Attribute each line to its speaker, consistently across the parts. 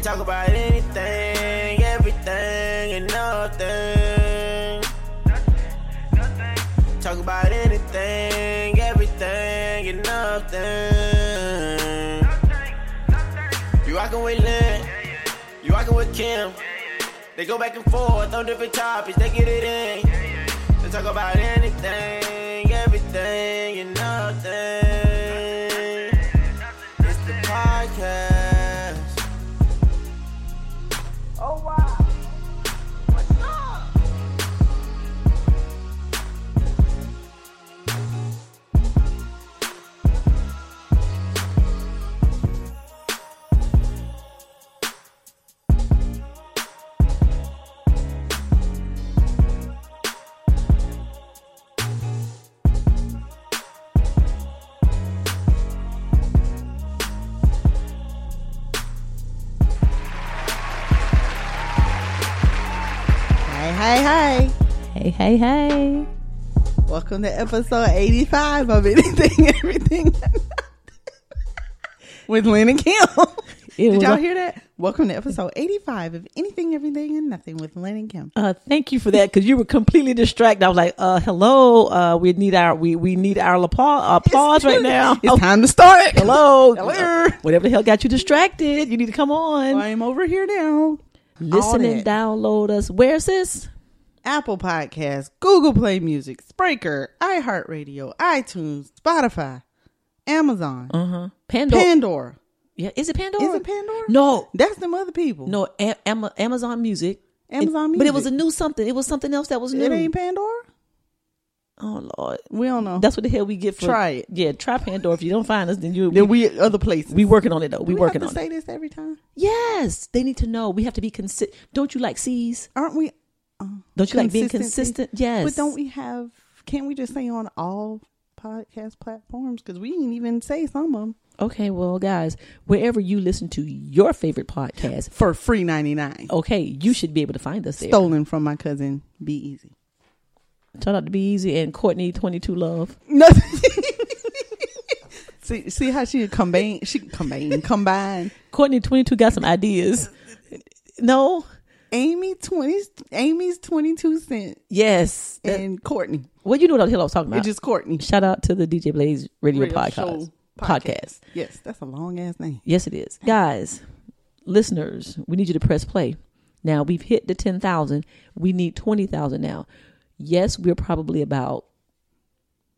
Speaker 1: talk about anything, everything, and nothing. Talk about anything, everything, and nothing. You rockin' with Lynn, you rockin' with Kim. They go back and forth on different topics, they get it in. They talk about anything, everything, and nothing. It's the podcast.
Speaker 2: Oh wow. What's up?
Speaker 3: Hey, hey, hey.
Speaker 4: Hey, hey, hey.
Speaker 3: Welcome to episode 85 of Anything, Everything, and Nothing with Lynn and Kim.
Speaker 4: It
Speaker 3: Did
Speaker 4: was
Speaker 3: y'all
Speaker 4: a-
Speaker 3: hear that? Welcome to episode 85 of Anything, Everything, and Nothing with Lynn and Kim.
Speaker 4: Uh, thank you for that because you were completely distracted. I was like, uh, hello, uh, we need our we, we need our applause, applause right now.
Speaker 3: It's time to start.
Speaker 4: Oh. hello.
Speaker 3: Hello.
Speaker 4: Whatever the hell got you distracted, you need to come on.
Speaker 3: I'm over here now. All
Speaker 4: Listen and
Speaker 3: that.
Speaker 4: download us. Where's this?
Speaker 3: Apple Podcasts, Google Play Music, Spreaker, iHeartRadio, iTunes, Spotify, Amazon,
Speaker 4: Pandora.
Speaker 3: Pandora.
Speaker 4: yeah, is it Pandora?
Speaker 3: Uh-huh. Is it Pandora?
Speaker 4: No,
Speaker 3: That's them other people.
Speaker 4: no, A- Am- Amazon Music.
Speaker 3: Amazon
Speaker 4: It- But it was a
Speaker 3: Music.
Speaker 4: new something. It was something else that was new.
Speaker 3: It ain't Pandora?
Speaker 4: oh Lord,
Speaker 3: We don't know.
Speaker 4: that's what the hell we get for
Speaker 3: Try it.
Speaker 4: Yeah, try Pandora. If you don't find us, then you
Speaker 3: Then we at other places.
Speaker 4: we working on it though. We,
Speaker 3: we
Speaker 4: working
Speaker 3: have
Speaker 4: on
Speaker 3: to
Speaker 4: it.
Speaker 3: say this every time.
Speaker 4: Yes, they need to know. We have to be consi Don't you like C's?
Speaker 3: Aren't we?
Speaker 4: Don't you like being
Speaker 3: Consistency.
Speaker 4: consistent? Yes.
Speaker 3: But don't we have? Can't we just say on all podcast platforms? Because we didn't even say some of them
Speaker 4: Okay, well, guys, wherever you listen to your favorite podcast,
Speaker 3: for free ninety nine.
Speaker 4: okay, you should be able to find us there.
Speaker 3: Stolen from my cousin. Be easy.
Speaker 4: Shout out to Be Easy and Courtney Twenty Two Love.
Speaker 3: Nothing. see, see how she combine. She combine. Combine.
Speaker 4: Courtney Twenty Two got some ideas. No.
Speaker 3: Amy twenty. Amy's twenty two cent
Speaker 4: Yes. That-
Speaker 3: and Courtney.
Speaker 4: well, you know what the hell I was talking about.
Speaker 3: It's just Courtney.
Speaker 4: Shout out to the DJ Blaze Radio,
Speaker 3: Radio
Speaker 4: podcast.
Speaker 3: show
Speaker 4: Podcast.
Speaker 3: Yes, that's a long ass name.
Speaker 4: Yes, it is. Guys, listeners, we need you to press play. Now, we've hit the 10,000. We need 20,000 now. Yes, we're probably about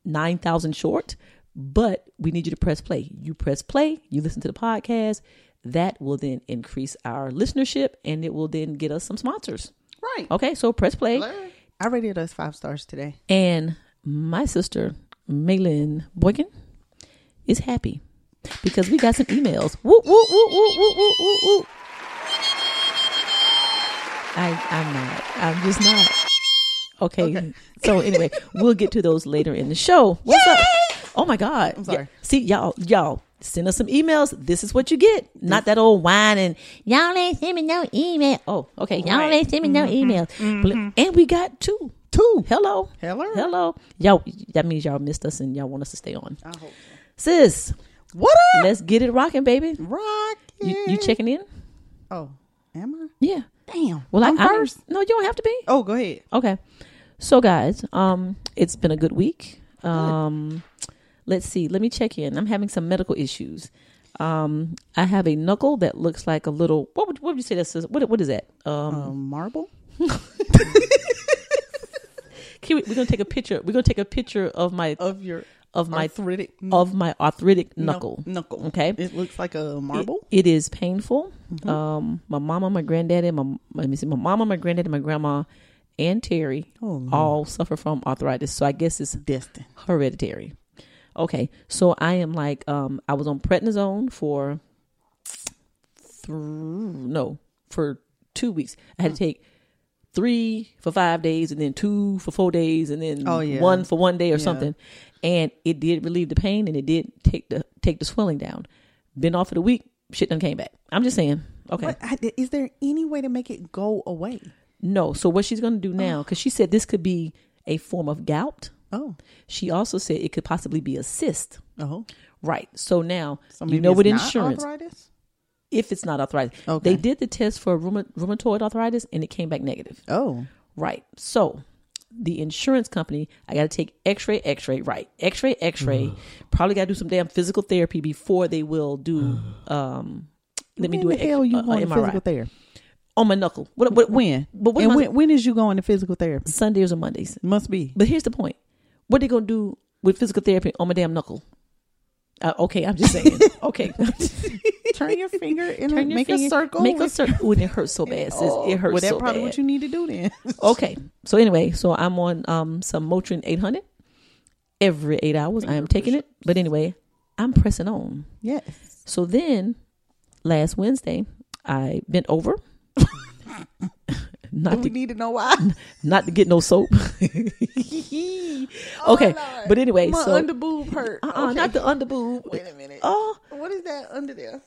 Speaker 4: 9,000 short, but we need you to press play. You press play, you listen to the podcast. That will then increase our listenership and it will then get us some sponsors.
Speaker 3: Right.
Speaker 4: Okay, so press play.
Speaker 3: I rated us five stars today.
Speaker 4: And my sister, Maylin Boykin, is happy because we got some emails. Whoop, whoop, whoop, whoop, whoop, whoop, whoop, whoop. I, I'm not. I'm just not. Okay. So anyway, we'll get to those later in the show. What's up? Oh my God. I'm
Speaker 3: sorry.
Speaker 4: See, y'all, y'all, send us some emails. This is what you get. Not that old whine and y'all ain't send me no email. Oh, okay. Y'all all ain't send me
Speaker 3: Mm-hmm.
Speaker 4: no emails. But- And we got two.
Speaker 3: Two.
Speaker 4: Hello.
Speaker 3: Hello.
Speaker 4: Hello. Y'all, that means y'all missed us and y'all want us to stay on. Sis,
Speaker 3: What up?
Speaker 4: let's get it rocking, baby.
Speaker 3: Rock.
Speaker 4: You, you checking in?
Speaker 3: Oh, am
Speaker 4: Yeah.
Speaker 3: I? Damn.
Speaker 4: Well,
Speaker 3: I'm
Speaker 4: I, I don't-
Speaker 3: first.
Speaker 4: no, you don't have to be.
Speaker 3: Oh, go ahead.
Speaker 4: Okay. So, guys, um, it's been a good week. Um, let's see. Let me check in. I'm having some medical issues. Um, I have a knuckle that looks like a little. What would, what would you say that says? What what is that? Um,
Speaker 3: Um, marble.
Speaker 4: can we, we're gonna take a picture. We're gonna take a picture of my
Speaker 3: Oh. Of your
Speaker 4: of my
Speaker 3: arthritic
Speaker 4: of my arthritic
Speaker 3: knuck-
Speaker 4: knuckle.
Speaker 3: Knuckle.
Speaker 4: Okay.
Speaker 3: It looks like a marble. Mm-hmm.
Speaker 4: It, it is painful. Um, my mama, my granddaddy, my let me see, my mama, my granddaddy, my grandma, and Terry
Speaker 3: Oh,
Speaker 4: all suffer from arthritis. So I guess it's
Speaker 3: Destin.
Speaker 4: hereditary. Okay, so I am like, um, I was on prednisone for three, no, for two weeks. I had to take three for five days, and then two for four days, and then
Speaker 3: Oh, yeah.
Speaker 4: one for one day or something. And it did relieve the pain, and it did take the take the swelling down. Been off for the week, shit done came back. I'm just saying. Okay,
Speaker 3: What, I, is there any way to make it go away?
Speaker 4: no. So what she's gonna do now? Because she said this could be a form of gout.
Speaker 3: Oh.
Speaker 4: She also said it could possibly be a cyst.
Speaker 3: Oh.
Speaker 4: Right. So now
Speaker 3: So
Speaker 4: you
Speaker 3: maybe
Speaker 4: know
Speaker 3: it's
Speaker 4: with
Speaker 3: not
Speaker 4: insurance.
Speaker 3: Arthritis?
Speaker 4: if it's not arthritis.
Speaker 3: Okay.
Speaker 4: They did the test for rheuma- rheumatoid arthritis and it came back negative.
Speaker 3: Oh,
Speaker 4: Right. So the insurance company, I got to take x ray, x ray, right. X ray, x ray.
Speaker 3: Mm.
Speaker 4: Probably got to do some damn physical therapy before they will do, um, let me
Speaker 3: Mm. when
Speaker 4: do
Speaker 3: the
Speaker 4: an
Speaker 3: hell
Speaker 4: X-
Speaker 3: you
Speaker 4: uh,
Speaker 3: going to
Speaker 4: MRI.
Speaker 3: physical therapy?
Speaker 4: on my knuckle. What, what,
Speaker 3: When?
Speaker 4: But what
Speaker 3: and
Speaker 4: am I-
Speaker 3: when, when is you going to physical therapy?
Speaker 4: Sundays or Mondays.
Speaker 3: Must be.
Speaker 4: But here's the point. What they going to do with physical therapy on my damn knuckle? Uh, okay, I'm just saying. okay.
Speaker 3: Turn your finger and
Speaker 4: Turn your
Speaker 3: make
Speaker 4: finger-
Speaker 3: a circle.
Speaker 4: Make a
Speaker 3: with-
Speaker 4: circle. Ooh, and it hurts so bad. sis. it hurts
Speaker 3: Well, that's
Speaker 4: so
Speaker 3: probably
Speaker 4: bad.
Speaker 3: what you need to do then.
Speaker 4: Okay. So anyway, so I'm on um some Motrin 800 every 8 hours. I am taking it. But anyway, I'm pressing on.
Speaker 3: yes.
Speaker 4: So then last Wednesday, I bent over
Speaker 3: Do
Speaker 4: not
Speaker 3: we
Speaker 4: to
Speaker 3: need to know why?
Speaker 4: not to get no soap. okay. But anyway,
Speaker 3: Oh, My
Speaker 4: so
Speaker 3: under boob hurt.
Speaker 4: uh-uh, not the underboob.
Speaker 3: Wait a minute.
Speaker 4: Oh,
Speaker 3: What is that under there?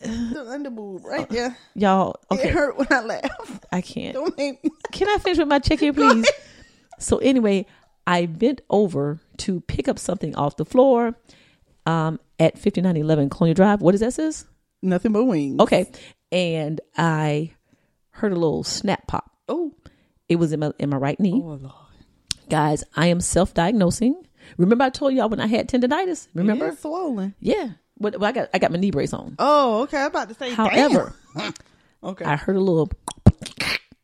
Speaker 3: The under boob right there.
Speaker 4: y'all.
Speaker 3: It
Speaker 4: Uh, Okay.
Speaker 3: hurt when I laughed.
Speaker 4: I can't.
Speaker 3: Don't make me.
Speaker 4: Can I finish with my chicken, please? So anyway, I bent over to pick up something off the floor um, at 5911 Colonial Drive. What is that, sis?
Speaker 3: Nothing but wings.
Speaker 4: Okay. And I heard a little snap pop.
Speaker 3: Oh.
Speaker 4: It was in my in my right knee.
Speaker 3: Lord.
Speaker 4: Guys, I am self-diagnosing. Remember I told y'all when I had tendonitis? Remember?
Speaker 3: It's swollen.
Speaker 4: Yeah. But well, I got I got my knee brace on.
Speaker 3: Oh, okay. I'm about to say.
Speaker 4: However,
Speaker 3: damn. okay,
Speaker 4: I heard a little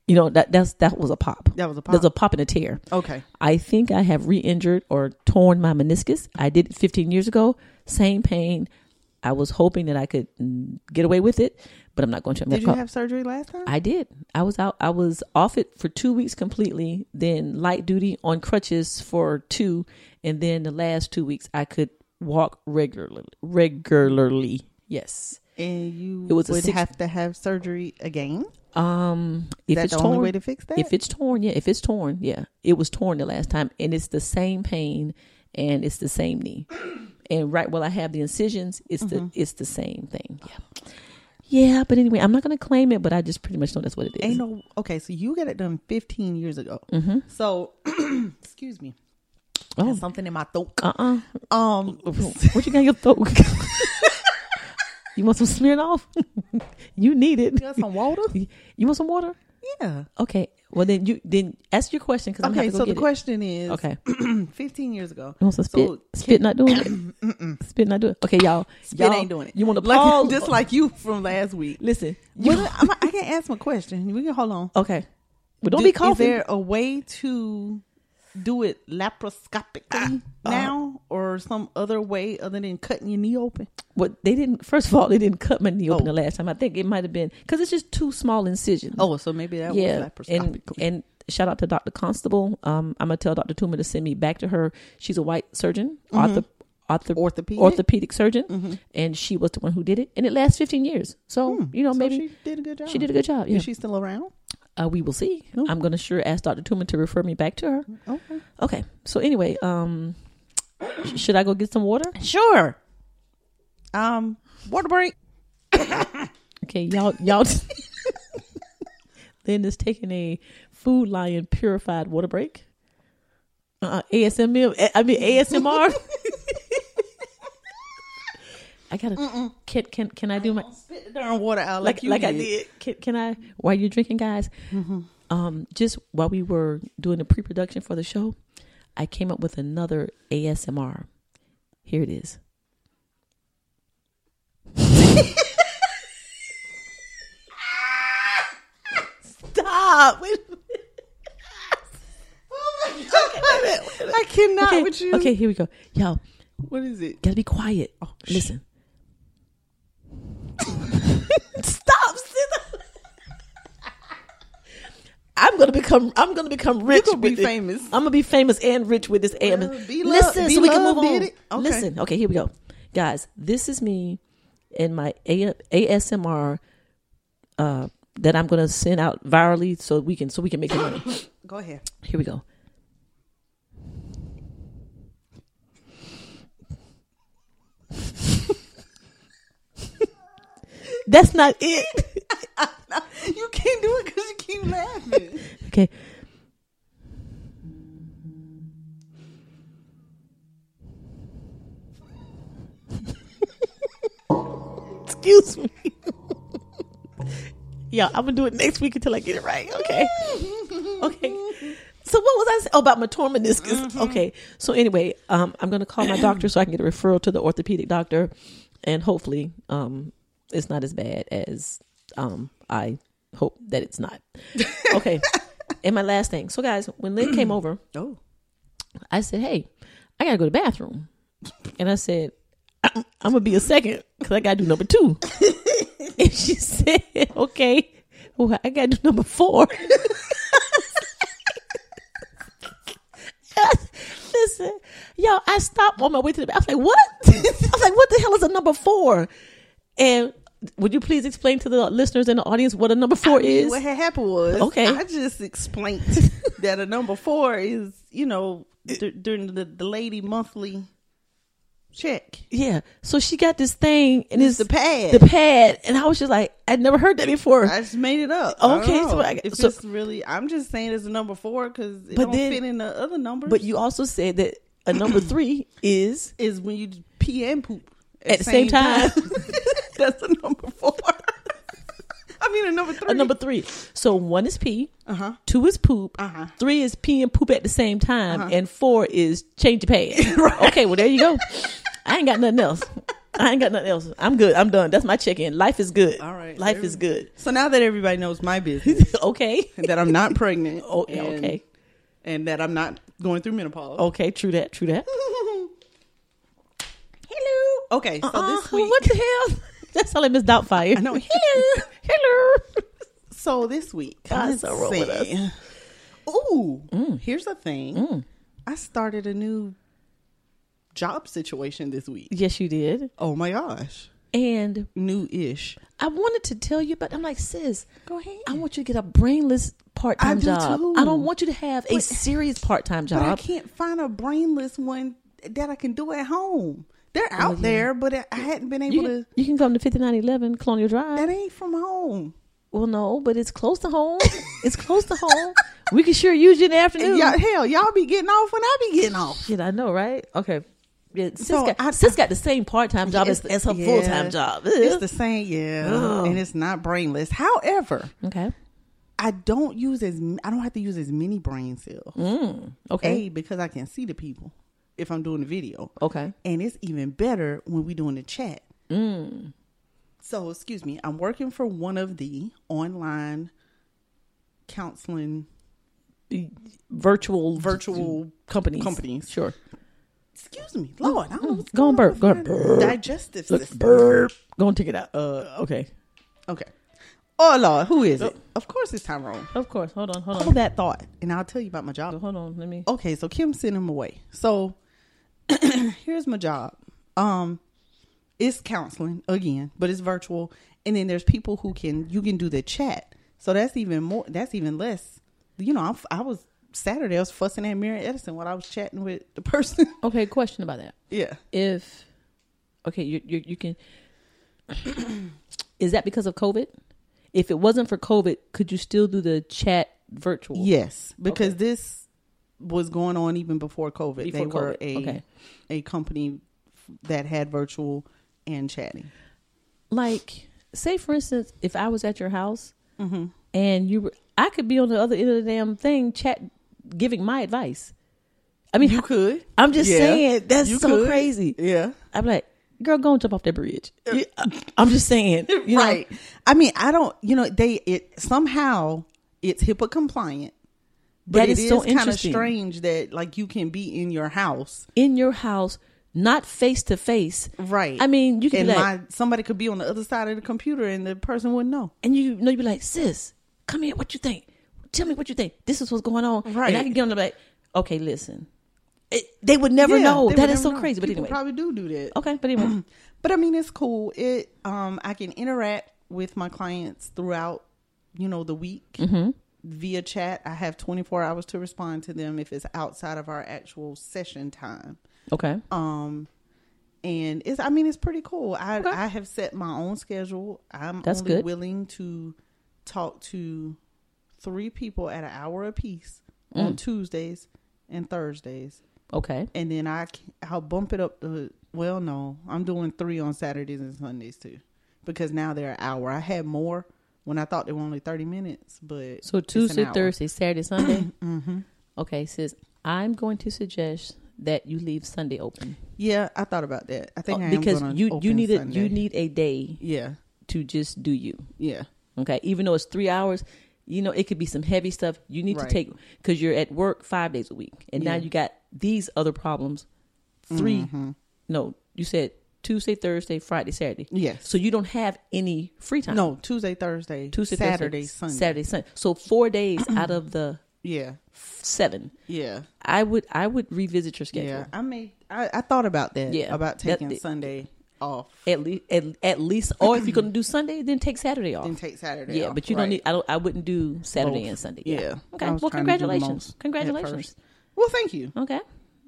Speaker 4: you know, that that's that was a pop.
Speaker 3: that was a pop.
Speaker 4: There's a pop and a tear.
Speaker 3: okay.
Speaker 4: I think I have re injured or torn my meniscus. I did it 15 years ago. Same pain. I was hoping that I could mm, get away with it, but I'm not going to. I'm
Speaker 3: Did
Speaker 4: gonna
Speaker 3: you
Speaker 4: call-
Speaker 3: have surgery last time?
Speaker 4: I did. I was out. I was off it for two weeks completely, then light duty on crutches for two, and then the last two weeks I could walk regularly. Regularly, yes.
Speaker 3: and you
Speaker 4: It was a
Speaker 3: would
Speaker 4: six-
Speaker 3: have to have surgery again.
Speaker 4: Um,
Speaker 3: Is
Speaker 4: if
Speaker 3: that
Speaker 4: it's
Speaker 3: the
Speaker 4: torn,
Speaker 3: only way to fix that?
Speaker 4: If it's torn, yeah. If it's torn, yeah. It was torn the last time, and it's the same pain, and it's the same knee, and right while I have the incisions, it's
Speaker 3: Mm-hmm.
Speaker 4: the it's the same thing. Yeah. Yeah, but anyway, I'm not gonna claim it, but I just pretty much know that's what it is. Mm-hmm.
Speaker 3: Ain't no okay. So you got it done 15 years ago. So excuse me.
Speaker 4: Oh.
Speaker 3: There's something in my throat.
Speaker 4: uh-uh.
Speaker 3: Um,
Speaker 4: What you got in your throat? you want some smearing off? you need it.
Speaker 3: got some water.
Speaker 4: You want some water?
Speaker 3: Yeah.
Speaker 4: Okay. Well, then you then ask your question because I'm
Speaker 3: Okay.
Speaker 4: going to go
Speaker 3: So the
Speaker 4: get
Speaker 3: question is,
Speaker 4: it. Okay.
Speaker 3: 15 years ago.
Speaker 4: You want some spit?
Speaker 3: So
Speaker 4: spit not doing it. spit not doing it. Okay, y'all.
Speaker 3: Spit
Speaker 4: y'all,
Speaker 3: ain't doing it.
Speaker 4: You want to
Speaker 3: like
Speaker 4: pause?
Speaker 3: just like you from last week.
Speaker 4: listen.
Speaker 3: Well,
Speaker 4: you-
Speaker 3: I'm, I can ask my question. We can hold on.
Speaker 4: okay. But don't
Speaker 3: Do-
Speaker 4: be
Speaker 3: Is
Speaker 4: coughing.
Speaker 3: there a way to do it laparoscopically
Speaker 4: Ah, uh.
Speaker 3: now, or some other way other than cutting your knee open?
Speaker 4: Well, they didn't. First of all, they didn't cut my knee open
Speaker 3: Oh.
Speaker 4: the last time. I think it might have been because it's just two small incisions.
Speaker 3: Oh, so maybe that
Speaker 4: yeah,
Speaker 3: was
Speaker 4: and
Speaker 3: laparoscopically.
Speaker 4: and shout out to Dr. Constable. Um, I'm gonna tell Dr. Tuma to send me back to her. She's a white surgeon, ortho, ortho,
Speaker 3: Orthopedic? Mm-hmm.
Speaker 4: orthopedic surgeon,
Speaker 3: Mm.
Speaker 4: and she was the one who did it, and it lasts 15 years. So Oh, you know,
Speaker 3: Hmm. So
Speaker 4: maybe
Speaker 3: she did a good job.
Speaker 4: she did a good job. Yeah,
Speaker 3: Is she still around?
Speaker 4: uh, we will see. I'm gonna sure ask Dr. Tuma to refer me back to her.
Speaker 3: Okay.
Speaker 4: Okay. So anyway, um, sh- should I go get some water?
Speaker 3: Sure. Um, water break.
Speaker 4: Okay, y'all, y'all. Lynn is taking a Food Lion purified water break. Uh, ASMR. I mean ASMR. I gotta. Can can can I do my
Speaker 3: Spit the darn water out like,
Speaker 4: like
Speaker 3: you
Speaker 4: like
Speaker 3: did. Mm-hmm.
Speaker 4: I did? Can, can I while you're drinking, guys? Um, just while we were doing the pre-production for the show, I came up with another ASMR. Here it is.
Speaker 3: Stop. Wait a minute. Oh my God. I cannot
Speaker 4: Okay,
Speaker 3: with you.
Speaker 4: okay, here we go, y'all.
Speaker 3: What is it?
Speaker 4: Gotta be quiet.
Speaker 3: sh-
Speaker 4: Listen.
Speaker 3: Stop. Sit
Speaker 4: I'm gonna become. I'm gonna become rich.
Speaker 3: gonna be
Speaker 4: with it.
Speaker 3: famous.
Speaker 4: I'm gonna be famous and rich with this. AM.
Speaker 3: Well, B-Love-
Speaker 4: Listen, so we can
Speaker 3: B-Love
Speaker 4: move on.
Speaker 3: did it. Okay.
Speaker 4: Listen, okay, here we go, guys. This is me and my A- ASMR uh, that I'm gonna send out virally, so we can so we can make some money.
Speaker 3: Go ahead.
Speaker 4: Here we go. That's not it.
Speaker 3: You can't do it because you keep laughing.
Speaker 4: Okay. Excuse me. Yeah, I'm gonna do it next week until I get it right. Okay. okay. So what was I saying? Oh, about my torn meniscus. Okay. So anyway, um, I'm gonna call my doctor so I can get a referral to the orthopedic doctor, and hopefully, um, it's not as bad as um I hope that it's not. Okay. and my last thing. So guys, when Lynn came over,
Speaker 3: Oh.
Speaker 4: I said, "Hey,
Speaker 5: I gotta go to the bathroom. And I said,
Speaker 4: I'm gonna be a second because I gotta do number two.
Speaker 5: and she said, okay, well, I gotta do number four.
Speaker 4: Listen, yo, I stopped on my way to the. I was like, "What?" I was like, "What the hell is a number four? And would you please explain to the listeners and the audience what a number four is?
Speaker 3: What had happened was,
Speaker 4: Okay.
Speaker 3: I just explained that a number four is, you know, d- during the, the lady monthly check.
Speaker 4: Yeah. So she got this thing, and it's
Speaker 3: It's the pad.
Speaker 4: The pad, and I was just like, I'd never heard that before.
Speaker 3: I just made it up.
Speaker 4: Okay,
Speaker 3: I
Speaker 4: so
Speaker 3: so
Speaker 4: I-
Speaker 3: it's
Speaker 4: so-
Speaker 3: just really, I'm just saying it's a number four because it
Speaker 4: But
Speaker 3: don't
Speaker 4: then-
Speaker 3: fit in the other numbers.
Speaker 4: but you also said that a number three is
Speaker 3: is when you pee and poop
Speaker 4: At the same time.
Speaker 3: That's a number four. I mean, a number three.
Speaker 4: a number three. So one is pee,
Speaker 3: Uh huh.
Speaker 4: two is poop,
Speaker 3: Uh-huh.
Speaker 4: three is pee and poop at the same time, and four is change your pad. Okay, well there you go. I ain't got nothing else. I ain't got nothing else. I'm good. I'm done. That's my check in. Life is good.
Speaker 3: All right.
Speaker 4: Life is good.
Speaker 3: So now that everybody knows my business,
Speaker 4: Okay.
Speaker 3: that I'm not pregnant.
Speaker 4: Oh, yeah,
Speaker 3: and-
Speaker 4: okay. Oh.
Speaker 3: And that I'm not going through menopause.
Speaker 4: Okay. True that. True that.
Speaker 3: Hello. Okay, so
Speaker 4: Uh-uh.
Speaker 3: this week.
Speaker 4: What the hell? That's all I Miss Doubtfire.
Speaker 3: I know.
Speaker 4: Hello. Hello.
Speaker 3: So this week,
Speaker 4: God, so wrong with us. Mm.
Speaker 3: see. Ooh, here's the thing. I started a new job situation this week.
Speaker 4: Yes, you did.
Speaker 3: Oh my gosh,
Speaker 4: And
Speaker 3: new ish.
Speaker 4: I wanted to tell you, but I'm like, sis,
Speaker 3: Go ahead.
Speaker 4: I want you to get a brainless part time
Speaker 3: I do
Speaker 4: job.
Speaker 3: too.
Speaker 4: I don't want you to have a serious part time
Speaker 3: But I
Speaker 4: job.
Speaker 3: can't find a brainless one that I can do at home. They're out there, but I- I hadn't been able
Speaker 4: Oh, You
Speaker 3: to.
Speaker 4: can, you can come to 5911 Colonial Drive.
Speaker 3: That ain't from home.
Speaker 4: well, no, but it's close to home. it's close to home. We can sure use you in the afternoon.
Speaker 3: And y'all, hell, y'all be getting off when I be getting off.
Speaker 4: Shit, I know, right? Okay. Yeah, sis,
Speaker 3: So
Speaker 4: got,
Speaker 3: I-
Speaker 4: sis got the same part time job as,
Speaker 3: It's-
Speaker 4: as her
Speaker 3: yeah.
Speaker 4: full time job.
Speaker 3: It's
Speaker 4: Ugh.
Speaker 3: the same, yeah,
Speaker 4: Ugh.
Speaker 3: and it's not brainless. However,
Speaker 4: okay.
Speaker 3: I don't use as m- I don't have to use as many brain cells.
Speaker 4: Okay.
Speaker 3: A because I can see the people if I'm doing the video.
Speaker 4: Okay.
Speaker 3: And it's even better when we doing the chat.
Speaker 4: Mm.
Speaker 3: So excuse me, I'm working for one of the online counseling
Speaker 4: Virtual
Speaker 3: virtual
Speaker 4: companies.
Speaker 3: companies.
Speaker 4: Sure.
Speaker 3: Excuse me, Lord, I don't
Speaker 4: Go on, burp. Go on, burp.
Speaker 3: Digestive system.
Speaker 4: Go and take it out. Uh, okay.
Speaker 3: Okay. Oh Lord, who is it? Of course, it's Tyrone.
Speaker 4: Of course. Hold on. Hold
Speaker 3: Hold Oh. that thought, and I'll tell you about my job.
Speaker 4: Hold on. Let me.
Speaker 3: okay, so Kim sent him away. So here's my job. Um it's counseling again, but it's virtual. And then there's people who can you can do the chat. So that's even more that's even less. You know, I'm, I was Saturday I was fussing at Mary Edison while I was chatting with the person.
Speaker 5: Okay, question about that.
Speaker 3: yeah.
Speaker 5: If, okay, you, you, you can, is that because of COVID? If it wasn't for COVID, could you still do the chat virtual?
Speaker 3: Yes, because this was going on even before COVID.
Speaker 5: Before
Speaker 3: they were
Speaker 5: COVID,
Speaker 3: a
Speaker 5: okay.
Speaker 3: a company that had virtual and chatting.
Speaker 5: like say for instance if i was at your house
Speaker 3: Mm-hmm.
Speaker 5: and you were i could be on the other end of the damn thing chat giving my advice i mean
Speaker 3: You could.
Speaker 5: i'm just
Speaker 3: Yeah.
Speaker 5: saying that's
Speaker 3: You
Speaker 5: so
Speaker 3: could.
Speaker 5: crazy
Speaker 3: Yeah.
Speaker 5: i'm like girl go and jump off that bridge You- I- i'm just saying you know?
Speaker 3: right. I mean, I don't. You know, they it somehow it's HIPAA compliant. But
Speaker 5: That
Speaker 3: it
Speaker 5: is so
Speaker 3: kind of
Speaker 5: interesting.
Speaker 3: strange that like you can be in your house,
Speaker 5: in your house not face to face
Speaker 3: right?
Speaker 5: i mean you could
Speaker 3: and
Speaker 5: be like
Speaker 3: my, somebody could be on the other side of the computer and the person wouldn't know.
Speaker 5: and you know you'd be like sis come here what you think tell me what you think this is what's going on
Speaker 3: Right.
Speaker 5: and i can get on the like okay listen it, they would never
Speaker 3: Yeah,
Speaker 5: know
Speaker 3: they
Speaker 5: that
Speaker 3: would
Speaker 5: is
Speaker 3: never
Speaker 5: so
Speaker 3: know.
Speaker 5: crazy but
Speaker 3: People
Speaker 5: anyway Oh.
Speaker 3: probably do do that.
Speaker 5: okay but anyway
Speaker 3: But I mean, it's cool. It um, I can interact with my clients throughout, you know, the week
Speaker 5: Mm-hmm.
Speaker 3: via chat. I have twenty four hours to respond to them if it's outside of our actual session time.
Speaker 5: okay
Speaker 3: um and it's i mean it's pretty cool i
Speaker 5: Okay.
Speaker 3: i have set my own schedule i'm
Speaker 5: That's
Speaker 3: only
Speaker 5: good.
Speaker 3: willing to talk to three people at an hour apiece
Speaker 4: Mm.
Speaker 3: on tuesdays and thursdays
Speaker 5: Mm, okay
Speaker 3: and then i c- i'll bump it up to well no i'm doing three on saturdays and sundays too because now they're an hour i had more when I thought they were only thirty minutes, but mm-hmm.
Speaker 4: So
Speaker 3: it's an
Speaker 4: Tuesday,
Speaker 3: hour.
Speaker 4: Thursday, Saturday, Sunday. Okay, sis, I'm going to suggest that you leave Sunday open
Speaker 3: Yeah, I thought about that. I think
Speaker 5: Uh,
Speaker 4: Oh,
Speaker 3: I am
Speaker 4: because
Speaker 3: gonna
Speaker 4: you you
Speaker 3: open
Speaker 4: need a,
Speaker 3: Sunday.
Speaker 4: you need a day
Speaker 3: yeah
Speaker 4: to just do you.
Speaker 3: yeah
Speaker 4: Okay, even though it's three hours, you know it could be some heavy stuff. You need
Speaker 3: Right.
Speaker 4: to take because you're at work five days a week, and now
Speaker 3: Yeah. Mm-hmm.
Speaker 4: you got these other problems. 3 no, you said Tuesday, Thursday, Friday, Saturday.
Speaker 3: Yes.
Speaker 4: So you don't have any free time.
Speaker 3: no Tuesday Thursday
Speaker 4: Tuesday, Thursday,
Speaker 3: Saturday Sunday
Speaker 4: Saturday, Sunday. So four days out of the
Speaker 3: yeah
Speaker 4: seven.
Speaker 3: yeah
Speaker 4: I would I would revisit your schedule.
Speaker 3: yeah I may I, I thought about that
Speaker 4: Yeah.
Speaker 3: about
Speaker 4: That-
Speaker 3: taking
Speaker 4: that-
Speaker 3: Sunday off
Speaker 4: At least at, at least, or if you're gonna do Sunday, then take Saturday off.
Speaker 3: and take Saturday
Speaker 4: yeah,
Speaker 3: off,
Speaker 4: but you don't
Speaker 3: right.
Speaker 4: need. I don't. I wouldn't do Saturday
Speaker 3: Both.
Speaker 4: and Sunday.
Speaker 3: Yeah.
Speaker 4: Okay.
Speaker 3: I was
Speaker 4: Well,
Speaker 3: trying to do the most
Speaker 4: congratulations.
Speaker 3: at
Speaker 4: Congratulations. Uh-huh.
Speaker 3: first. well thank you
Speaker 4: Okay.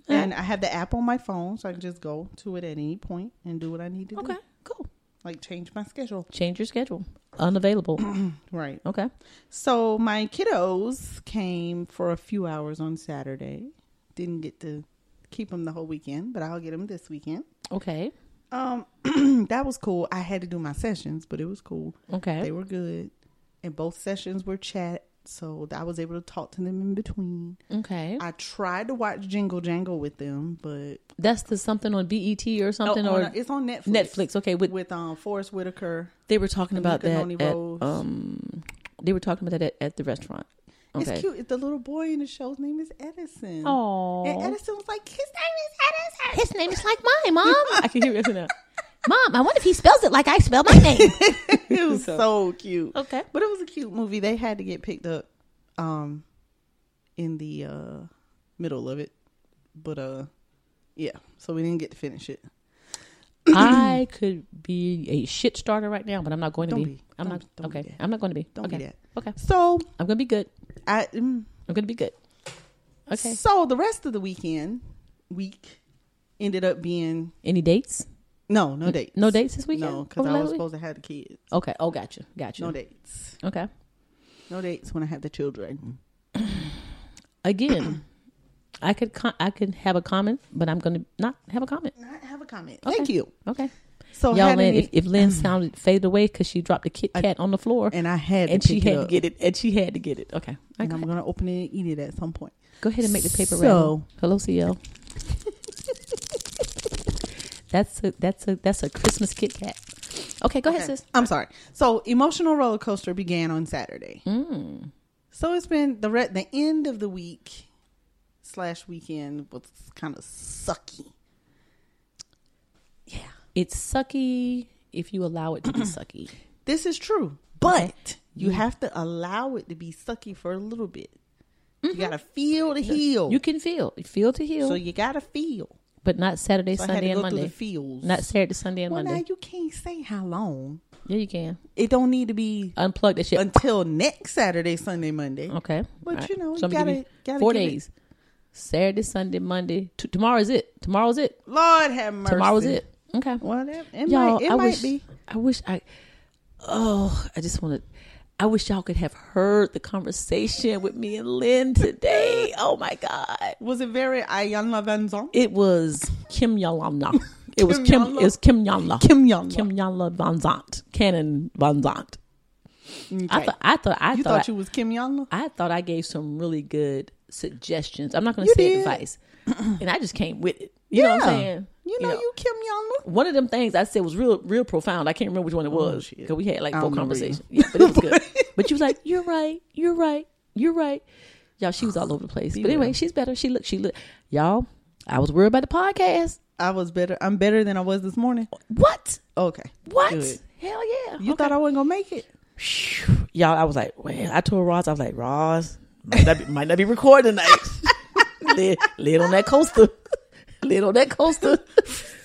Speaker 3: and I have the app on my phone so I can just go to it at any point and do what I need to
Speaker 4: Okay.
Speaker 3: do
Speaker 4: Cool.
Speaker 3: like change my schedule
Speaker 4: Change your schedule. Unavailable.
Speaker 3: right
Speaker 4: okay.
Speaker 3: So my kiddos came for a few hours on Saturday. Didn't get to keep them the whole weekend, but I'll get them this weekend.
Speaker 4: Okay.
Speaker 3: Um, that was cool. I had to do my sessions, but it was cool.
Speaker 4: Okay.
Speaker 3: They were good, and both sessions were chat, so I was able to talk to them in between.
Speaker 4: Okay.
Speaker 3: I tried to watch Jingle Jangle with them, but
Speaker 4: That's the something on BET or something
Speaker 3: Oh,
Speaker 4: or
Speaker 3: on- it's on Netflix.
Speaker 4: Netflix. Okay. With,
Speaker 3: with um Forrest Whitaker.
Speaker 4: they were talking about that
Speaker 3: Macaroni
Speaker 4: at,
Speaker 3: rolls.
Speaker 4: um they were talking about that at, at the restaurant. Okay.
Speaker 3: It's cute. The little boy in the show's name is Edison. and
Speaker 4: Aww.
Speaker 3: Edison was like, "His name is Edison."
Speaker 4: His name is like mine, mom. I can hear it now.
Speaker 6: Mom, I wonder if he spells it like I spell my name.
Speaker 3: it was so, cute.
Speaker 4: Okay.
Speaker 3: But it was a cute movie. They had to get picked up um in the uh middle of it. But uh yeah, so we didn't get to finish it.
Speaker 4: I could be a shit starter right now, but I'm not going to
Speaker 3: Don't
Speaker 4: be.
Speaker 3: be.
Speaker 4: I'm
Speaker 3: Don't-
Speaker 4: not
Speaker 3: don't be
Speaker 4: okay.
Speaker 3: that.
Speaker 4: I'm not going to be.
Speaker 3: Don't
Speaker 4: okay.
Speaker 3: be that.
Speaker 4: Okay.
Speaker 3: So
Speaker 4: I'm gonna be good.
Speaker 3: I mm,
Speaker 4: I'm gonna be good. Okay.
Speaker 3: so the rest of the weekend week ended up being
Speaker 4: Any dates?
Speaker 3: no, no dates.
Speaker 4: No dates this weekend?
Speaker 3: No, because
Speaker 4: Over
Speaker 3: I
Speaker 4: last
Speaker 3: was
Speaker 4: week?
Speaker 3: supposed to have the kids.
Speaker 4: Okay. Oh, gotcha. Gotcha.
Speaker 3: No dates.
Speaker 4: Okay.
Speaker 3: No dates when I have the children.
Speaker 4: Again, I could con- I could have a comment, but I'm gonna not have a comment.
Speaker 3: I have a comment. Thank you.
Speaker 4: Okay.
Speaker 3: So
Speaker 4: Y'all,
Speaker 3: had
Speaker 4: Lynn,
Speaker 3: any-
Speaker 4: if, if Lynn sounded faded away because she dropped a Kit Kat on the floor,
Speaker 3: and I had
Speaker 4: and
Speaker 3: to
Speaker 4: she
Speaker 3: pick it
Speaker 4: had to
Speaker 3: up.
Speaker 4: get it, and she had to get it. Okay.
Speaker 3: and I'm gonna open it and eat it at some point.
Speaker 4: Go ahead and make the
Speaker 3: So-
Speaker 4: paper rattle. Hello, CL. that's a that's a that's a Christmas Kit Kat. Okay, go ahead,
Speaker 3: Okay.
Speaker 4: sis.
Speaker 3: I'm sorry. So emotional roller coaster began on Saturday.
Speaker 4: Mm.
Speaker 3: So it's been the re- the end of the week slash weekend was kind of sucky.
Speaker 4: It's sucky if you allow it to be sucky.
Speaker 3: This is true, but
Speaker 4: Mm-hmm.
Speaker 3: you have to allow it to be sucky for a little bit. You gotta feel to heal.
Speaker 4: Mm-hmm. You can feel feel to heal,
Speaker 3: so you gotta feel.
Speaker 4: but not Saturday,
Speaker 3: So I had
Speaker 4: Sunday,
Speaker 3: to
Speaker 4: and
Speaker 3: go
Speaker 4: Monday.
Speaker 3: through the feels.
Speaker 4: Not Saturday, Sunday, and
Speaker 3: well, now
Speaker 4: Monday.
Speaker 3: you can't say how long.
Speaker 4: Yeah, you can
Speaker 3: It don't need to be
Speaker 4: unplug that shit.
Speaker 3: until next Saturday, Sunday, Monday.
Speaker 4: okay,
Speaker 3: But
Speaker 4: All
Speaker 3: you know, you
Speaker 4: So I'm gonna give
Speaker 3: gotta- gotta
Speaker 4: four
Speaker 3: give it-
Speaker 4: days. Saturday, Sunday, Monday. T- tomorrow is it. Tomorrow's it.
Speaker 3: Lord have mercy.
Speaker 4: Tomorrow's it. Okay.
Speaker 3: Well, that, it
Speaker 4: y'all,
Speaker 3: might, it
Speaker 4: I
Speaker 3: might
Speaker 4: wish,
Speaker 3: be.
Speaker 4: I wish I. Oh, I just want to. I wish y'all could have heard the conversation with me and Lynn today. oh my God,
Speaker 3: Was it very Ayanna Van Zon?
Speaker 4: it was Kim Yolanda. It was
Speaker 3: Kim
Speaker 4: Kim.
Speaker 3: Yolanda.
Speaker 4: It was Kim Yolanda.
Speaker 3: Kim Yolanda.
Speaker 4: Kim Yolanda Von Zant. Canon Von Zant. I
Speaker 3: Okay.
Speaker 4: thought. I thought. I
Speaker 3: you
Speaker 4: thought.
Speaker 3: thought you was Kim Yonla?
Speaker 4: I thought I gave some really good suggestions. I'm not going
Speaker 3: You
Speaker 4: to say
Speaker 3: did.
Speaker 4: advice, and I just came with it. You know what I'm
Speaker 3: Yeah.
Speaker 4: saying?
Speaker 3: You know you, Kim Yonla?
Speaker 4: one of them things I said was real, real profound. I can't remember which one it was
Speaker 3: Oh, shit.
Speaker 4: because we had like
Speaker 3: I
Speaker 4: four
Speaker 3: don't remember
Speaker 4: conversations, yeah, but it was good. but she was like, "You're right, you're right, you're right." Y'all, she was all over the place. but anyway, she's better. She looked, she looked. Y'all, I was worried about the podcast.
Speaker 3: I was better. I'm better than I was this morning.
Speaker 4: What?
Speaker 3: Okay.
Speaker 4: What?
Speaker 3: Good.
Speaker 4: Hell yeah!
Speaker 3: You thought I wasn't gonna make it?
Speaker 4: Phew. Y'all, I was like, well, I told Ross, I was like, Ross, might not be, might not be recording tonight. lid, lid on that coaster. Lid on that coaster.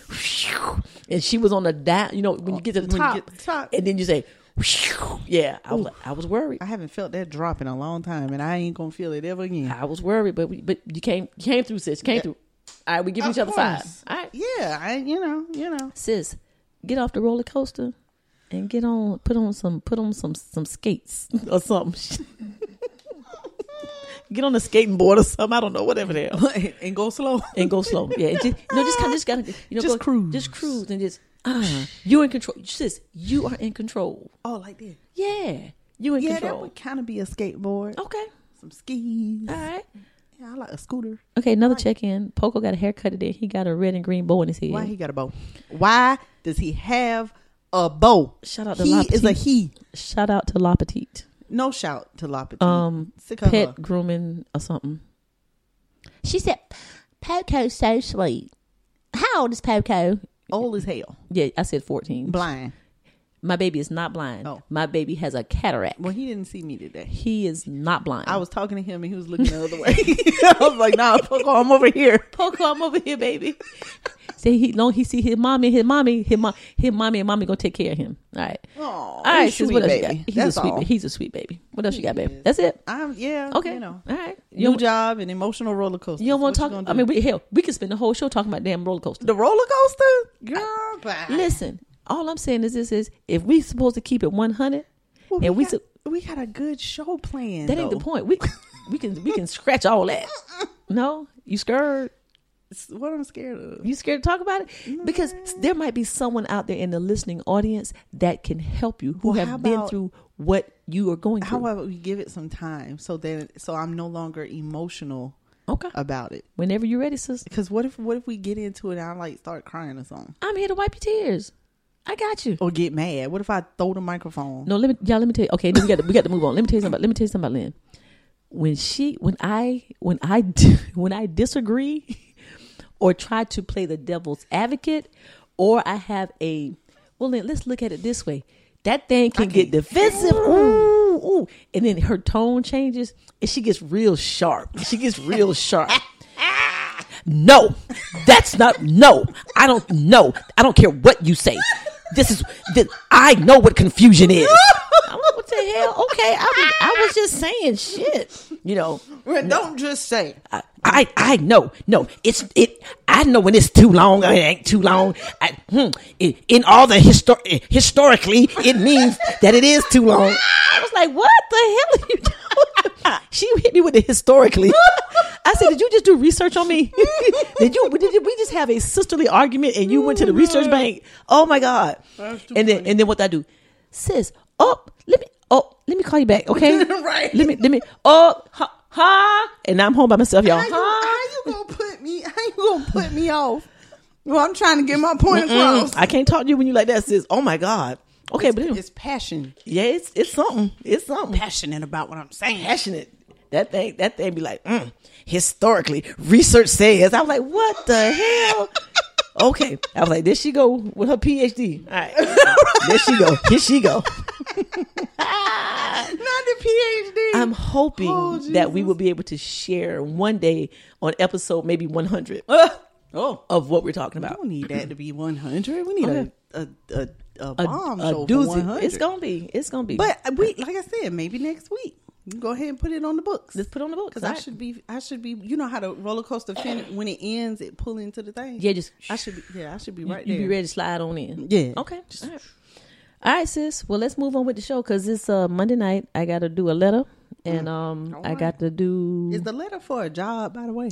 Speaker 4: Phew. and she was on the down, you know, when you get to the,
Speaker 3: When you
Speaker 4: top,
Speaker 3: get to the top.
Speaker 4: and then you say, phew. yeah, I was, I was worried.
Speaker 3: I haven't felt that drop in a long time, and I ain't gonna feel it ever again.
Speaker 4: I was worried, but we, but you came, you came through, sis. You came through. All right, we give
Speaker 3: Of
Speaker 4: each other
Speaker 3: course.
Speaker 4: five. All right,
Speaker 3: Yeah, I you know you know.
Speaker 4: sis, get off the roller coaster and get on, put on some, put on some, some skates or something. get on a skating board or something. I don't know, whatever the hell.
Speaker 3: and go slow.
Speaker 4: And go slow. Yeah, and just, you know, just kind of just gotta, you know,
Speaker 3: Just
Speaker 4: go-
Speaker 3: cruise.
Speaker 4: just cruise, and just uh, you're in control. Sis, you are in control.
Speaker 3: Oh, like that.
Speaker 4: Yeah,
Speaker 7: You in
Speaker 3: Yeah, that
Speaker 7: control.
Speaker 3: would kind of be a skateboard,
Speaker 4: Oh.
Speaker 7: Okay.
Speaker 3: some skis.
Speaker 7: All right.
Speaker 3: Yeah, I like a scooter.
Speaker 4: Okay, another check in. Poco got a haircut today. He got a red and green bow in his head.
Speaker 3: Why he got a bow? Why does he have a bow?
Speaker 4: Shout out to
Speaker 3: he
Speaker 4: La
Speaker 3: is a
Speaker 4: Petite.
Speaker 3: he.
Speaker 4: Shout out to La Petite.
Speaker 3: No shout to Lopez.
Speaker 4: Um,
Speaker 3: Sick of her.
Speaker 4: pet grooming or something.
Speaker 8: She said, Poco's so sweet. How old is Poco?
Speaker 3: old as hell,
Speaker 4: Yeah, I said 14.
Speaker 3: blind.
Speaker 4: My baby is not blind.
Speaker 3: Oh.
Speaker 4: My baby has a cataract.
Speaker 3: Well, he didn't see me today.
Speaker 4: He is not blind.
Speaker 3: I was talking to him and he was looking the other way. I was like, "Nah, Poco, I'm over here."
Speaker 7: Poco, I'm over here, baby.
Speaker 4: Say he long he see his mommy, his mommy, his mom, his mommy and mommy gonna take care of him. All right.
Speaker 3: Aw,
Speaker 4: All right,
Speaker 3: sweet
Speaker 4: sis, what else you got?
Speaker 3: baby.
Speaker 4: He's
Speaker 3: That's
Speaker 4: a sweet
Speaker 3: all.
Speaker 4: ba- he's a sweet baby. What else you got, baby? That's it.
Speaker 3: I'm yeah.
Speaker 4: Okay.
Speaker 3: You know,
Speaker 4: All right. You
Speaker 3: new
Speaker 4: don't,
Speaker 3: job and emotional roller coaster.
Speaker 4: you don't want
Speaker 3: What
Speaker 4: to talk
Speaker 3: gonna do?
Speaker 4: I mean we hell, we could spend the whole show talking about damn roller coaster.
Speaker 3: the roller coaster. Girl, bye.
Speaker 4: Listen, all I'm saying is this is if we supposed to keep it one hundred
Speaker 3: Well,
Speaker 4: and
Speaker 3: we
Speaker 4: we
Speaker 3: got,
Speaker 4: su-
Speaker 3: we got a good show plan.
Speaker 4: that ain't the point. We we can we can scratch all that. No? You scared?
Speaker 3: point. What I'm scared of.
Speaker 4: You scared to talk about it? Because there might be someone out there in the listening audience that can help you who
Speaker 3: Well, how
Speaker 4: have been
Speaker 3: about-
Speaker 4: through what you are going through.
Speaker 3: How about we give it some time so then so I'm no longer emotional
Speaker 4: okay.
Speaker 3: about it.
Speaker 4: Whenever you're ready, sis.
Speaker 3: Because what if what if we get into it and I like start crying or something
Speaker 4: I'm here to wipe your tears. I got you.
Speaker 3: or get mad? What if I throw the microphone?
Speaker 4: No, let me y'all let me tell you. Okay, then we got to, we got to move on. Let me tell you something about let me tell you something about Lynn. When she when I when I di- when I disagree or try to play the devil's advocate or I have a well Lynn, let's look at it this way. That thing can get defensive. Ooh, ooh. And then her tone changes and she gets real sharp. She gets real sharp. no that's not no i don't know i don't care what you say this is this, i know what confusion is I'm like, what the hell okay I was, I was just saying shit you know
Speaker 3: Well, Don't just say.
Speaker 4: I, I I know no it's it I know when it's too long it ain't too long I, hmm, i- in all the histor- eh, historically it means that it is too long I was like what the hell are you doing she hit me with the historically I said did you just do research on me did you did you- we just have a sisterly argument and you went to the research bank oh my god and then and then what I do sis oh let me oh let me call you back okay
Speaker 3: Right.
Speaker 4: let me let me oh ha, ha and I'm home by myself y'all
Speaker 3: How you,
Speaker 4: huh?
Speaker 3: how you gonna put me? How you gonna put me off? Well, I'm trying to get my point across.
Speaker 4: I can't talk to you when you like that sis oh my god okay but anyway,
Speaker 3: It's passion,
Speaker 4: yeah it's it's something it's something
Speaker 3: passionate about what I'm saying.
Speaker 4: passionate that thing that thing be like mm, historically research says I was like what the hell okay I was like there she go with her PhD all right there she go here she go
Speaker 3: Not the PhD.
Speaker 4: I'm hoping
Speaker 3: Oh,
Speaker 4: that we
Speaker 3: Jesus.
Speaker 4: will be able to share one day on episode maybe 100
Speaker 3: oh,
Speaker 4: of what we're talking about.
Speaker 3: we don't need that to be 100. We need
Speaker 4: Okay.
Speaker 3: a a a, a
Speaker 4: A,
Speaker 3: bomb
Speaker 4: a
Speaker 3: show for
Speaker 4: doozy.
Speaker 3: 100.
Speaker 4: It's gonna be. It's gonna be.
Speaker 3: But we, like I said, maybe next week. You can go ahead and put it on the books.
Speaker 4: let's put on the book
Speaker 3: Cause I should be, I should be. You know how the roller coaster fin when it ends, it pull into the thing.
Speaker 4: Yeah, just
Speaker 3: I should be. Yeah, I should be
Speaker 4: you-
Speaker 3: right
Speaker 4: you
Speaker 3: there. Oh.
Speaker 4: be ready to slide on in.
Speaker 3: Yeah.
Speaker 4: Okay. All right. All right, sis. Well, let's move on with the show because it's uh, Monday night. I got to do a letter,
Speaker 3: Mm.
Speaker 4: and um, I got to do.
Speaker 3: Is the letter for a job, by the way?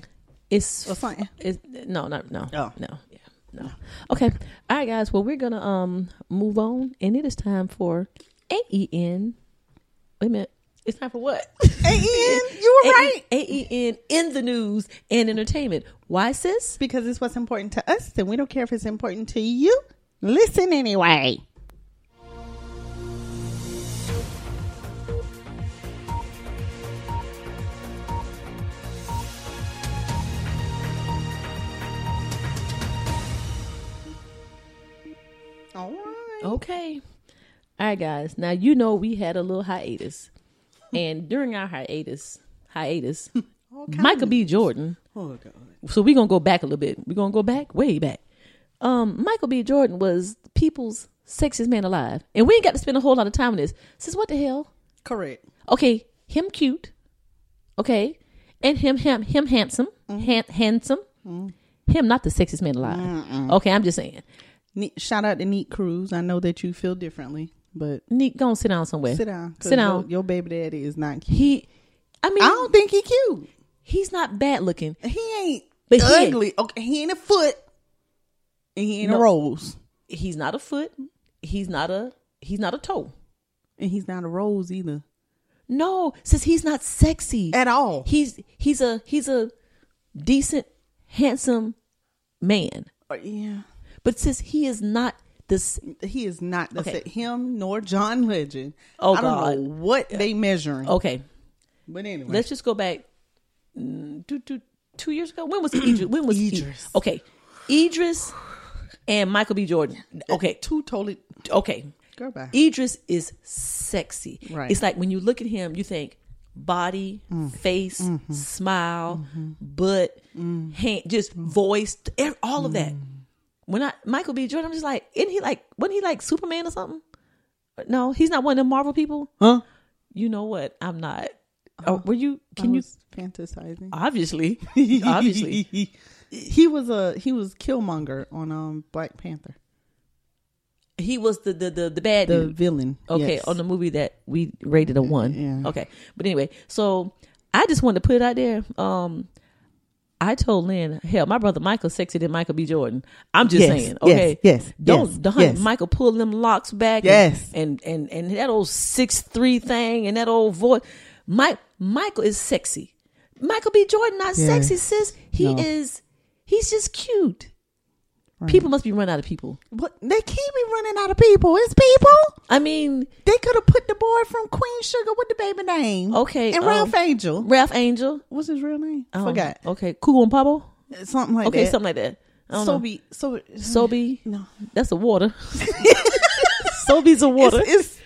Speaker 4: It's
Speaker 3: Or something.
Speaker 4: It's, no, not no,
Speaker 3: Oh.
Speaker 4: no, yeah, no. Okay, all right, guys. Well, we're gonna um move on, and it is time for A E N. Wait a minute, it's time for what?
Speaker 3: A N. You were right.
Speaker 4: A E N in the news and entertainment. Why, sis?
Speaker 3: Because it's what's important to us, and we don't care if it's important to you. Listen anyway. All right.
Speaker 4: Okay, all right, guys. Now you know we had a little hiatus, and during our hiatus, hiatus, Michael B. Jordan.
Speaker 3: Oh God.
Speaker 4: so we're gonna go back a little bit. We're gonna go back way back. Um, Michael B. Jordan was people's sexiest man alive, and we ain't got to spend a whole lot of time on this. Says what the hell?
Speaker 3: Correct.
Speaker 4: Okay, him cute, okay, and him him him handsome,
Speaker 3: Mm.
Speaker 4: han- handsome, him not the sexiest man alive. Okay, I'm just saying.
Speaker 3: Ne- Shout out to Neat Cruz. I know that you feel differently, but
Speaker 4: Neek, go and sit down somewhere.
Speaker 3: sit down. 'cause
Speaker 4: Sit down.
Speaker 3: Your, your baby daddy is not cute.
Speaker 4: He, I mean,
Speaker 3: I don't think he cute.
Speaker 4: he's not bad looking.
Speaker 3: He ain't
Speaker 4: But he ain't-
Speaker 3: ugly. okay, he ain't a foot, and he ain't
Speaker 4: No.
Speaker 3: a rose.
Speaker 4: He's not a foot. He's not a. He's not a toe.
Speaker 3: and he's not a rose either
Speaker 4: No, since he's not sexy
Speaker 3: at all.
Speaker 4: He's he's a he's a decent, handsome man.
Speaker 3: Uh, yeah,
Speaker 4: But since he is not this
Speaker 3: he is not. That's it. Him nor John Legend.
Speaker 4: Oh,
Speaker 3: I don't
Speaker 4: God.
Speaker 3: know what they measuring.
Speaker 4: okay,
Speaker 3: But anyway,
Speaker 4: let's just go back mm, two, two, two years ago. When was Idris? When was Id-
Speaker 3: Idris.
Speaker 4: Okay, Idris and Michael B. Jordan. Okay,
Speaker 3: two totally
Speaker 4: okay.
Speaker 3: girl back.
Speaker 4: Idris is sexy.
Speaker 3: Right.
Speaker 4: It's like when you look at him, you think body, face, smile, butt, hand, just voice, e- all of that. When I Michael B. Jordan, I'm just like, isn't he like? Wasn't he like Superman or something? No, he's not one of them Marvel people.
Speaker 3: Huh?
Speaker 4: You know what? I'm not. Oh, were you? Can
Speaker 3: I
Speaker 4: you?
Speaker 3: was fantasizing?
Speaker 4: Obviously, obviously.
Speaker 3: he was a he was Killmonger on um Black Panther,
Speaker 4: He was the the the, the bad
Speaker 3: the
Speaker 4: dude.
Speaker 3: villain.
Speaker 4: Okay,
Speaker 3: yes.
Speaker 4: on the movie that we rated a one.
Speaker 3: Yeah.
Speaker 4: Okay, but anyway, so I just wanted to put it out there. Um, I told Lynn, hell, my brother Michael's sexier than Michael B. Jordan. I'm just
Speaker 3: Yes,
Speaker 4: saying,
Speaker 3: yes,
Speaker 4: okay,
Speaker 3: yes,
Speaker 4: don't,
Speaker 3: yes,
Speaker 4: don't
Speaker 3: yes.
Speaker 4: Michael pull them locks back, and-
Speaker 3: Yes.
Speaker 4: and and and, that old six three thing and that old voice. Mike Michael is sexy. Michael B. Jordan not
Speaker 3: Yes.
Speaker 4: sexy, sis. He
Speaker 3: No.
Speaker 4: is. He's just cute. People must be run out of people.
Speaker 3: But they keep me running out of people. It's people.
Speaker 4: I mean,
Speaker 3: They could have put the boy from Queen Sugar with the baby name.
Speaker 4: Okay,
Speaker 3: and
Speaker 4: um,
Speaker 3: Ralph Angel.
Speaker 4: Ralph Angel.
Speaker 3: What's his real name?
Speaker 4: Oh,
Speaker 3: Forgot.
Speaker 4: Okay, Cool and Pablo.
Speaker 3: Something like
Speaker 4: okay,
Speaker 3: that.
Speaker 4: something like that. I don't know.
Speaker 3: Sobe. So
Speaker 4: Sobe.
Speaker 3: No.
Speaker 4: That's a water. Sobe's a water.
Speaker 3: It's, it's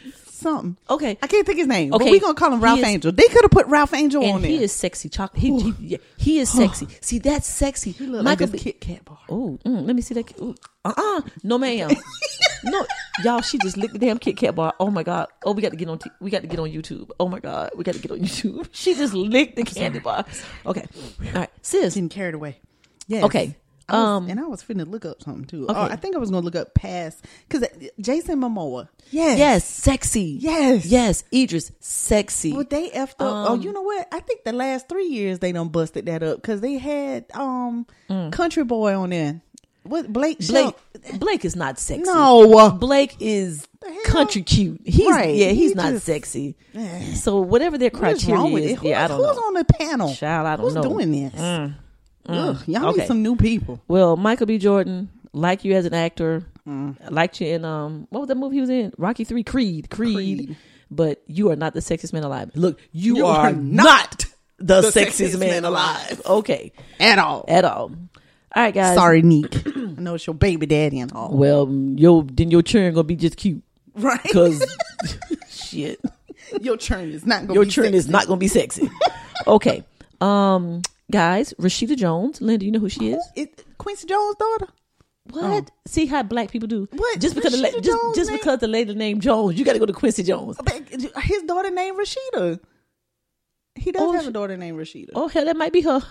Speaker 3: something.
Speaker 4: okay.
Speaker 3: I can't think his name. Okay.
Speaker 4: Okay.
Speaker 3: But we gonna call him
Speaker 4: He
Speaker 3: Ralph
Speaker 4: is-
Speaker 3: Angel. They could have put Ralph Angel
Speaker 4: and
Speaker 3: on
Speaker 4: he
Speaker 3: there.
Speaker 4: is sexy. Chocolate. He, he, yeah, he is sexy. See, that's sexy.
Speaker 3: He look
Speaker 4: Michael
Speaker 3: like this
Speaker 4: B-
Speaker 3: Kit Kat bar.
Speaker 4: Oh, mm, let me see that. Ki- ooh. Uh-uh. No, ma'am. no, y'all. She just licked the damn Kit Kat bar. Oh my god. Oh, we got to get on. T- we got to get on YouTube. Oh my god. We got to get on YouTube. She just licked the candy bar. Okay. All right, sis.
Speaker 3: Getting carried away. Yes.
Speaker 4: Okay.
Speaker 3: I was-
Speaker 4: Um,
Speaker 3: and I was finna look up something too. Oh,
Speaker 4: Okay.
Speaker 3: I think I was gonna look up past because Jason Momoa. Yes.
Speaker 4: Yes, sexy.
Speaker 3: Yes.
Speaker 4: Yes, Idris, sexy.
Speaker 3: Well, they effed up. oh,
Speaker 4: Um,
Speaker 3: you know what? I think the last three years they done busted that up because they had um
Speaker 4: Mm.
Speaker 3: Country Boy on there. What Blake?
Speaker 4: Blake
Speaker 3: Blake?
Speaker 4: Blake is not sexy.
Speaker 3: No.
Speaker 4: Blake is
Speaker 3: hell?
Speaker 4: country cute. He's
Speaker 3: Right.
Speaker 4: yeah, he's
Speaker 3: He
Speaker 4: not
Speaker 3: just-
Speaker 4: sexy.
Speaker 3: Eh.
Speaker 4: So whatever their
Speaker 3: What is
Speaker 4: criteria
Speaker 3: wrong with
Speaker 4: is,
Speaker 3: it? Who-
Speaker 4: yeah, I don't
Speaker 3: who's
Speaker 4: know.
Speaker 3: on the panel?
Speaker 4: Child, I don't
Speaker 3: who's
Speaker 4: know. Mm.
Speaker 3: doing this? Ugh, y'all
Speaker 4: Okay.
Speaker 3: need some new people.
Speaker 4: Well, Michael B. Jordan liked you as an actor,
Speaker 3: Mm.
Speaker 4: liked you in um what was that movie he was in? Rocky Three, Creed, Creed.
Speaker 3: Creed.
Speaker 4: But you are not the sexiest man alive. Look, you,
Speaker 3: You
Speaker 4: are,
Speaker 3: are
Speaker 4: not the,
Speaker 3: the
Speaker 4: sexiest,
Speaker 3: sexiest
Speaker 4: man,
Speaker 3: man
Speaker 4: alive.
Speaker 3: alive.
Speaker 4: Okay,
Speaker 3: At all.
Speaker 4: at all. All right, guys.
Speaker 3: Sorry, Neek. I know it's your baby daddy and all.
Speaker 4: Well, yo, then your children gonna be just cute
Speaker 3: Right?
Speaker 4: because shit.
Speaker 3: your churn is not going to
Speaker 4: your
Speaker 3: be
Speaker 4: children is not gonna be sexy. okay. Um guys, Rashida Jones. Linda, you know who she is?
Speaker 3: It, Quincy Jones' daughter?
Speaker 4: What? See how black people do.
Speaker 3: Oh. What?
Speaker 4: Just because the la-
Speaker 3: Rashida
Speaker 4: just,
Speaker 3: Jones
Speaker 4: just
Speaker 3: name-
Speaker 4: because the lady named Jones, you gotta go to Quincy Jones.
Speaker 3: But His daughter named Rashida. He does
Speaker 4: Oh,
Speaker 3: have
Speaker 4: she-
Speaker 3: a daughter named Rashida.
Speaker 4: Oh hell, that might be her.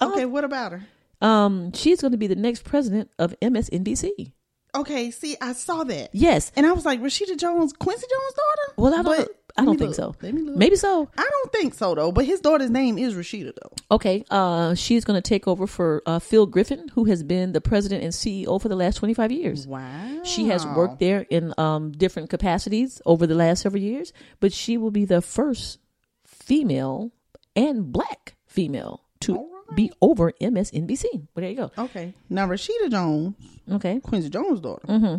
Speaker 4: Uh,
Speaker 3: okay, what about her?
Speaker 4: Um, she's gonna be the next president of MSNBC.
Speaker 3: Okay, see, I saw that.
Speaker 4: Yes.
Speaker 3: And I was like, Rashida Jones, Quincy Jones' daughter?
Speaker 4: Well, I don't
Speaker 3: But-
Speaker 4: know- I
Speaker 3: let
Speaker 4: don't
Speaker 3: me
Speaker 4: think
Speaker 3: look.
Speaker 4: so.
Speaker 3: Let me look.
Speaker 4: Maybe so.
Speaker 3: I don't think so, though. But his daughter's name is Rashida, though.
Speaker 4: Okay, uh, she's going to take over for uh, Phil Griffin, who has been the president and CEO for the last 25 years.
Speaker 3: Wow.
Speaker 4: She has worked there in um, different capacities over the last several years, but she will be the first female and black female to be over MSNBC. Well, there you go.
Speaker 3: Okay. Now, Rashida Jones,
Speaker 4: Okay.
Speaker 3: Quincy Jones' daughter,
Speaker 4: Mm-hmm.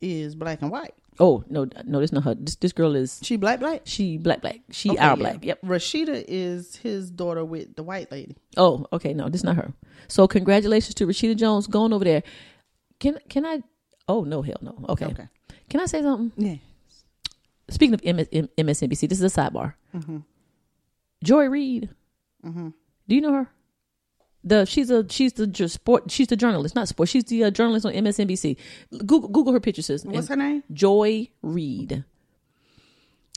Speaker 3: is black and white.
Speaker 4: Oh no, no, this not her. This this girl is
Speaker 3: She black, black?
Speaker 4: she black black. She
Speaker 3: Okay,
Speaker 4: our
Speaker 3: yeah.
Speaker 4: black. Yep.
Speaker 3: Rashida is his daughter with the white lady.
Speaker 4: Oh, okay. No, this not her. So congratulations to Rashida Jones going over there. Can can I? Oh no, hell no. Okay.
Speaker 3: Okay.
Speaker 4: Can I say something?
Speaker 3: Yeah.
Speaker 4: Speaking of MS, M- MSNBC, this is a sidebar.
Speaker 3: Mm-hmm.
Speaker 4: Joy Reid. Do you know her? The she's a she's the ju- sport she's the journalist not sport she's the uh, journalist on MSNBC. Google Google her pictures. sis.
Speaker 3: What's her
Speaker 4: And
Speaker 3: name?
Speaker 4: Joy Reid.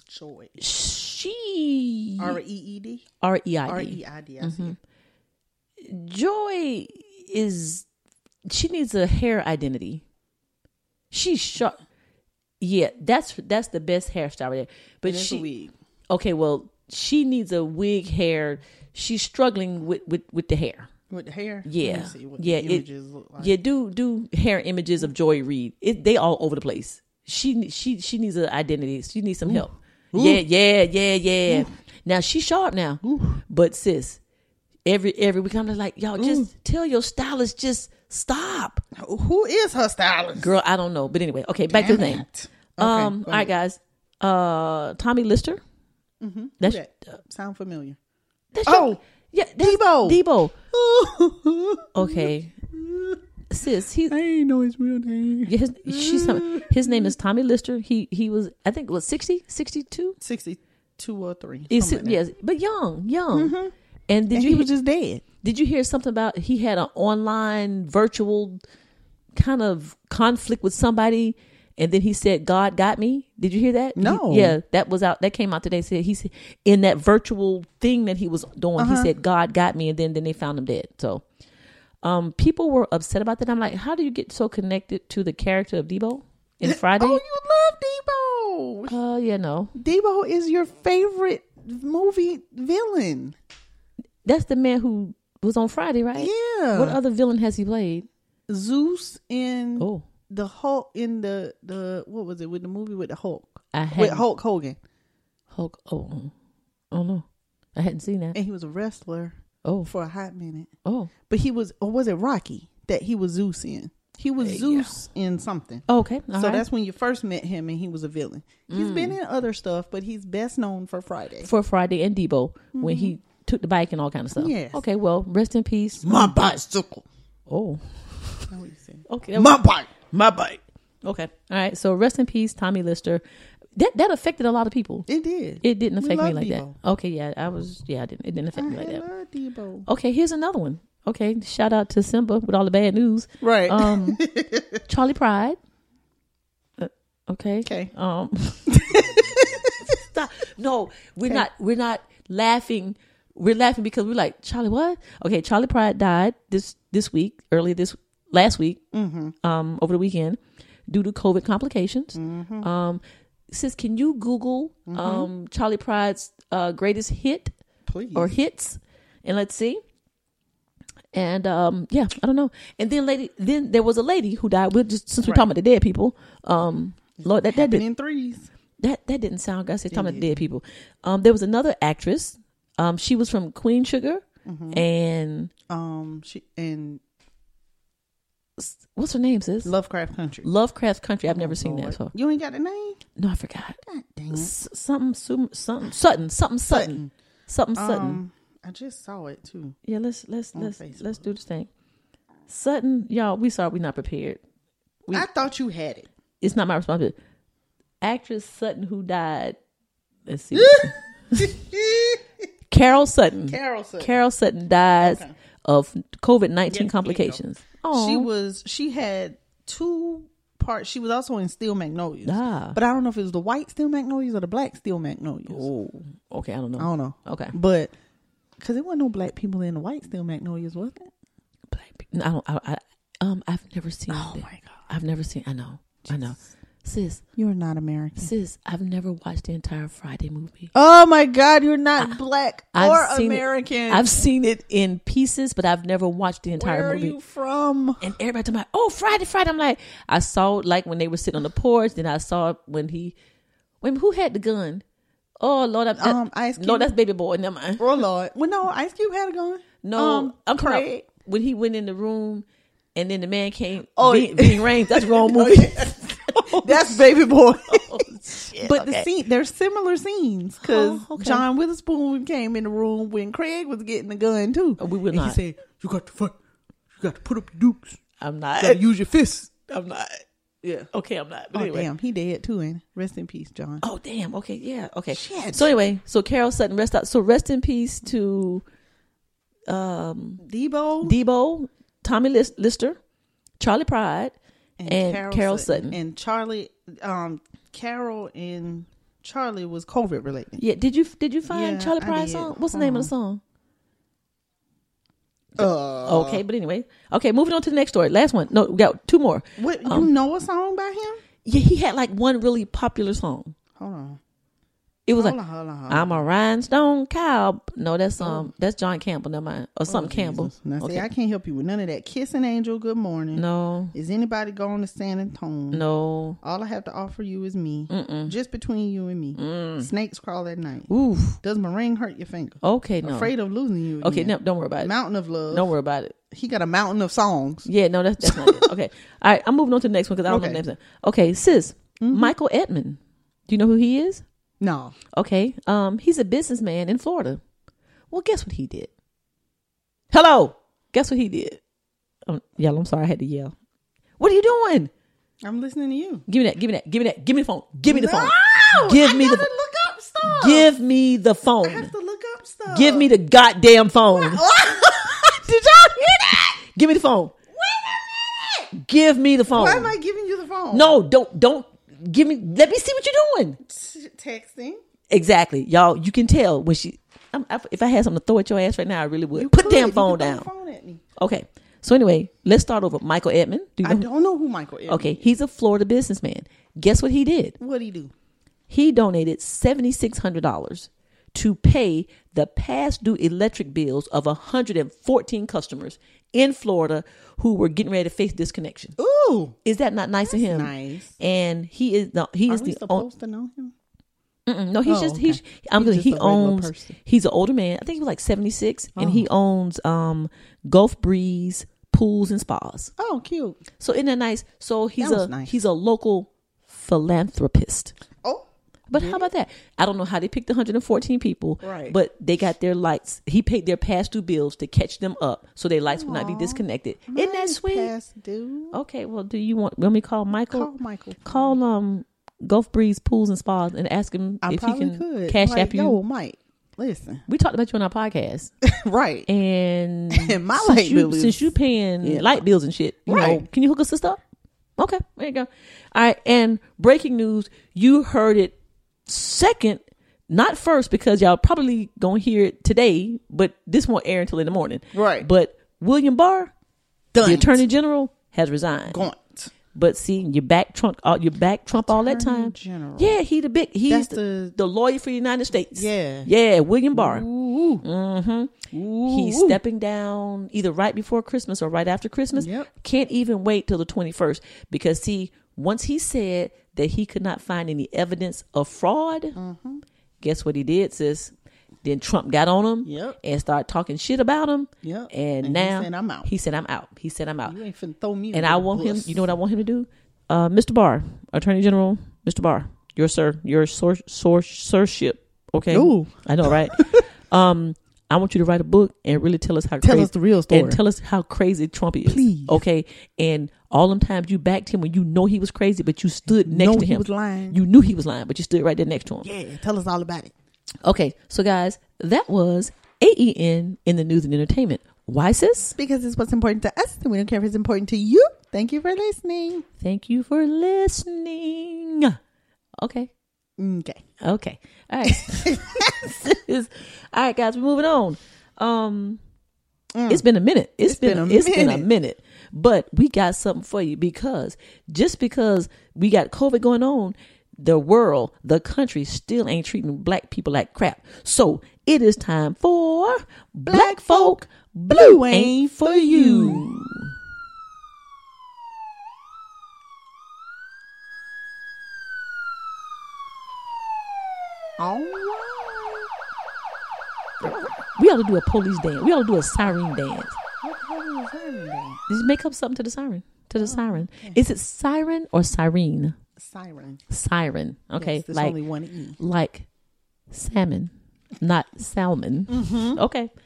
Speaker 3: Joy.
Speaker 4: She
Speaker 3: R E E D.
Speaker 4: R E I D.
Speaker 3: R E I D. I
Speaker 4: Mm-hmm.
Speaker 3: see it.
Speaker 4: Joy is she needs a hair identity. She's sharp. Yeah, that's that's the best hairstyle right there. But
Speaker 3: And it's
Speaker 4: she
Speaker 3: a wig.
Speaker 4: okay, well she needs a wig hair. She's struggling with with with the hair.
Speaker 3: With the hair? Let me
Speaker 4: Yeah,
Speaker 3: see what
Speaker 4: yeah,
Speaker 3: the
Speaker 4: it-
Speaker 3: images look like.
Speaker 4: Yeah, do do hair images of Joy Reid. It, they all over the place. she she she needs an identity. She needs some help. Yeah, yeah, yeah, yeah. Now she's sharp now, but sis, every every week I'm just like y'all. Just tell your stylist just stop,
Speaker 3: Who is her stylist?
Speaker 4: girl. I don't know, but anyway, okay. Back to the thing.
Speaker 3: Okay,
Speaker 4: um,
Speaker 3: go
Speaker 4: all right,
Speaker 3: ahead. Mm-hmm.
Speaker 4: guys. Uh, Tommy Lister. That's
Speaker 3: Who that? Sound familiar?
Speaker 4: that's
Speaker 3: Oh,
Speaker 4: your- yeah, that's
Speaker 3: Debo.
Speaker 4: Debo.
Speaker 3: I
Speaker 4: Okay, sis, he
Speaker 3: ain't know his real name.
Speaker 4: Yeah, his, she's some- his name is Tommy Lister. He he was I think was 60, 62?
Speaker 3: Sixty-two or three.
Speaker 4: He's si-
Speaker 3: something like that.
Speaker 4: yes, but young, young. And did
Speaker 3: And
Speaker 4: you
Speaker 3: he was just dead.
Speaker 4: did you hear something about he had an online virtual kind of conflict with somebody and then he said God got me? Did you hear that?
Speaker 3: No.
Speaker 4: He- yeah, that was out that came out today said he said in that virtual thing that he was doing
Speaker 3: Uh-huh.
Speaker 4: he said God got me and then then they found him dead. So um people were upset about that. I'm like, how do you get so connected to the character of Debo in Friday?
Speaker 3: Oh, you love Debo.
Speaker 4: Uh, yeah, no.
Speaker 3: Debo is your favorite movie villain.
Speaker 4: That's the man who was on Friday, right?
Speaker 3: Yeah.
Speaker 4: What other villain has he played?
Speaker 3: Zeus in
Speaker 4: Oh,
Speaker 3: the Hulk in the the what was it with the movie with the Hulk
Speaker 4: I
Speaker 3: with
Speaker 4: had
Speaker 3: Hulk Hogan
Speaker 4: Hulk. Oh, mm. oh no, I hadn't seen that.
Speaker 3: and he was a wrestler
Speaker 4: Oh,
Speaker 3: for a hot minute.
Speaker 4: oh,
Speaker 3: But he was or was it Rocky that he was Zeus in? He was Zeus in something.
Speaker 4: oh okay.
Speaker 3: so that's when you first met him and he was a villain. He's been in other stuff, but he's best known for Friday.
Speaker 4: for Friday and Debo when he took the bike and all kind of stuff.
Speaker 3: Mm-hmm. Yes.
Speaker 4: Okay. Well, rest in peace.
Speaker 3: My bicycle.
Speaker 4: Oh. Okay.
Speaker 3: My bike. My bike.
Speaker 4: Okay. All right. So rest in peace, Tommy Lister. That that affected a lot of people.
Speaker 3: It did.
Speaker 4: It didn't
Speaker 3: We
Speaker 4: affect me
Speaker 3: love
Speaker 4: like
Speaker 3: Debo.
Speaker 4: that. Okay. Yeah. I was. Yeah. I didn't. It didn't affect me like
Speaker 3: I
Speaker 4: that.
Speaker 3: love Debo.
Speaker 4: Okay, here's another one. Okay, shout out to Simba with all the bad news.
Speaker 3: Right.
Speaker 4: Um, Charlie Pride. Uh, okay.
Speaker 3: Okay.
Speaker 4: Um, stop. No, we're not. We're not laughing. We're laughing because we're like Charlie. What? Okay, Charlie Pride died this this week, earlier this last week, um, over the weekend, due to COVID complications. Um, sis, can you Google um Charlie Pride's uh, greatest hit?
Speaker 3: Please.
Speaker 4: or hits and let's see and um yeah i don't know and then lady then there was a lady who died we'll just since we're talking about the dead people um lord that that,
Speaker 3: been
Speaker 4: did,
Speaker 3: in threes.
Speaker 4: that that didn't sound good i said talking about dead people um there was another actress um she was from queen sugar Mm-hmm. and
Speaker 3: Um, she and
Speaker 4: what's her name sis
Speaker 3: Lovecraft Country.
Speaker 4: lovecraft country i've never seen that so
Speaker 3: You ain't got the name.
Speaker 4: no i forgot
Speaker 3: Dang it.
Speaker 4: S- something Sum- something sutton something sutton something sutton
Speaker 3: Um, I just saw it too.
Speaker 4: Yeah, let's let's let's
Speaker 3: Facebook.
Speaker 4: let's do this thing. Sutton, y'all, we sorry we not prepared.
Speaker 3: I thought you had it.
Speaker 4: It's not my responsibility. Actress Sutton who died. Let's see. Carol Sutton.
Speaker 3: Carol Sutton.
Speaker 4: Carol Sutton dies of COVID nineteen complications. Oh,
Speaker 3: She was. She had two parts. She was also in Steel Magnolias.
Speaker 4: Ah.
Speaker 3: But I don't know if it was the white Steel Magnolias or the black Steel Magnolias.
Speaker 4: Oh. okay. I don't know.
Speaker 3: I don't know.
Speaker 4: Okay.
Speaker 3: But because there wasn't no black people in the white Steel Magnolias, was there?
Speaker 4: Black people- I don't. I, I um. I've never seen. Oh my god. I've never seen. I know. I know. Sis,
Speaker 3: You're not American.
Speaker 4: sis, I've never watched the entire Friday movie.
Speaker 3: Oh my God! You're not black or
Speaker 4: seen it-
Speaker 3: American.
Speaker 4: I've seen it in pieces, but I've never watched the entire
Speaker 3: Where are
Speaker 4: movie.
Speaker 3: you from?
Speaker 4: And everybody talking about, oh, Friday, Friday. I'm like, I saw it like when they were sitting on the porch. Then I saw it when he, when who had the gun? Oh Lord, I'm,
Speaker 3: Um, Ice
Speaker 4: No,
Speaker 3: Cube?
Speaker 4: that's baby boy. Never mind.
Speaker 3: Oh Lord! Well, no, Ice Cube had a gun.
Speaker 4: No,
Speaker 3: um,
Speaker 4: I'm talking about
Speaker 3: Craig.
Speaker 4: when he went in the room, and then the man came.
Speaker 3: Oh,
Speaker 4: Oh,
Speaker 3: yeah.
Speaker 4: being, being rained. That's wrong movie. Oh,
Speaker 3: That's baby boy. but the
Speaker 4: okay.
Speaker 3: scene, they're similar scenes because
Speaker 4: Oh, okay.
Speaker 3: John Witherspoon came in the room when Craig was getting the gun too.
Speaker 4: Oh, we will
Speaker 3: and
Speaker 4: not.
Speaker 3: He said, "You got to fight. You got to put up the dukes.
Speaker 4: I'm not.
Speaker 3: You got to use your fists."
Speaker 4: I'm not. Yeah. Okay, I'm not. But
Speaker 3: Oh
Speaker 4: anyway.
Speaker 3: damn, he dead too. And rest in peace, John.
Speaker 4: Oh damn. Okay. Yeah. Okay.
Speaker 3: Shit.
Speaker 4: So anyway, so Carol Sutton rest out. So rest in peace to um,
Speaker 3: Debo
Speaker 4: Debo, Tommy Lis- Lister, Charlie Pride, and, Carol, Sutton.
Speaker 3: and Charlie, um, Carol and Charlie was COVID related.
Speaker 4: yeah. Did you did you find
Speaker 3: Yeah,
Speaker 4: Charlie
Speaker 3: I
Speaker 4: Pride's
Speaker 3: did. Uh-huh.
Speaker 4: song? What's the name of the song?
Speaker 3: Uh,
Speaker 4: okay. But anyway. Okay. Moving on to the next story. Last one. No, we got two more.
Speaker 3: what
Speaker 4: Um,
Speaker 3: you know a song by him?
Speaker 4: Yeah. He had like one really popular song.
Speaker 3: Hold on.
Speaker 4: It was
Speaker 3: Hold
Speaker 4: like
Speaker 3: on, hold on, hold on.
Speaker 4: I'm a rhinestone cow. No, that's
Speaker 3: Oh.
Speaker 4: um, that's John Campbell. Never mind, or something Campbell.
Speaker 3: Now, see,
Speaker 4: Okay.
Speaker 3: I can't help you with none of that. Kissing angel, good morning.
Speaker 4: No,
Speaker 3: Is anybody going to San Antonio?
Speaker 4: no.
Speaker 3: All I have to offer you is me. Just between you and me.
Speaker 4: Mm.
Speaker 3: Snakes crawl at night.
Speaker 4: Oof.
Speaker 3: Does my ring hurt your finger?
Speaker 4: Okay, no.
Speaker 3: Afraid of losing you.
Speaker 4: okay,
Speaker 3: again.
Speaker 4: no. Don't worry about it.
Speaker 3: Mountain of love.
Speaker 4: Don't worry about it.
Speaker 3: He got a mountain of songs.
Speaker 4: Yeah, no, that's that's not it. Okay, all right. I'm moving on to the next one because I don't know
Speaker 3: Okay. Mm-hmm.
Speaker 4: the names. of- Okay, sis, Michael Edmond. Do you know who he is?
Speaker 3: No.
Speaker 4: Okay, um, he's a businessman in Florida. Well, guess what he did? Hello, guess what he did? Um, yell! I'm sorry, I had to yell. What are you doing?
Speaker 3: I'm listening to you.
Speaker 4: Give me that. Give me that. Give me that. Give me the phone. Give me the phone.
Speaker 3: No!
Speaker 4: Give
Speaker 3: I
Speaker 4: me the.
Speaker 3: gotta look up stuff.
Speaker 4: Give me the
Speaker 3: I have
Speaker 4: phone.
Speaker 3: to look up stuff.
Speaker 4: Give me the goddamn phone.
Speaker 3: Did y'all hear that?
Speaker 4: Give me the phone.
Speaker 3: Wait a minute.
Speaker 4: Give me the phone.
Speaker 3: Why am I giving you the phone?
Speaker 4: no, don't don't give me. Let me see what you're doing.
Speaker 3: Texting.
Speaker 4: Exactly, y'all. You can tell when she. I'm, I, if I had something to throw at your ass right now, I really would.
Speaker 3: You
Speaker 4: put
Speaker 3: could.
Speaker 4: the damn
Speaker 3: You
Speaker 4: phone
Speaker 3: could throw
Speaker 4: down.
Speaker 3: the phone at me.
Speaker 4: Okay. So anyway, let's start over. Michael Edmond. Do you
Speaker 3: I
Speaker 4: know who-
Speaker 3: don't know who Michael is.
Speaker 4: Okay, he's a Florida businessman. Guess what he did?
Speaker 3: What'd he do?
Speaker 4: He donated seventy six hundred dollars to pay the past due electric bills of hundred and fourteen customers in Florida who were getting ready to face disconnection.
Speaker 3: Ooh.
Speaker 4: Is that not nice of him?
Speaker 3: nice.
Speaker 4: And he is the he
Speaker 3: Are
Speaker 4: is
Speaker 3: we
Speaker 4: the on-
Speaker 3: supposed to know him?
Speaker 4: Mm-mm. No, he's
Speaker 3: Oh,
Speaker 4: just he's.
Speaker 3: okay.
Speaker 4: I'm
Speaker 3: He's
Speaker 4: gonna.
Speaker 3: just
Speaker 4: He
Speaker 3: a regular
Speaker 4: owns.
Speaker 3: person. Oh.
Speaker 4: He's an older man. I think he was like 76, and he owns um Gulf Breeze pools and spas.
Speaker 3: Oh, cute.
Speaker 4: So isn't that nice? So he's
Speaker 3: That was
Speaker 4: a
Speaker 3: nice.
Speaker 4: he's a local philanthropist.
Speaker 3: Oh,
Speaker 4: But how about that? I don't know how they picked 114 people,
Speaker 3: Right.
Speaker 4: But they got their lights. He paid their past due bills to catch them up, so their lights would not be disconnected. Isn't that
Speaker 3: mine's
Speaker 4: sweet?
Speaker 3: Past due.
Speaker 4: Okay. Well, do you want? Let me call Michael.
Speaker 3: Call Michael.
Speaker 4: Call um Gulf Breeze pools and spas and ask him
Speaker 3: I
Speaker 4: if he
Speaker 3: probably
Speaker 4: can
Speaker 3: could.
Speaker 4: cash
Speaker 3: like,
Speaker 4: app you
Speaker 3: Yo, Mike. Listen,
Speaker 4: we talked about you on our podcast,
Speaker 3: right.
Speaker 4: and
Speaker 3: And my
Speaker 4: since
Speaker 3: light
Speaker 4: you,
Speaker 3: bill is-
Speaker 4: since you paying
Speaker 3: Yeah.
Speaker 4: light bills and shit, you know,
Speaker 3: Right.
Speaker 4: can you hook us this up? Okay, there you go. All right, and breaking news, you heard it second, not first, because y'all probably gonna hear it today, but this won't air until in the morning,
Speaker 3: Right.
Speaker 4: But William Barr,
Speaker 3: Done.
Speaker 4: the Attorney General, has resigned.
Speaker 3: Gaunt.
Speaker 4: But see, you back Trump, all you back Trump all that
Speaker 3: Attorney
Speaker 4: time.
Speaker 3: General.
Speaker 4: Yeah, he the big, he's
Speaker 3: That's
Speaker 4: the,
Speaker 3: the-
Speaker 4: the lawyer for the United States.
Speaker 3: Yeah.
Speaker 4: yeah, William Barr.
Speaker 3: Ooh.
Speaker 4: He's
Speaker 3: Ooh.
Speaker 4: stepping down either right before Christmas or right after Christmas.
Speaker 3: Yep.
Speaker 4: Can't even wait till the 21st because, see, once he said that he could not find any evidence of fraud,
Speaker 3: Mm-hmm.
Speaker 4: guess what he did, sis? Then Trump got on him
Speaker 3: Yep.
Speaker 4: and started talking shit about him.
Speaker 3: Yep. And
Speaker 4: And,
Speaker 3: he
Speaker 4: now
Speaker 3: said, "I'm out."
Speaker 4: He said, I'm out. He said, I'm out.
Speaker 3: You ain't finna throw me.
Speaker 4: and
Speaker 3: under
Speaker 4: I
Speaker 3: the
Speaker 4: want him,
Speaker 3: bus.
Speaker 4: you know what I want him to do? Uh, Mr. Barr, Attorney General, Mr. Barr, your sir, your source, source, sirship. Okay.
Speaker 3: Ooh.
Speaker 4: I know, right? um, I want you to write a book and really tell us how
Speaker 3: Tell
Speaker 4: crazy,
Speaker 3: us the real story.
Speaker 4: and tell us how crazy Trump is.
Speaker 3: Please.
Speaker 4: okay. And all them times you backed him when you know he was crazy, but you stood next
Speaker 3: know
Speaker 4: to
Speaker 3: he
Speaker 4: him.
Speaker 3: was lying.
Speaker 4: You knew he was lying, but you stood right there next to him.
Speaker 3: Yeah, tell us all about it.
Speaker 4: Okay, so guys, that was AEN in the news and entertainment. Why, sis?
Speaker 3: Because it's what's important to us, and we don't care if it's important to you. Thank you for listening.
Speaker 4: Thank you for listening. Okay.
Speaker 3: Okay.
Speaker 4: Okay. All right. Sis. all right, guys, we're moving on. Um it's been a minute. it's been, a it's been a
Speaker 3: minute.
Speaker 4: minute. But we got something for you because just because we got COVID going on, the world, the country still ain't treating black people like crap. So it is time for Black, folk Blue Ain't for You. We ought to do a police dance. We ought to do a siren dance. Just make up something to the siren. To
Speaker 3: Oh,
Speaker 4: the siren. Is it siren or sirene?
Speaker 3: Siren.
Speaker 4: Siren. Okay.
Speaker 3: Yes, there's
Speaker 4: like
Speaker 3: only one E.
Speaker 4: like salmon, not salmon. Okay. Si-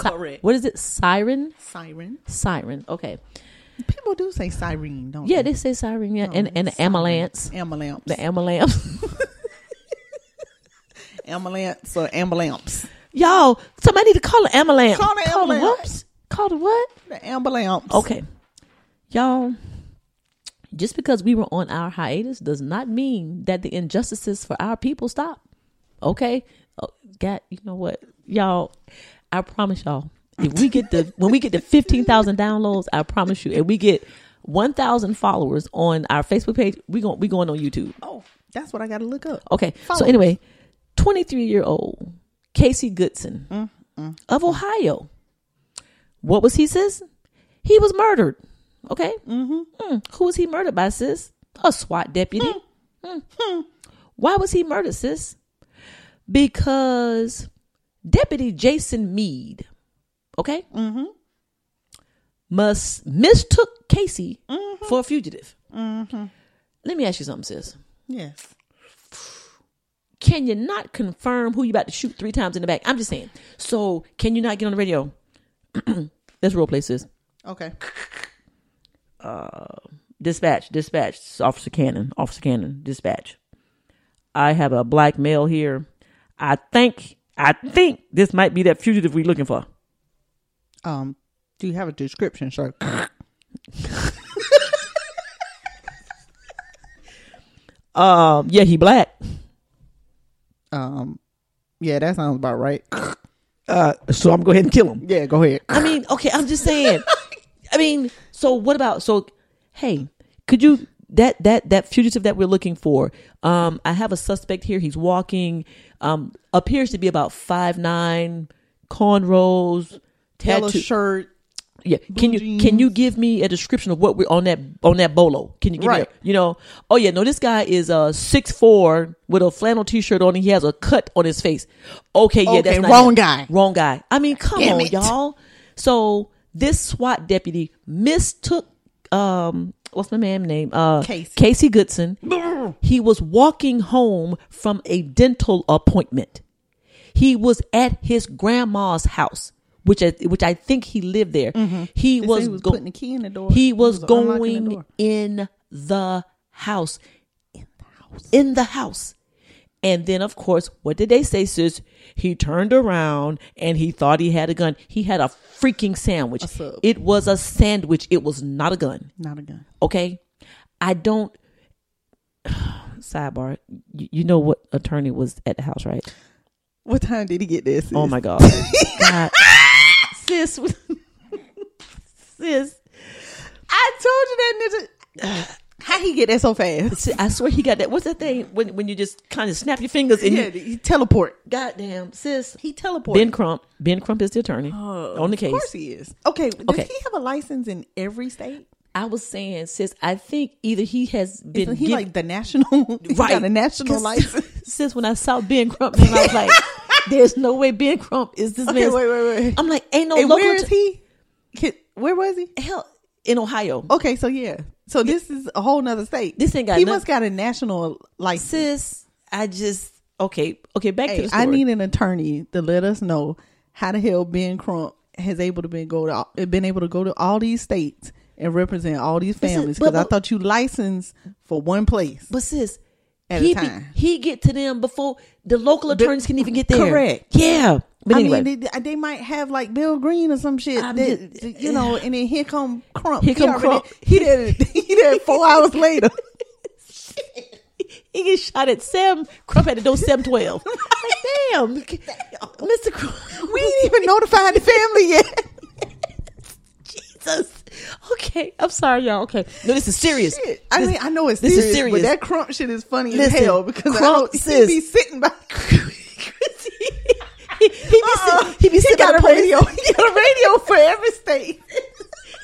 Speaker 3: Mm-hmm. Correct.
Speaker 4: What is it? Siren?
Speaker 3: Siren.
Speaker 4: Siren. Okay.
Speaker 3: People do say siren, don't
Speaker 4: Yeah,
Speaker 3: they?
Speaker 4: they say siren. Yeah,
Speaker 3: Oh,
Speaker 4: and and the
Speaker 3: siren.
Speaker 4: ambulance.
Speaker 3: Ambulance.
Speaker 4: The ambulance.
Speaker 3: ambulance or ambulance.
Speaker 4: Y'all, somebody need to call an ambulance.
Speaker 3: Call the
Speaker 4: The
Speaker 3: ambulance.
Speaker 4: whoops. Call the what?
Speaker 3: The ambulance.
Speaker 4: Okay. Y'all, just because we were on our hiatus does not mean that the injustices for our people stop. Okay? Oh, God, you know what? Y'all, I promise y'all, if we get the when we get the 15,000 downloads, I promise you, and we get 1,000 followers on our Facebook page, we going we going on YouTube.
Speaker 3: Oh, that's what I got to look up.
Speaker 4: Okay. So
Speaker 3: Followers.
Speaker 4: anyway, 23 year old Casey Goodson of Ohio. What was he, sis? He was murdered. Okay. Mm, Who was he murdered by, sis? A SWAT deputy. Mm. Why was he murdered, sis? Because Deputy Jason Mead, okay, mm-hmm. must mistook Casey for a fugitive. Let me ask you something, sis
Speaker 3: Yes.
Speaker 4: can you not confirm who you about to shoot three times in the back? I'm just saying. So can you not get on the radio? That's role play, sis.
Speaker 3: Okay.
Speaker 4: Dispatch, dispatch, Officer Cannon, Officer Cannon, dispatch. I have a black male here. I think, I think this might be that fugitive we looking for.
Speaker 3: Um, do you have a description, sir?
Speaker 4: Um, yeah, he black.
Speaker 3: Um, yeah, that sounds about right.
Speaker 4: Uh, so I'm gonna go ahead and kill him.
Speaker 3: Yeah, go ahead.
Speaker 4: I mean, okay, I'm just saying. I mean, so what about so hey, could you that that that fugitive that we're looking for? Um, I have a suspect here. He's walking, um, appears to be about five nine, cornrows,
Speaker 3: Yellow
Speaker 4: tattoo.
Speaker 3: shirt.
Speaker 4: Yeah, can you can you give me a description of what we're on that on that bolo? Can you give me
Speaker 3: Right.
Speaker 4: a, you know? Oh yeah, no, this guy is uh six four with a flannel t shirt on. and He has a cut on his face. Okay, yeah, that's
Speaker 3: Okay,
Speaker 4: not
Speaker 3: wrong
Speaker 4: him.
Speaker 3: guy.
Speaker 4: Wrong guy. I mean, come
Speaker 3: Damn
Speaker 4: on,
Speaker 3: it.
Speaker 4: y'all. So this SWAT deputy mistook um what's my man name uh
Speaker 3: Casey.
Speaker 4: Casey Goodson. he was walking home from a dental appointment he was at his grandma's house which I, which I think he lived there. He,
Speaker 3: Mm-hmm. They say
Speaker 4: was
Speaker 3: he was
Speaker 4: go-
Speaker 3: putting the key in the door.
Speaker 4: He was,
Speaker 3: unlocking the
Speaker 4: going
Speaker 3: door.
Speaker 4: in the house. In the house. And then of course, what did they say, sis? He turned around and he thought he had a gun. He had a freaking sandwich.
Speaker 3: sub.
Speaker 4: It was a sandwich. It was not a gun
Speaker 3: Not a gun.
Speaker 4: okay i don't sidebar you, you know what attorney was at the house right
Speaker 3: What time did he get this?
Speaker 4: oh my god, God. sis sis
Speaker 3: I told you that nigga. How he get that so fast?
Speaker 4: si- i swear he got that what's that thing when when you just kind of snap your fingers and
Speaker 3: Yeah,
Speaker 4: you,
Speaker 3: he teleport.
Speaker 4: goddamn sis
Speaker 3: He teleported.
Speaker 4: ben crump ben crump is the attorney on the
Speaker 3: Oh, Of
Speaker 4: case
Speaker 3: course he is. Okay. Does
Speaker 4: Okay.
Speaker 3: he have a license in every state?
Speaker 4: i was saying sis i think either he has been
Speaker 3: Isn't he
Speaker 4: giv-
Speaker 3: like the national? He
Speaker 4: right.
Speaker 3: got a national
Speaker 4: 'Cause
Speaker 3: license.
Speaker 4: Since when I saw Ben Crump, man, I was like, "There's no way Ben Crump is this
Speaker 3: Okay,
Speaker 4: man."
Speaker 3: wait, wait, wait.
Speaker 4: I'm like, "Ain't no
Speaker 3: and
Speaker 4: local
Speaker 3: where is
Speaker 4: j-
Speaker 3: he? Can- Where was he?
Speaker 4: hell in Ohio."
Speaker 3: Okay, so yeah. So this is a whole nother state.
Speaker 4: This ain't got
Speaker 3: He
Speaker 4: nothing-
Speaker 3: must got a national license.
Speaker 4: Sis, I just okay, okay. Back to
Speaker 3: Hey,
Speaker 4: the story.
Speaker 3: I need an attorney to let us know how the hell Ben Crump has able to been go to all- been able to go to all these states and represent all these
Speaker 4: This is-
Speaker 3: families
Speaker 4: but-
Speaker 3: because I
Speaker 4: but-
Speaker 3: thought you licensed for one place.
Speaker 4: but sis,
Speaker 3: At a
Speaker 4: he
Speaker 3: time.
Speaker 4: he get to them before the local attorneys can even get there.
Speaker 3: correct.
Speaker 4: Yeah, but
Speaker 3: I
Speaker 4: anyway,
Speaker 3: mean, they, they might have like Bill Green or some shit,
Speaker 4: I'm
Speaker 3: that,
Speaker 4: just-
Speaker 3: you know. And then here come Crump.
Speaker 4: Here
Speaker 3: He
Speaker 4: come
Speaker 3: already-
Speaker 4: Crump.
Speaker 3: He did. it- He did it four hours later.
Speaker 4: he gets shot at seven. Crump had to do seven twelve. like, damn, Mr. Crump,
Speaker 3: We ain't even notified the family yet.
Speaker 4: Jesus. Okay, I'm sorry, y'all. Okay, no, this is serious.
Speaker 3: Shit. I mean, I know it's
Speaker 4: this
Speaker 3: serious,
Speaker 4: is serious.
Speaker 3: but that Crump shit is funny
Speaker 4: Listen,
Speaker 3: as hell because
Speaker 4: Crump,
Speaker 3: I don't, he
Speaker 4: sis.
Speaker 3: be sitting by.
Speaker 4: he, he,
Speaker 3: Uh-uh.
Speaker 4: be, sit- he be sitting
Speaker 3: got a
Speaker 4: on the police-
Speaker 3: radio. He got a radio for every state.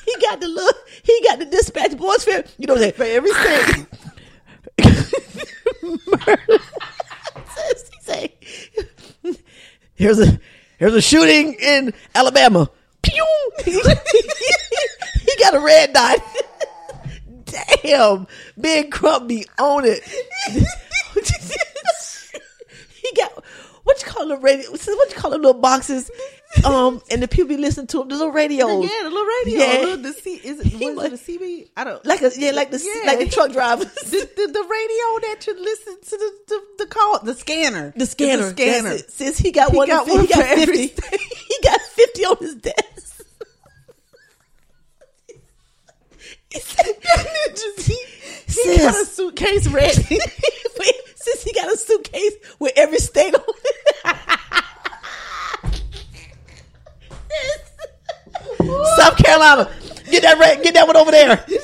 Speaker 4: He got the look. He got the dispatch boys for you know that.
Speaker 3: For every state.
Speaker 4: He say, "Here's a here's a shooting in Alabama." Pew! he got a red dot. Damn, Big Crump be on it. he got what you call the radio? What you call them little boxes? Um, and the people be listening to them. The little radios.
Speaker 3: Yeah, the little radio.
Speaker 4: Oh. Yeah.
Speaker 3: Little, the C, is it,
Speaker 4: He
Speaker 3: was
Speaker 4: must-
Speaker 3: it a CB? I don't
Speaker 4: like a yeah, like the
Speaker 3: Yeah.
Speaker 4: like the truck drivers.
Speaker 3: the, the, the radio that you listen to the, the, the call the scanner
Speaker 4: The scanner.
Speaker 3: the scanner
Speaker 4: That's it. Since he got
Speaker 3: He
Speaker 4: one,
Speaker 3: got
Speaker 4: of-
Speaker 3: one
Speaker 4: he got
Speaker 3: for every
Speaker 4: 50. he got 50 on his desk. He said-
Speaker 3: he got a
Speaker 4: Sis.
Speaker 3: suitcase ready
Speaker 4: Wait, since he got a suitcase with every state on it. South Carolina, get that red, get that one over there.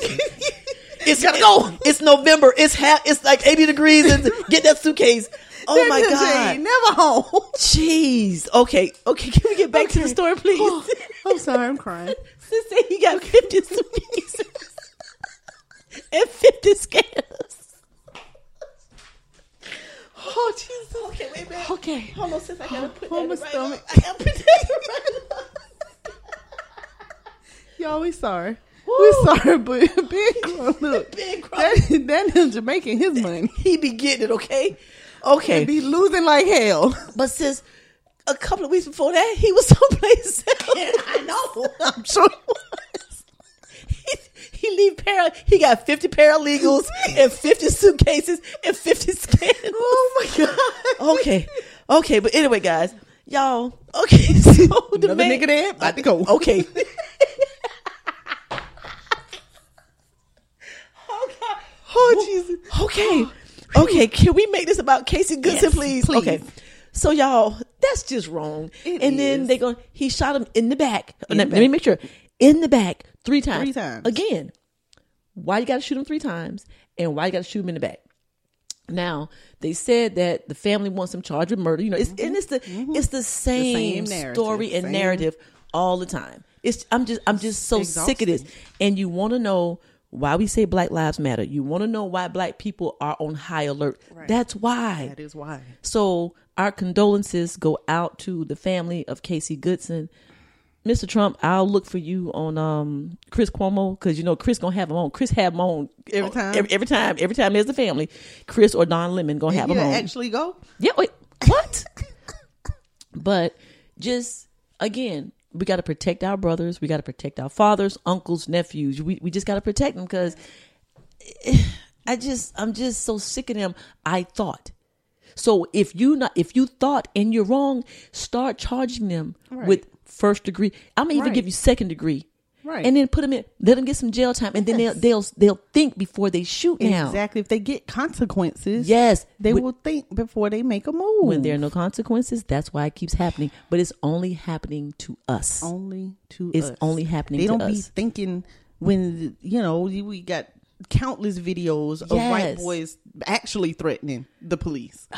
Speaker 4: It's gotta go. It's November. It's half. It's like eighty degrees, and get that suitcase. Oh my
Speaker 3: That bitch ain't
Speaker 4: god.
Speaker 3: Never home.
Speaker 4: Jeez. Okay. Okay. Can we get back to the
Speaker 3: Okay. Oh,
Speaker 4: story, please?
Speaker 3: I'm sorry, I'm crying.
Speaker 4: Sis said he got 50 sneezes and 50 scans. Oh, Jesus. Okay, wait a minute. Okay. Hold on, sis. I gotta put
Speaker 3: on Oh, my
Speaker 4: that right
Speaker 3: stomach.
Speaker 4: up. I gotta put that right
Speaker 3: Y'all, we sorry. We sorry, but Big Cro- look,
Speaker 4: Big Cro-
Speaker 3: that, that ninja making his money.
Speaker 4: He be getting it, okay? Okay.
Speaker 3: Be losing like hell.
Speaker 4: but sis, a couple of weeks before that, he was someplace else. I know. I'm sure he was. He, he leave para. He got 50 paralegals and 50 suitcases and 50 scans. Oh my god. Okay. Okay, but anyway, guys, y'all. Okay, so the
Speaker 3: Another
Speaker 4: man,
Speaker 3: nigga there, about to go.
Speaker 4: Okay.
Speaker 3: Oh, Jesus.
Speaker 4: Okay. Okay, can we make this about Casey Goodson,
Speaker 3: Yes,
Speaker 4: please?
Speaker 3: please.
Speaker 4: Okay. So y'all, that's just wrong.
Speaker 3: It
Speaker 4: and then
Speaker 3: is.
Speaker 4: they go he shot him in the back.
Speaker 3: In
Speaker 4: let,
Speaker 3: the
Speaker 4: let me
Speaker 3: back.
Speaker 4: make sure. In the back three times.
Speaker 3: Three times.
Speaker 4: Again. Why you gotta shoot him three times and why you gotta shoot him in the back? Now, they said that the family wants him charged with murder. You know, it's and it's the it's the same,
Speaker 3: narrative,
Speaker 4: story
Speaker 3: Mm-hmm.
Speaker 4: and
Speaker 3: same-
Speaker 4: narrative all the time. It's I'm just I'm just so sick of this. And you want to know why we say Black Lives Matter. You want to know why Black people are on high alert. That's why.
Speaker 3: That is why.
Speaker 4: so our condolences go out to the family of Casey Goodson. Mr. Trump, I'll look for you on um, Chris Cuomo because you know Chris gonna have him on. Chris have him on
Speaker 3: Every time?
Speaker 4: Every, every time, every time there's a family, Chris or Don Lemon gonna have
Speaker 3: You
Speaker 4: him on.
Speaker 3: actually go?
Speaker 4: Yeah, wait, what? but just again, we got to protect our brothers. We got to protect our fathers, uncles, nephews. We we just got to protect them because I just I'm just so sick of them. I thought. So if you not if you thought and you're wrong, start charging them with first degree. I'm gonna even
Speaker 3: Right.
Speaker 4: give you second degree.
Speaker 3: Right.
Speaker 4: And then put them in. Let them get some jail time, and then they'll they'll they'll think before they shoot. Now,
Speaker 3: Exactly. If they get consequences,
Speaker 4: yes,
Speaker 3: they
Speaker 4: When-
Speaker 3: will think before they make a move.
Speaker 4: when there are no consequences, that's why it keeps happening. But it's only happening to us.
Speaker 3: only to
Speaker 4: It's
Speaker 3: us.
Speaker 4: only happening
Speaker 3: They
Speaker 4: to
Speaker 3: don't be
Speaker 4: us.
Speaker 3: thinking when you know we got countless videos of white
Speaker 4: Yes.
Speaker 3: boys actually threatening the police,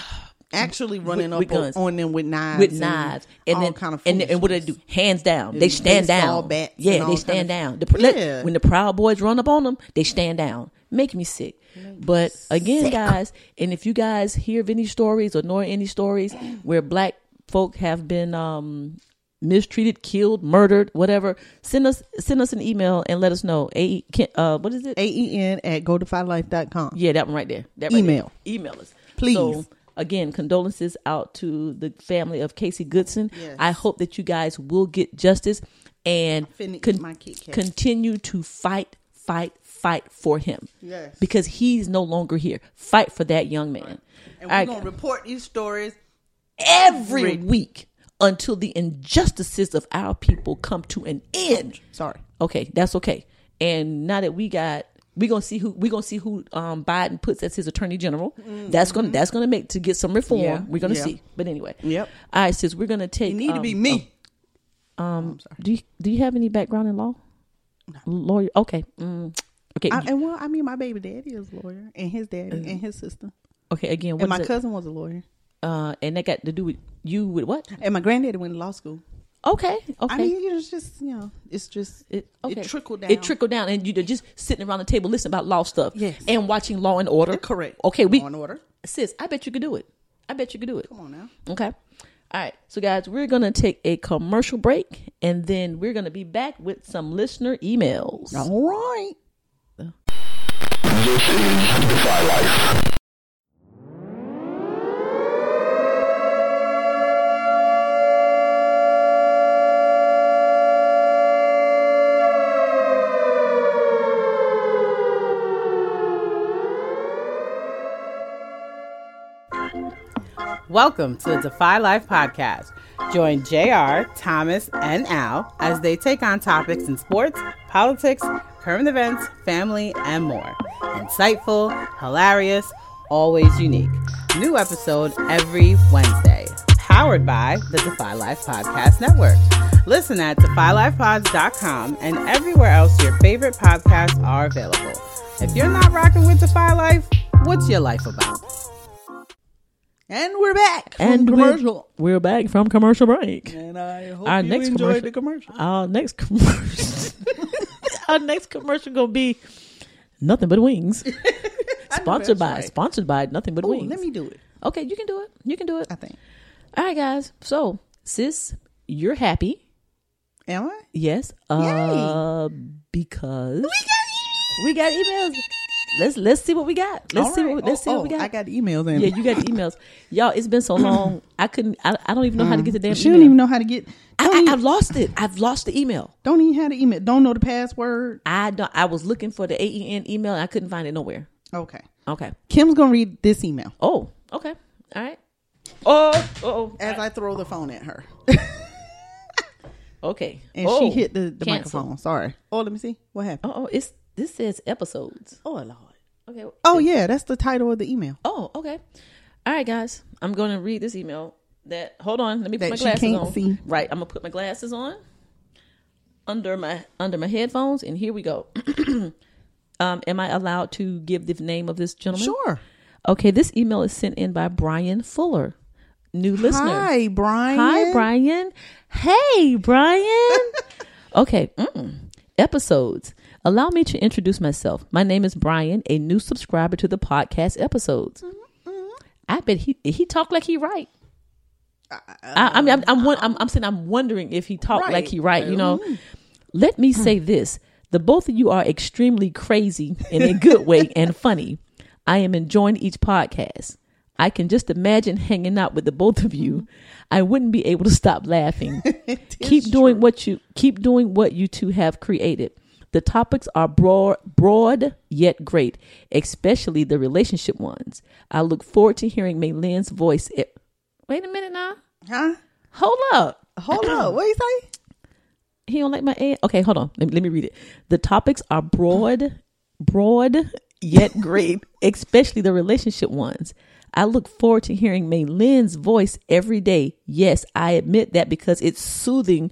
Speaker 3: actually running
Speaker 4: with
Speaker 3: up on-
Speaker 4: guns.
Speaker 3: on them with knives,
Speaker 4: With knives and
Speaker 3: all
Speaker 4: then
Speaker 3: kind of
Speaker 4: and, and what they do? Hands down. they stand
Speaker 3: baseball
Speaker 4: down.
Speaker 3: bats and
Speaker 4: yeah,
Speaker 3: all
Speaker 4: they
Speaker 3: kind
Speaker 4: stand
Speaker 3: of-
Speaker 4: down. The, pr- let-
Speaker 3: Yeah.
Speaker 4: when the Proud Boys run up on them, they stand down. Make me sick. But again, guys, and if you guys hear of any stories or know any stories where black folk have been um, mistreated, killed, murdered, whatever, send us send us an email and let us know. A uh, what is it?
Speaker 3: aen E at godifylife.com.
Speaker 4: Yeah, that one right there. That right
Speaker 3: Email.
Speaker 4: there. Email us.
Speaker 3: Please.
Speaker 4: So, again, condolences out to the family of Casey Goodson.
Speaker 3: Yes.
Speaker 4: I hope that you guys will get justice and
Speaker 3: finna eat my Kit Kat.
Speaker 4: continue to fight, fight, fight for him.
Speaker 3: Yes.
Speaker 4: Because he's no longer here. Fight for that young man.
Speaker 3: And we're
Speaker 4: All right,
Speaker 3: gonna report these stories.
Speaker 4: every
Speaker 3: every-
Speaker 4: week until the injustices of our people come to an end.
Speaker 3: Sorry.
Speaker 4: Okay, that's okay. And now that we got, we're gonna see who we're gonna see who um, Biden puts as his attorney general. That's gonna that's gonna make to get some reform.
Speaker 3: Mm-hmm. Yeah,
Speaker 4: We're gonna
Speaker 3: yeah.
Speaker 4: see. But anyway,
Speaker 3: Yep.
Speaker 4: All right, sis, we're gonna take.
Speaker 3: It need to
Speaker 4: um,
Speaker 3: be me.
Speaker 4: Do you, do you have any background in law? Lawyer. Okay. Mm. Okay.
Speaker 3: I, and well, I mean, my baby daddy is a lawyer, and his daddy,
Speaker 4: Uh-huh.
Speaker 3: and his sister,
Speaker 4: okay. Again, what
Speaker 3: and my
Speaker 4: is it?
Speaker 3: cousin was a lawyer,
Speaker 4: Uh, and that got to do with you with what?
Speaker 3: and my granddaddy went to law school.
Speaker 4: Okay. Okay.
Speaker 3: I mean, you know, it's just you know, it's just
Speaker 4: It, okay.
Speaker 3: trickled down.
Speaker 4: It trickled down, and you are just sitting around the table listening about law stuff.
Speaker 3: Yes.
Speaker 4: And watching Law and Order.
Speaker 3: correct.
Speaker 4: Okay, we
Speaker 3: Law and Order.
Speaker 4: sis. I bet you could do it. I bet you could do it.
Speaker 3: Come on now.
Speaker 4: Okay. All right. So guys, we're gonna take a commercial break, and then we're gonna be back with some listener emails.
Speaker 3: All right.
Speaker 9: This is Defy Life.
Speaker 10: Welcome to the Defy Life podcast. Join JR, Thomas, and Al as they take on topics in sports, politics, current events, family, and more. Insightful, hilarious, always unique. New episode every Wednesday. Powered by the Defy Life Podcast Network. Listen at defylifepods.com and everywhere else your favorite podcasts are available. If you're not rocking with Defy Life, what's your life about?
Speaker 3: And we're back from
Speaker 4: And we're-
Speaker 3: commercial.
Speaker 4: We're back from commercial break.
Speaker 3: And I hope
Speaker 4: Our
Speaker 3: you
Speaker 4: next
Speaker 3: enjoyed
Speaker 4: commercial-
Speaker 3: the commercial.
Speaker 4: Our next commercial. our next commercial gonna be nothing but wings. sponsored by sponsored by nothing but
Speaker 3: Ooh,
Speaker 4: wings.
Speaker 3: let me do it.
Speaker 4: okay, you can do it. You can do it.
Speaker 3: I think.
Speaker 4: All right, guys. So, sis, you're happy.
Speaker 3: Am I?
Speaker 4: Yes. Uh because we got emails. Let's let's see what we got. Let's
Speaker 3: All
Speaker 4: see
Speaker 3: right.
Speaker 4: what let's
Speaker 3: Oh,
Speaker 4: see what we
Speaker 3: oh,
Speaker 4: got.
Speaker 3: I got emails in.
Speaker 4: yeah, you got the emails. Y'all, it's been so long. I couldn't I, I don't even know how to get the damn
Speaker 3: she
Speaker 4: email.
Speaker 3: don't even know how to get. Don't,
Speaker 4: I,
Speaker 3: even,
Speaker 4: I, I've lost it. I've lost the email.
Speaker 3: don't even have the email. Don't know the password.
Speaker 4: I don't I was looking for the A E N email and I couldn't find it nowhere.
Speaker 3: Okay.
Speaker 4: Okay.
Speaker 3: Kim's gonna read this email
Speaker 4: Oh, okay. All right. Oh, oh,
Speaker 3: as I throw the phone at her,
Speaker 4: oh. okay.
Speaker 3: and
Speaker 4: Oh,
Speaker 3: she hit the, the
Speaker 4: cancel.
Speaker 3: microphone. Sorry. Oh, let me see what happened.
Speaker 4: Oh, oh, it's this says episodes.
Speaker 3: Oh, lord.
Speaker 4: Okay.
Speaker 3: Oh yeah, that's the title of the email
Speaker 4: Oh, okay. All right, guys. I'm going to read this email. That hold on. Let me put
Speaker 3: That
Speaker 4: my
Speaker 3: she
Speaker 4: glasses
Speaker 3: can't
Speaker 4: on.
Speaker 3: see.
Speaker 4: Right. I'm gonna put my glasses on under my under my headphones, and here we go. um, am I allowed to give the name of this gentleman?
Speaker 3: Sure.
Speaker 4: Okay. This email is sent in by Brian Fuller, new listener.
Speaker 3: Hi, Brian.
Speaker 4: Hi, Brian. Hey, Brian. okay. Mm. Episodes. Allow me to introduce myself. My name is Brian, a new subscriber to the podcast episodes. I bet he he talked like he right. I, I mean, I'm I'm, won- I'm I'm saying I'm wondering if he talked like he right. You know, let me say this: the both of you are extremely crazy in a good way and funny. I am enjoying each podcast. I can just imagine hanging out with the both of you. I wouldn't be able to stop laughing. keep doing what you keep doing what you two have created. The topics are broad, broad yet great, especially the relationship ones. I look forward to hearing Maylin's voice. It, wait a minute now.
Speaker 3: Huh?
Speaker 4: Hold up.
Speaker 3: Hold up. What do you say?
Speaker 4: He don't like my aunt. Okay, hold on. Let me, let me read it. The topics are broad, broad yet great, especially the relationship ones. I look forward to hearing May Lynn's voice every day. Yes, I admit that because it's soothing.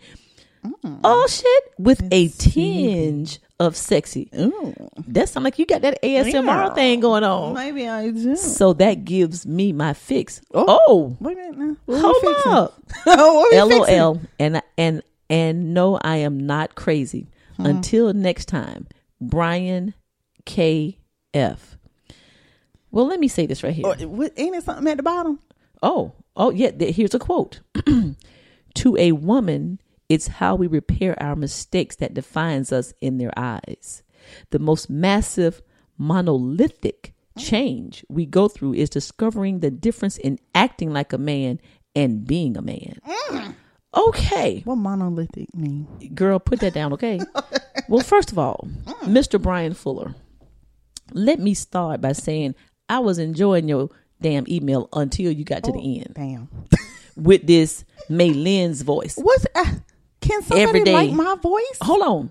Speaker 3: Mm.
Speaker 4: Oh shit, with a tinge of sexy.
Speaker 3: Mm. Oh.
Speaker 4: That sounds like you got that ASMR thing going on.
Speaker 3: Maybe I do.
Speaker 4: So that gives me my fix. Oh,
Speaker 3: Wait a minute. now. What we
Speaker 4: hold
Speaker 3: fixing?
Speaker 4: up.
Speaker 3: What we fixing?
Speaker 4: LOL and and and no I am not crazy. Until next time. Brian K F. Well, let me say this right here.
Speaker 3: Or- Oh, What, ain't it something at the bottom?
Speaker 4: Oh, oh yeah, th- here's a quote. to a woman, it's how we repair our mistakes that defines us in their eyes. The most massive monolithic change we go through is discovering the difference in acting like a man and being a man. Okay
Speaker 3: What monolithic mean?
Speaker 4: girl, put that down, okay? well, first of all, Mr. Brian Fuller, let me start by saying I was enjoying your damn email until you got to
Speaker 3: Oh.
Speaker 4: the end
Speaker 3: Damn.
Speaker 4: with this May Lynn's voice.
Speaker 3: What's uh, can somebody
Speaker 4: Every day. Oh,
Speaker 3: like my voice?
Speaker 4: Hold on.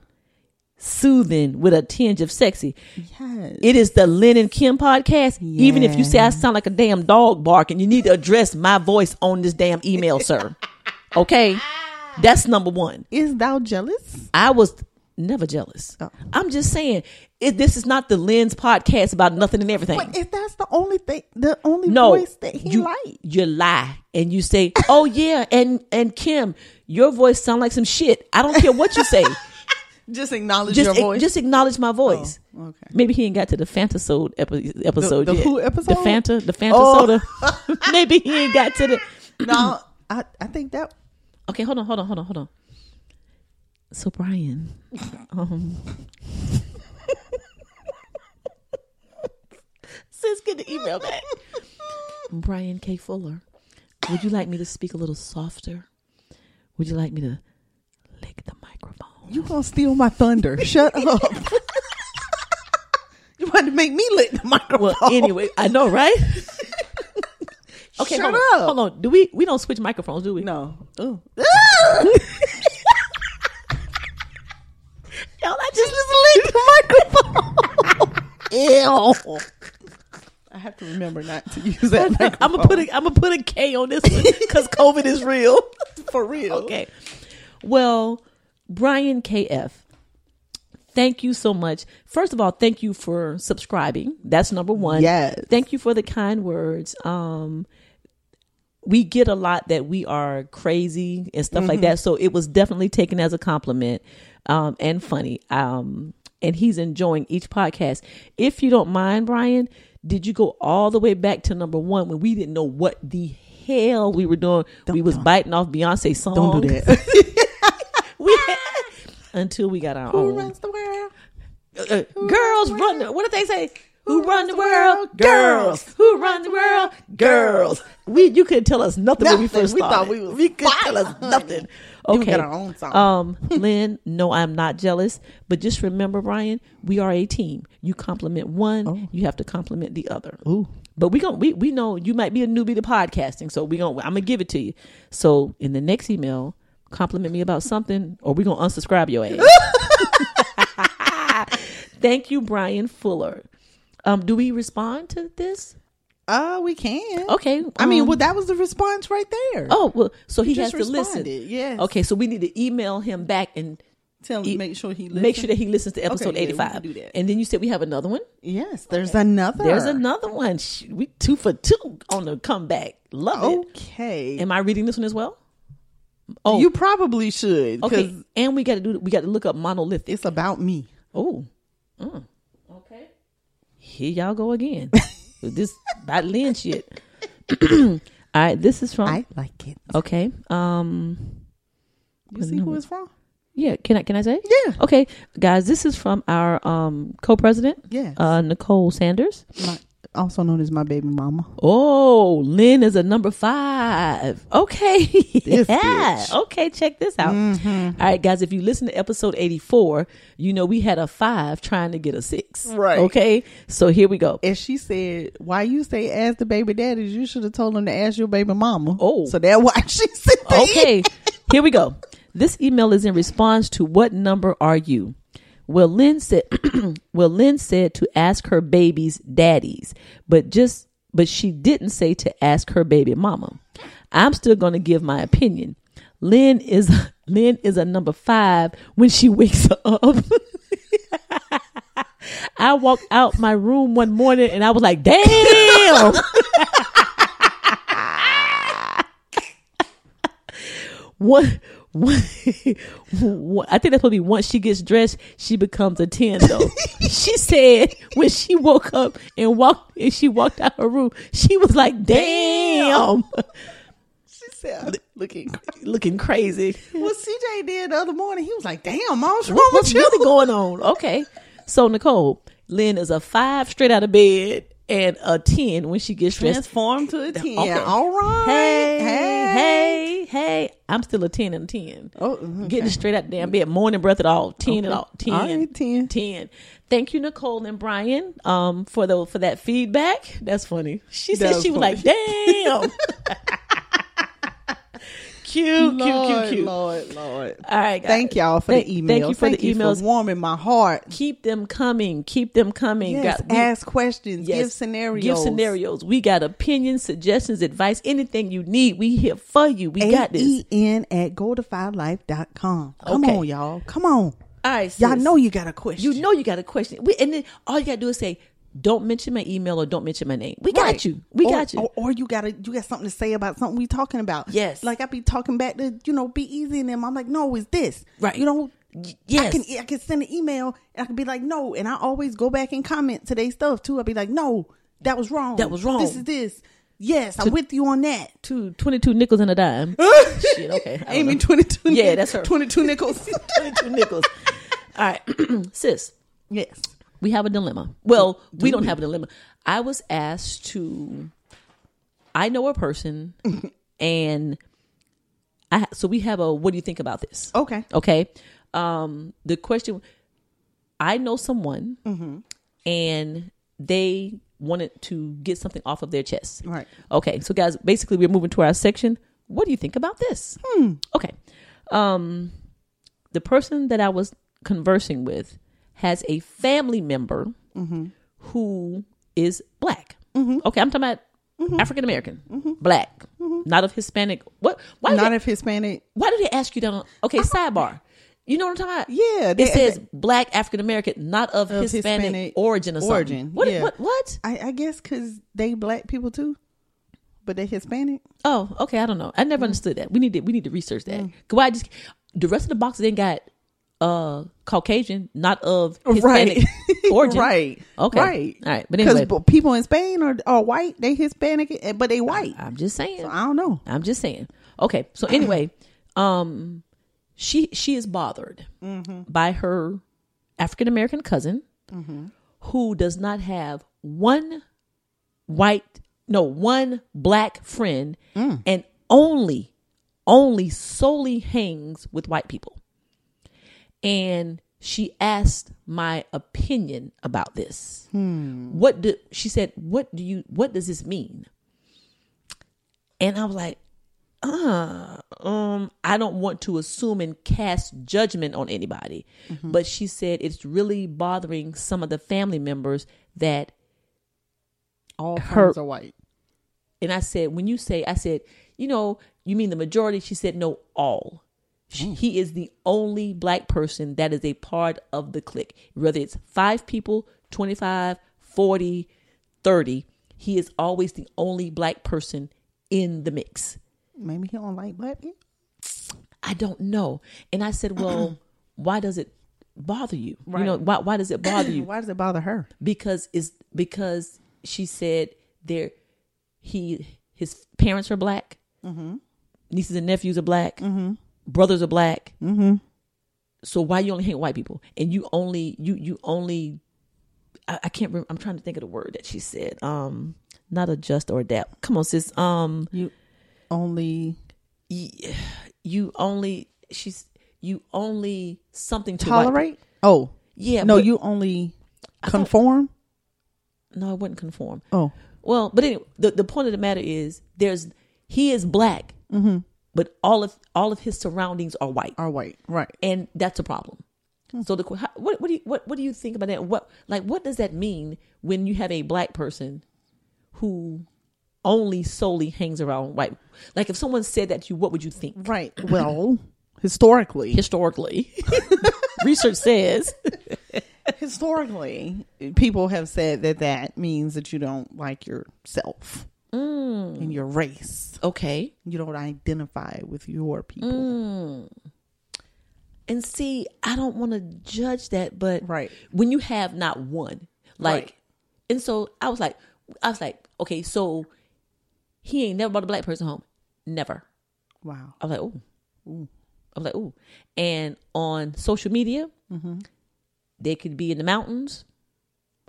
Speaker 4: Soothing with a tinge of sexy.
Speaker 3: Yes.
Speaker 4: It is the Lynn and Kim podcast. Even if you say I sound like a damn dog barking, you need to address my voice on this damn email, sir. Okay? That's number one.
Speaker 3: Is thou jealous?
Speaker 4: I was never jealous.
Speaker 3: Oh.
Speaker 4: I'm just saying, it, this is not the Lens podcast about nothing and everything.
Speaker 3: But if that's the only thing, the only
Speaker 4: no,
Speaker 3: voice that he
Speaker 4: you
Speaker 3: like,
Speaker 4: you lie and you say, "Oh yeah," and and Kim, your voice sound like some shit. I don't care what you say.
Speaker 3: just acknowledge
Speaker 4: just e, just acknowledge my voice.
Speaker 3: Oh, okay.
Speaker 4: Maybe he ain't got to the Fantasode epi- episode
Speaker 3: the
Speaker 4: yet.
Speaker 3: who
Speaker 4: The
Speaker 3: episode?
Speaker 4: Fanta, the Fanta
Speaker 3: Oh.
Speaker 4: soda. Maybe he ain't got to the. Mm.
Speaker 3: no, I I think that
Speaker 4: Okay, hold on, hold on, hold on, hold on. So Brian, um, sis, get the email back. Brian K. Fuller, would you like me to speak a little softer? Would you like me to lick the microphone?
Speaker 3: you gonna steal my thunder. Shut up. you want to make me lick the microphone?
Speaker 4: Well, anyway, I know, right? okay,
Speaker 3: Shut
Speaker 4: hold on,
Speaker 3: up.
Speaker 4: hold on. Do we we don't switch microphones, do we?
Speaker 3: No. Ooh.
Speaker 4: Y'all, I just, licked the microphone. Ew.
Speaker 3: I have to remember not to use that.
Speaker 4: I'm gonna put a I'm gonna put a K on this one because COVID is real.
Speaker 3: for real.
Speaker 4: okay. Well, Brian KF, thank you so much. First of all, thank you for subscribing. That's number one.
Speaker 3: Yes.
Speaker 4: Thank you for the kind words. Um, we get a lot that we are crazy and stuff like that. So it was definitely taken as a compliment um, and funny. Um, and he's enjoying each podcast. If you don't mind, Brian, did you go all the way back to number one when we didn't know what the hell we were doing? we was biting off Beyonce song.
Speaker 3: Don't do that.
Speaker 4: we had, until we got our
Speaker 3: Who
Speaker 4: own.
Speaker 3: runs the world?
Speaker 4: Uh, girls run the, what did they say? Who, run
Speaker 3: runs
Speaker 4: the
Speaker 3: the
Speaker 4: world?
Speaker 3: world?
Speaker 4: Girls.
Speaker 3: Girls.
Speaker 4: Who run the world? Girls. We you couldn't tell us nothing, when we
Speaker 3: Nothing.
Speaker 4: first
Speaker 3: We
Speaker 4: started.
Speaker 3: thought we was
Speaker 4: could
Speaker 3: fire,
Speaker 4: tell us
Speaker 3: honey.
Speaker 4: nothing.
Speaker 3: We
Speaker 4: Okay.
Speaker 3: got our own song.
Speaker 4: Um, Lynn, no, I'm not jealous, but just remember, Brian, we are a team. You compliment one,
Speaker 3: Oh.
Speaker 4: you have to compliment the other. Ooh. But we going we we know you might be a newbie to podcasting, so we going I'm gonna give it to you. So in the next email, compliment me about something, or we gonna unsubscribe your ass. Thank you, Brian Fuller. Um, do we respond to this?
Speaker 3: Uh, we can.
Speaker 4: Okay.
Speaker 3: I mean,
Speaker 4: um,
Speaker 3: well, that was the response right there.
Speaker 4: oh well, so he has
Speaker 3: just
Speaker 4: to listen.
Speaker 3: responded, yes.
Speaker 4: Okay, so we need to email him back and
Speaker 3: Tell him,
Speaker 4: e-
Speaker 3: make sure he listens.
Speaker 4: make sure that he listens to episode
Speaker 3: yeah, we can
Speaker 4: 85.
Speaker 3: do that.
Speaker 4: And then you said we have another one.
Speaker 3: Yes, there's another.
Speaker 4: There's another one. Sh- We two for two on the comeback. Love
Speaker 3: Okay.
Speaker 4: it. Am I reading this one as well? Oh,
Speaker 3: You probably should.
Speaker 4: okay.
Speaker 3: because
Speaker 4: And we got to do. We got to look up monolithic.
Speaker 3: It's about me.
Speaker 4: Oh, mm. okay. Here y'all go again. With this about Lynn shit. All right, this is from
Speaker 3: like it.
Speaker 4: okay. Um,
Speaker 3: You see who it's from?
Speaker 4: Yeah, can I can I say?
Speaker 3: Yeah.
Speaker 4: Okay, guys, this is from our um co-president,
Speaker 3: Yes.
Speaker 4: uh, Nicole Sanders.
Speaker 3: My, also known as my baby mama.
Speaker 4: Oh, Lynn is a number five. Okay, yeah.
Speaker 3: bitch. Mm-hmm.
Speaker 4: Okay, check this out. All right, guys, if you listen to episode eighty-four, you know we had a five trying to get a six.
Speaker 3: Right.
Speaker 4: Okay, so here we go.
Speaker 3: And she said, "Why you say ask the baby daddies? You should have told them to ask your baby mama."
Speaker 4: Oh.
Speaker 3: so that's why she said that.
Speaker 4: Okay, here we go. This email is in response to what number are you? Well, Lynn said. well, Lynn said to ask her baby's daddies, but just but she didn't say to ask her baby mama. I'm still going to give my opinion. Lynn is Lynn is a number five when she wakes up. I walked out my room one morning and I was like, "Damn." one, one, one- I think that's probably once she gets dressed, she becomes a ten. Though she said when she woke up and walked, and she walked out her room, she was like, "Damn,
Speaker 3: She said, "Looking."
Speaker 4: looking crazy.
Speaker 3: Well, CJ did the other morning. He was like, "Damn, mom, what's wrong
Speaker 4: What's
Speaker 3: with you?"
Speaker 4: really going on?" Okay, so Nicole, Lynn is a five straight out of bed and a ten when she gets dressed.
Speaker 3: Transformed to a ten.
Speaker 4: Okay.
Speaker 3: All right.
Speaker 4: Hey, hey, hey, hey! I'm still a ten and a ten.
Speaker 3: Oh, okay.
Speaker 4: Getting straight out the damn bed, morning breath at all, ten at all, ten,
Speaker 3: All right, 10.
Speaker 4: 10. Thank you, Nicole and Brian, um, for the for that feedback. That's funny. She
Speaker 3: That
Speaker 4: said
Speaker 3: was
Speaker 4: she was
Speaker 3: funny.
Speaker 4: like, "Damn, cute, cute,
Speaker 3: Lord,
Speaker 4: cute, cute."
Speaker 3: Lord, Lord.
Speaker 4: All right, guys.
Speaker 3: Thank y'all for
Speaker 4: Thank-
Speaker 3: the emails.
Speaker 4: Thank you for the emails.
Speaker 3: warming my heart.
Speaker 4: keep them coming. Keep them coming.
Speaker 3: Yes,
Speaker 4: Got- we-
Speaker 3: ask questions,
Speaker 4: Yes.
Speaker 3: give scenarios,
Speaker 4: Give scenarios. We got opinions, suggestions, advice, anything you need. We here for you. We got this.
Speaker 3: A-E-N E at goldifylife.com. E Come
Speaker 4: Okay.
Speaker 3: on, y'all. Come on.
Speaker 4: All right, sis.
Speaker 3: Y'all know you got a question.
Speaker 4: you know you got a question. We, and then all you gotta do is say, "Don't mention my email" or "Don't mention my name." We
Speaker 3: Right. Oh,
Speaker 4: got you. We
Speaker 3: Or-
Speaker 4: got you.
Speaker 3: Or, or you got to you got something to say about something we talking about.
Speaker 4: Yes.
Speaker 3: Like I be talking back to, you know, be easy and them. I'm like, no, it's this.
Speaker 4: Right.
Speaker 3: You know,
Speaker 4: yes.
Speaker 3: I can e, I can send an email and I can be like, no. And I always go back and comment today's stuff too. I'll be like, no, that was wrong.
Speaker 4: That was wrong.
Speaker 3: This is this. Yes, I'm with you on that.
Speaker 4: two, 22 nickels and a dime. Shit, okay. I don't
Speaker 3: Amy
Speaker 4: know.
Speaker 3: twenty two
Speaker 4: Yeah, that's her.
Speaker 3: Twenty two nickels.
Speaker 4: 22 nickels. All right, sis,
Speaker 3: yes.
Speaker 4: we have a dilemma. Well, we don't have a dilemma. I was asked to, I know a person, and I, ha- so we have a, what do you think about this?
Speaker 3: Okay.
Speaker 4: Okay. Um, the question I know someone and they wanted to get something off of their chest.
Speaker 3: Right.
Speaker 4: Okay. So guys, basically we're moving to our section. What do you think about this? Hmm. Okay. Um the person that I was conversing with has a family member
Speaker 3: Mm-hmm.
Speaker 4: who is black. Okay, I'm talking about
Speaker 3: Mm-hmm.
Speaker 4: African American, black, not of Hispanic. What? Why? do
Speaker 3: Not
Speaker 4: they-
Speaker 3: if Hispanic.
Speaker 4: why do they ask you that? On, okay, sidebar. You know what I'm talking about?
Speaker 3: Uh-huh. Yeah,
Speaker 4: it
Speaker 3: they-
Speaker 4: says black African American, not of,
Speaker 3: Of
Speaker 4: Hispanic,
Speaker 3: Hispanic
Speaker 4: origin or something.
Speaker 3: origin,
Speaker 4: What?
Speaker 3: yeah.
Speaker 4: What? What?
Speaker 3: I, I guess because they black people too. but they Hispanic.
Speaker 4: Oh, okay. I don't know. I never
Speaker 3: Mm.
Speaker 4: understood that. We need to we need to research that. Why just the rest of the boxes ain't got uh Caucasian, not of Hispanic origin.
Speaker 3: right.
Speaker 4: Okay.
Speaker 3: Right.
Speaker 4: All right. But
Speaker 3: Because
Speaker 4: anyway,
Speaker 3: people in Spain are, are white. They Hispanic, eh, but they white.
Speaker 4: I'm just saying.
Speaker 3: I don't know.
Speaker 4: I'm just saying. Okay. So anyway, um, she she is bothered by her African American cousin who does not have one white no one black friend and only only solely hangs with white people and she asked my opinion about this what do she said what do you what does this mean and i was like uh, um, I don't want to assume and cast judgment on anybody.
Speaker 3: Mm-hmm.
Speaker 4: But she said it's really bothering some of the family members that
Speaker 3: All
Speaker 4: Her-
Speaker 3: friends are white.
Speaker 4: and I said, when you say, I said, you know, you mean the majority? She said, no, all. She, he is the only black person that is a part of the clique. Whether it's five people, 25, 40, 30, he is always the only black person in the mix.
Speaker 3: Maybe he don't like black people.
Speaker 4: I don't know. And I said, well, why does it bother you? You know, why, why does it bother you?
Speaker 3: Why does it bother her?
Speaker 4: because is because she said there he his parents are black
Speaker 3: Mm-hmm.
Speaker 4: nieces and nephews are black brothers are black
Speaker 3: Mm-hmm.
Speaker 4: so why you only hang with white people and you only you you only I, I can't remember i'm trying to think of the word that she said um not adjust or adapt come on sis um
Speaker 3: You only
Speaker 4: y- you only she's you only something to white people.
Speaker 3: tolerate. Oh
Speaker 4: yeah
Speaker 3: no,
Speaker 4: but-
Speaker 3: you only conform.
Speaker 4: no i wouldn't conform
Speaker 3: Oh,
Speaker 4: Well, but anyway, the, the point of the matter is there's he is black, but all of all of his surroundings are white,
Speaker 3: are white. Right.
Speaker 4: and that's a problem. So the que- how, what what do you what what do you think about that? What like what does that mean when you have a black person who only solely hangs around white? Like if someone said that to you, what would you think?
Speaker 3: Right. Well, historically,
Speaker 4: Historically, research says
Speaker 3: historically, people have said that that means that you don't like yourself
Speaker 4: Mm.
Speaker 3: and your race.
Speaker 4: okay.
Speaker 3: You don't identify with your people.
Speaker 4: Mm. And see, I don't want to judge that, but
Speaker 3: Right.
Speaker 4: when you have not one, like,
Speaker 3: Right.
Speaker 4: and so I was like, I was like, okay, so he ain't never brought a black person home, never.
Speaker 3: Wow.
Speaker 4: I was like, ooh, I was like, ooh, and on social media, they could be in the mountains,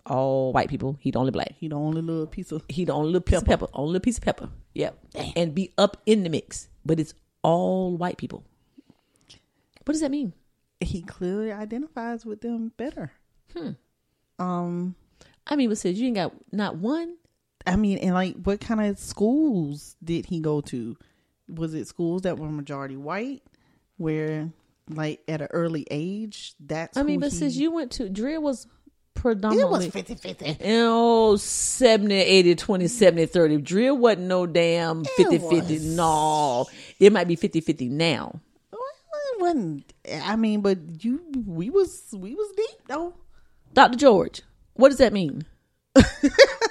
Speaker 4: all white people. He the only black.
Speaker 3: He the only little piece of
Speaker 4: He the only little piece of pepper, only little piece of pepper. Yep, and be up in the mix, but it's all white people. What does that mean?
Speaker 3: he clearly identifies with them better.
Speaker 4: Hmm.
Speaker 3: Um,
Speaker 4: I mean, but says you ain't got not one.
Speaker 3: I mean, and like, what kind of schools did he go to? Was it schools that were majority white, where like at an early age that's
Speaker 4: I mean,
Speaker 3: who
Speaker 4: but
Speaker 3: he-
Speaker 4: since you went to Drea was
Speaker 3: it was
Speaker 4: predominantly
Speaker 3: 50-50.
Speaker 4: oh 70 80 20 70 30 Drea wasn't no damn 50 50 no it might be 50 50 now
Speaker 3: Well, it wasn't. I mean, but you, we was we was deep though.
Speaker 4: Dr. George what does that mean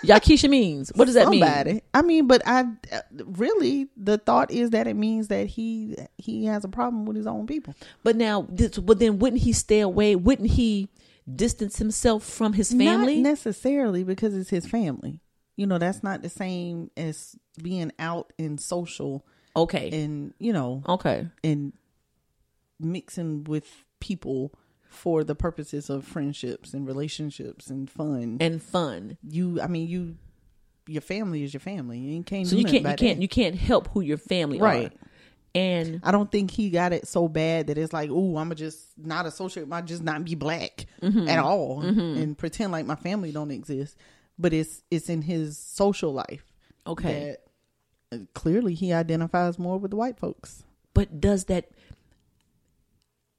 Speaker 4: Yakisha means what does that mean
Speaker 3: Somebody. I mean, but I uh, really the thought is that it means that he he has a problem with his own people.
Speaker 4: but now this, but then wouldn't he stay away wouldn't he distance himself from his family
Speaker 3: Not necessarily because it's his family. You know, that's not the same as being out and social
Speaker 4: okay
Speaker 3: and, you know,
Speaker 4: okay
Speaker 3: and mixing with people for the purposes of friendships and relationships and fun.
Speaker 4: and fun
Speaker 3: you I mean, you your family is your family. You can't
Speaker 4: so
Speaker 3: do
Speaker 4: you
Speaker 3: nothing
Speaker 4: can't you
Speaker 3: about
Speaker 4: can't
Speaker 3: that.
Speaker 4: you can't help who your family
Speaker 3: Right.
Speaker 4: are and
Speaker 3: I don't think he got it so bad that it's like, oh, I'm gonna just not associate, my just not be black
Speaker 4: Mm-hmm.
Speaker 3: at all, and pretend like my family don't exist. But it's it's in his social life
Speaker 4: okay
Speaker 3: that uh, clearly he identifies more with the white folks.
Speaker 4: but does that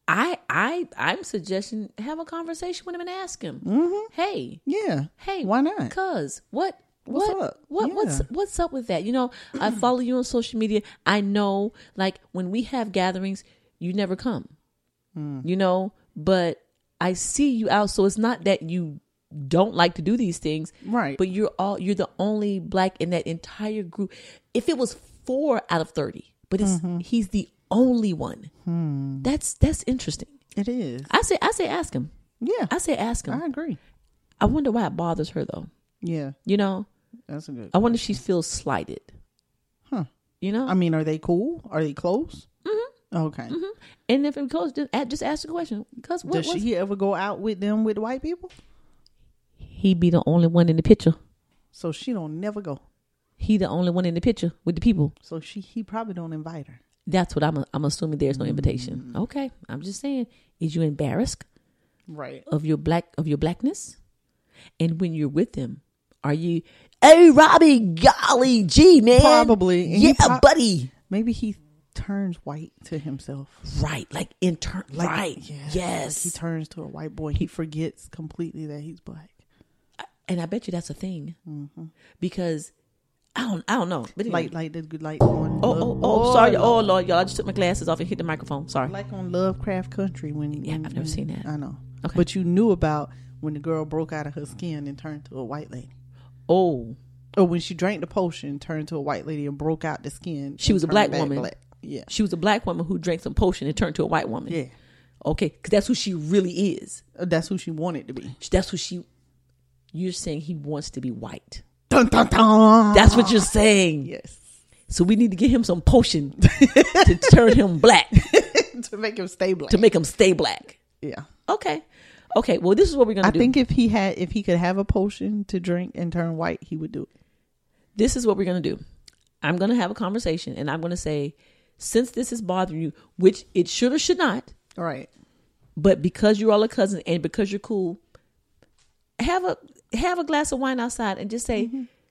Speaker 4: i i i'm suggesting have a conversation with him and ask him hey
Speaker 3: Yeah.
Speaker 4: hey
Speaker 3: Why not?
Speaker 4: cuz what
Speaker 3: What's
Speaker 4: what
Speaker 3: up?
Speaker 4: what
Speaker 3: Yeah.
Speaker 4: what's what's up with that you know i follow you on social media i know like when we have gatherings you never
Speaker 3: Hmm.
Speaker 4: come you know but i see you out so it's not that you don't like to do these things.
Speaker 3: Right.
Speaker 4: But you're all you're the only black in that entire group. If it was four out of thirty, but it's
Speaker 3: Mm-hmm.
Speaker 4: he's the only one.
Speaker 3: Hmm.
Speaker 4: That's that's interesting.
Speaker 3: It is.
Speaker 4: I say I say ask him.
Speaker 3: Yeah.
Speaker 4: I say ask him.
Speaker 3: I agree.
Speaker 4: I wonder why it bothers her though.
Speaker 3: Yeah.
Speaker 4: You know,
Speaker 3: That's a good.
Speaker 4: I wonder if she feels slighted.
Speaker 3: Huh.
Speaker 4: You know,
Speaker 3: I mean, are they cool? Are they close? Mm-hmm. Okay.
Speaker 4: and if it goes, just, a- just ask the question. Because what
Speaker 3: Does
Speaker 4: was
Speaker 3: she ever go out with them with white people?
Speaker 4: he be the only one in the picture?
Speaker 3: So she don't never go.
Speaker 4: He the only one in the picture with the people.
Speaker 3: So she he probably don't invite her.
Speaker 4: That's what I'm. I'm assuming there's no invitation.
Speaker 3: Mm.
Speaker 4: Okay, I'm just saying. Is you embarrassed
Speaker 3: Right.
Speaker 4: of your black of your blackness? And when you're with them, are you? Hey, Robbie, golly, gee, man,
Speaker 3: Probably. And he
Speaker 4: yeah,
Speaker 3: prob-
Speaker 4: buddy,
Speaker 3: Maybe he turns white to himself.
Speaker 4: right, like intern,
Speaker 3: Like-
Speaker 4: right,
Speaker 3: yeah, like
Speaker 4: yes.
Speaker 3: he turns to a white boy. He forgets completely that he's black.
Speaker 4: and I bet you that's a thing because I don't. I don't know. But anyway.
Speaker 3: Mm-hmm. Like like the good like on
Speaker 4: Oh,
Speaker 3: Love-
Speaker 4: oh, oh, sorry. Oh, Lord, y'all. I just took my glasses off and hit the microphone. Sorry.
Speaker 3: like on Lovecraft Country when
Speaker 4: Yeah,
Speaker 3: when-
Speaker 4: I've never
Speaker 3: when-
Speaker 4: seen that.
Speaker 3: I know.
Speaker 4: Okay.
Speaker 3: But you knew about when the girl broke out of her skin and turned to a white lady.
Speaker 4: Oh,
Speaker 3: Or when she drank the potion, turned to a white lady and broke out the skin.
Speaker 4: She
Speaker 3: and
Speaker 4: was a
Speaker 3: turned
Speaker 4: black
Speaker 3: back
Speaker 4: woman.
Speaker 3: Yeah.
Speaker 4: she was a black woman who drank some potion and turned to a white woman.
Speaker 3: Yeah.
Speaker 4: Okay, because that's who she really is.
Speaker 3: That's who she wanted to be.
Speaker 4: That's who she. You're saying he wants to be white.
Speaker 3: Dun, dun, dun.
Speaker 4: That's what you're saying.
Speaker 3: yes.
Speaker 4: So we need to get him some potion to turn him black
Speaker 3: to make him stay black.
Speaker 4: to make him stay black.
Speaker 3: yeah.
Speaker 4: Okay, okay. Well, this is what we're gonna
Speaker 3: I
Speaker 4: do.
Speaker 3: think if he had if he could have a potion to drink and turn white, he would do it.
Speaker 4: this is what we're going to do. I'm going to have a conversation and I'm going to say, since this is bothering you, which it should or should not,
Speaker 3: All right.
Speaker 4: but because you're all a cousin and because you're cool, have a have a glass of wine outside and just say,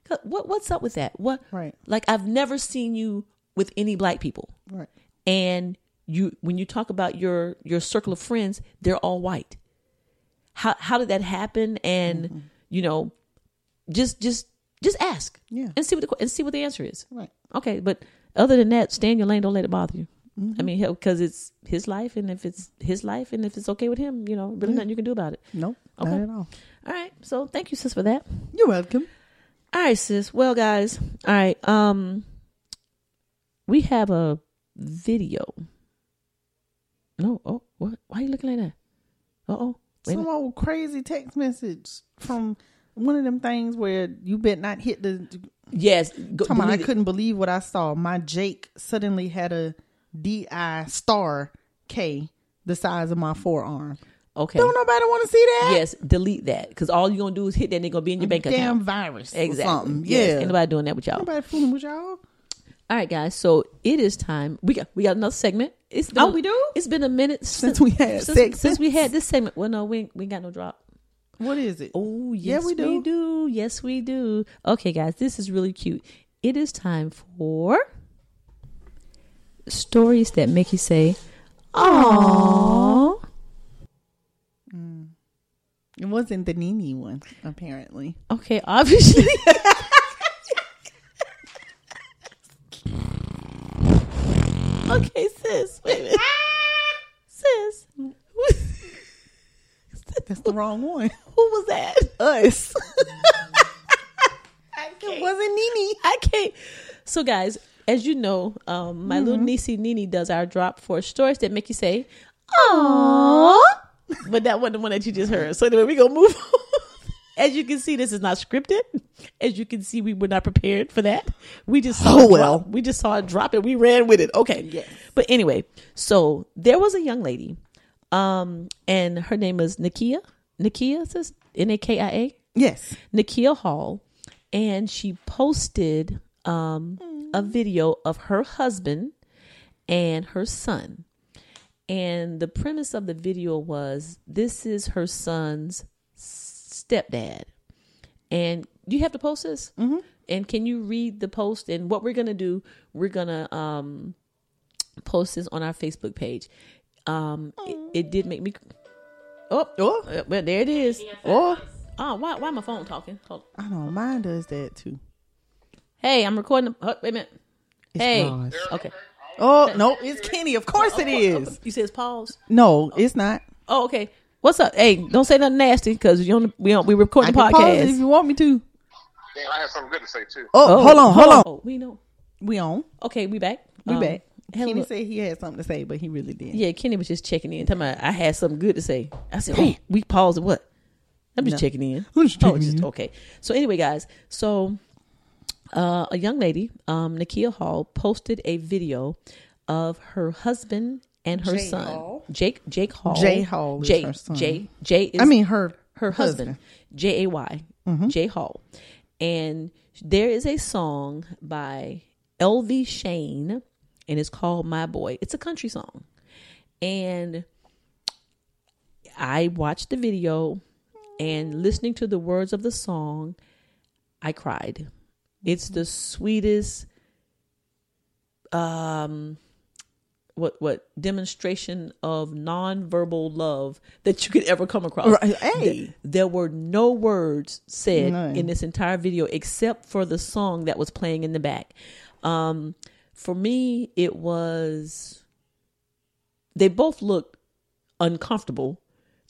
Speaker 4: "Huh, what what's up with that? What
Speaker 3: Right.
Speaker 4: Like I've never seen you with any black people,
Speaker 3: Right.
Speaker 4: and you when you talk about your your circle of friends, they're all white. How how did that happen? And
Speaker 3: Mm-hmm.
Speaker 4: you know, just just just ask,
Speaker 3: Yeah.
Speaker 4: and see what the, que- and see what the answer is.
Speaker 3: Right.
Speaker 4: Okay, but other than that, stay in your lane. Don't let it bother you. I
Speaker 3: Mm-hmm.
Speaker 4: mean, because it's his life, and if it's his life, and if it's okay with him, you know, really nothing you can do about it.
Speaker 3: Nope.
Speaker 4: Okay.
Speaker 3: Not at all.
Speaker 4: All right. So thank you, sis, for that.
Speaker 3: You're welcome.
Speaker 4: All right, sis. Well, guys. All right. Um, we have a video. No. Oh, what? Why are you looking like that? Uh oh. Wait a
Speaker 3: Some
Speaker 4: minute.
Speaker 3: old crazy text message from one of them things where you bet not hit the
Speaker 4: Yes. Go,
Speaker 3: Come on, I
Speaker 4: delete it.
Speaker 3: couldn't believe what I saw. My Jake suddenly had a DI star K the size of my forearm.
Speaker 4: Okay.
Speaker 3: Don't nobody want to see that?
Speaker 4: Yes. Delete that because all you're gonna do is hit that. and They're gonna be in your bank
Speaker 3: Damn
Speaker 4: account.
Speaker 3: virus. Exactly. Or
Speaker 4: Exactly.
Speaker 3: something.
Speaker 4: Yes.
Speaker 3: Yeah.
Speaker 4: Ain't nobody doing that with y'all.
Speaker 3: Nobody fooling with y'all.
Speaker 4: All right, guys. So it is time. We got we got another segment. It's been
Speaker 3: Oh,
Speaker 4: a-
Speaker 3: we do?
Speaker 4: It's been a minute
Speaker 3: Since we had
Speaker 4: since,
Speaker 3: sex.
Speaker 4: since we had this segment. Well, no, we ain't- we ain't got no drop.
Speaker 3: What is it?
Speaker 4: Oh
Speaker 3: Yeah,
Speaker 4: yes,
Speaker 3: we
Speaker 4: we,
Speaker 3: do.
Speaker 4: do. Yes, we do. Okay, guys, this is really cute. It is time for stories that make you say, "Aww."
Speaker 3: It wasn't the Nini one, apparently.
Speaker 4: Okay, obviously. okay, sis, wait a minute. sis, who,
Speaker 3: That's the wrong one.
Speaker 4: who was that?
Speaker 3: Us.
Speaker 4: It
Speaker 3: it
Speaker 4: was-
Speaker 3: wasn't Nini.
Speaker 4: I can't. So, guys, as you know, um, my
Speaker 3: Mm-hmm.
Speaker 4: little niecey Nini does our drop for stories that make you say, "Aww," but that wasn't the one that you just heard. So, anyway, we gonna move on. As you can see, this is not scripted. As you can see, we were not prepared for that. We just saw
Speaker 3: Oh,
Speaker 4: a
Speaker 3: well.
Speaker 4: drop- we just saw it drop and we ran with it. Okay,
Speaker 3: Yes.
Speaker 4: But anyway, so there was a young lady, um, and her name is Nakia. Nakia says N A K I A.
Speaker 3: Yes.
Speaker 4: Nikia Hall, and she posted um, a video of her husband and her son. And the premise of the video was this is her son's stepdad. And do you have to post this? Mm-hmm. And can you read the post? And what we're going to do, we're going to um, post this on our Facebook page. Um, it, it did make me. Oh,
Speaker 3: Oh.
Speaker 4: uh, well, there it is.
Speaker 3: Or
Speaker 4: Oh, why why my phone talking? Hold on.
Speaker 3: I don't know. Mine does that too.
Speaker 4: Hey, I'm recording. the- oh, wait a minute.
Speaker 3: It's
Speaker 4: Hey.
Speaker 3: Roz.
Speaker 4: Okay.
Speaker 3: Oh no, it's Kenny. Of course it is.
Speaker 4: You said it's pause.
Speaker 3: No, it's not.
Speaker 4: Oh, okay. What's up? Hey, don't say nothing nasty because you don't. We don't. We
Speaker 3: I
Speaker 4: recording the
Speaker 3: can pause it if
Speaker 4: podcast.
Speaker 3: you want me to.
Speaker 9: Damn, I have something good to say too.
Speaker 3: Oh, hold on, hold on.
Speaker 4: Oh, we know.
Speaker 3: We on.
Speaker 4: Okay, we back.
Speaker 3: We
Speaker 4: Um,
Speaker 3: back.
Speaker 4: hell
Speaker 3: Kenny
Speaker 4: look.
Speaker 3: said he had something to say, but he really didn't.
Speaker 4: Yeah, Kenny was just checking in. Talking about I had something good to say. I said, oh, we paused and what? I'm just
Speaker 3: No.
Speaker 4: checking in.
Speaker 3: I'm just
Speaker 4: oh,
Speaker 3: checking in.
Speaker 4: okay. So anyway, guys, so uh, a young lady, um, Nakia Hall, posted a video of her husband and her
Speaker 3: Jay
Speaker 4: son,
Speaker 3: Hall.
Speaker 4: Jake Jake Hall.
Speaker 3: Jay Hall is
Speaker 4: Jay
Speaker 3: her son.
Speaker 4: Jay Jay. Is
Speaker 3: I mean her
Speaker 4: her husband, J A Y, J Hall. And there is a song by LV Shane, and it's called My Boy. It's a country song. And I watched the video, and listening to the words of the song, I cried. It's the sweetest um what what demonstration of nonverbal love that you could ever come across.
Speaker 3: Right. Hey.
Speaker 4: Th- There were no words said
Speaker 3: None.
Speaker 4: in this entire video except for the song that was playing in the back. Um for me it was they both looked uncomfortable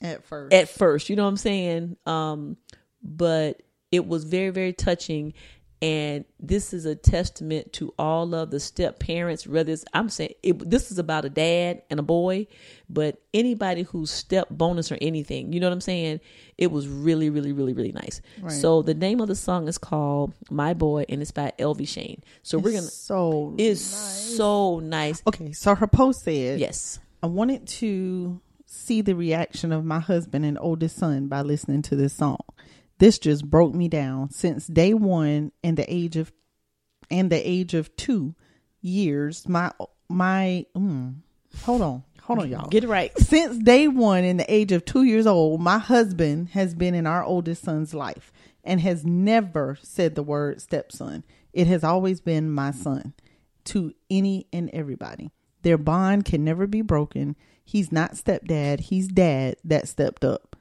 Speaker 3: At first.
Speaker 4: at first you know what i'm saying um but it was very very touching and this is a testament to all of the step parents whether it's i'm saying it, this is about a dad and a boy but anybody who's step bonus or anything you know what i'm saying it was really really really really nice so the name of the song is called my boy and it's by elvie shane so we're gonna
Speaker 3: so
Speaker 4: it's so nice
Speaker 3: okay. So her post said,
Speaker 4: yes
Speaker 3: I wanted to see the reaction of my husband and oldest son by listening to this song. This just broke me down since day one and the age of and the age of two years. My my mm, hold on. Hold on, y'all.
Speaker 4: get it right
Speaker 3: Since day one, in the age of two years old, my husband has been in our oldest son's life and has never said the word stepson. It has always been my son to any and everybody. Their bond can never be broken. He's not stepdad, he's dad that stepped up.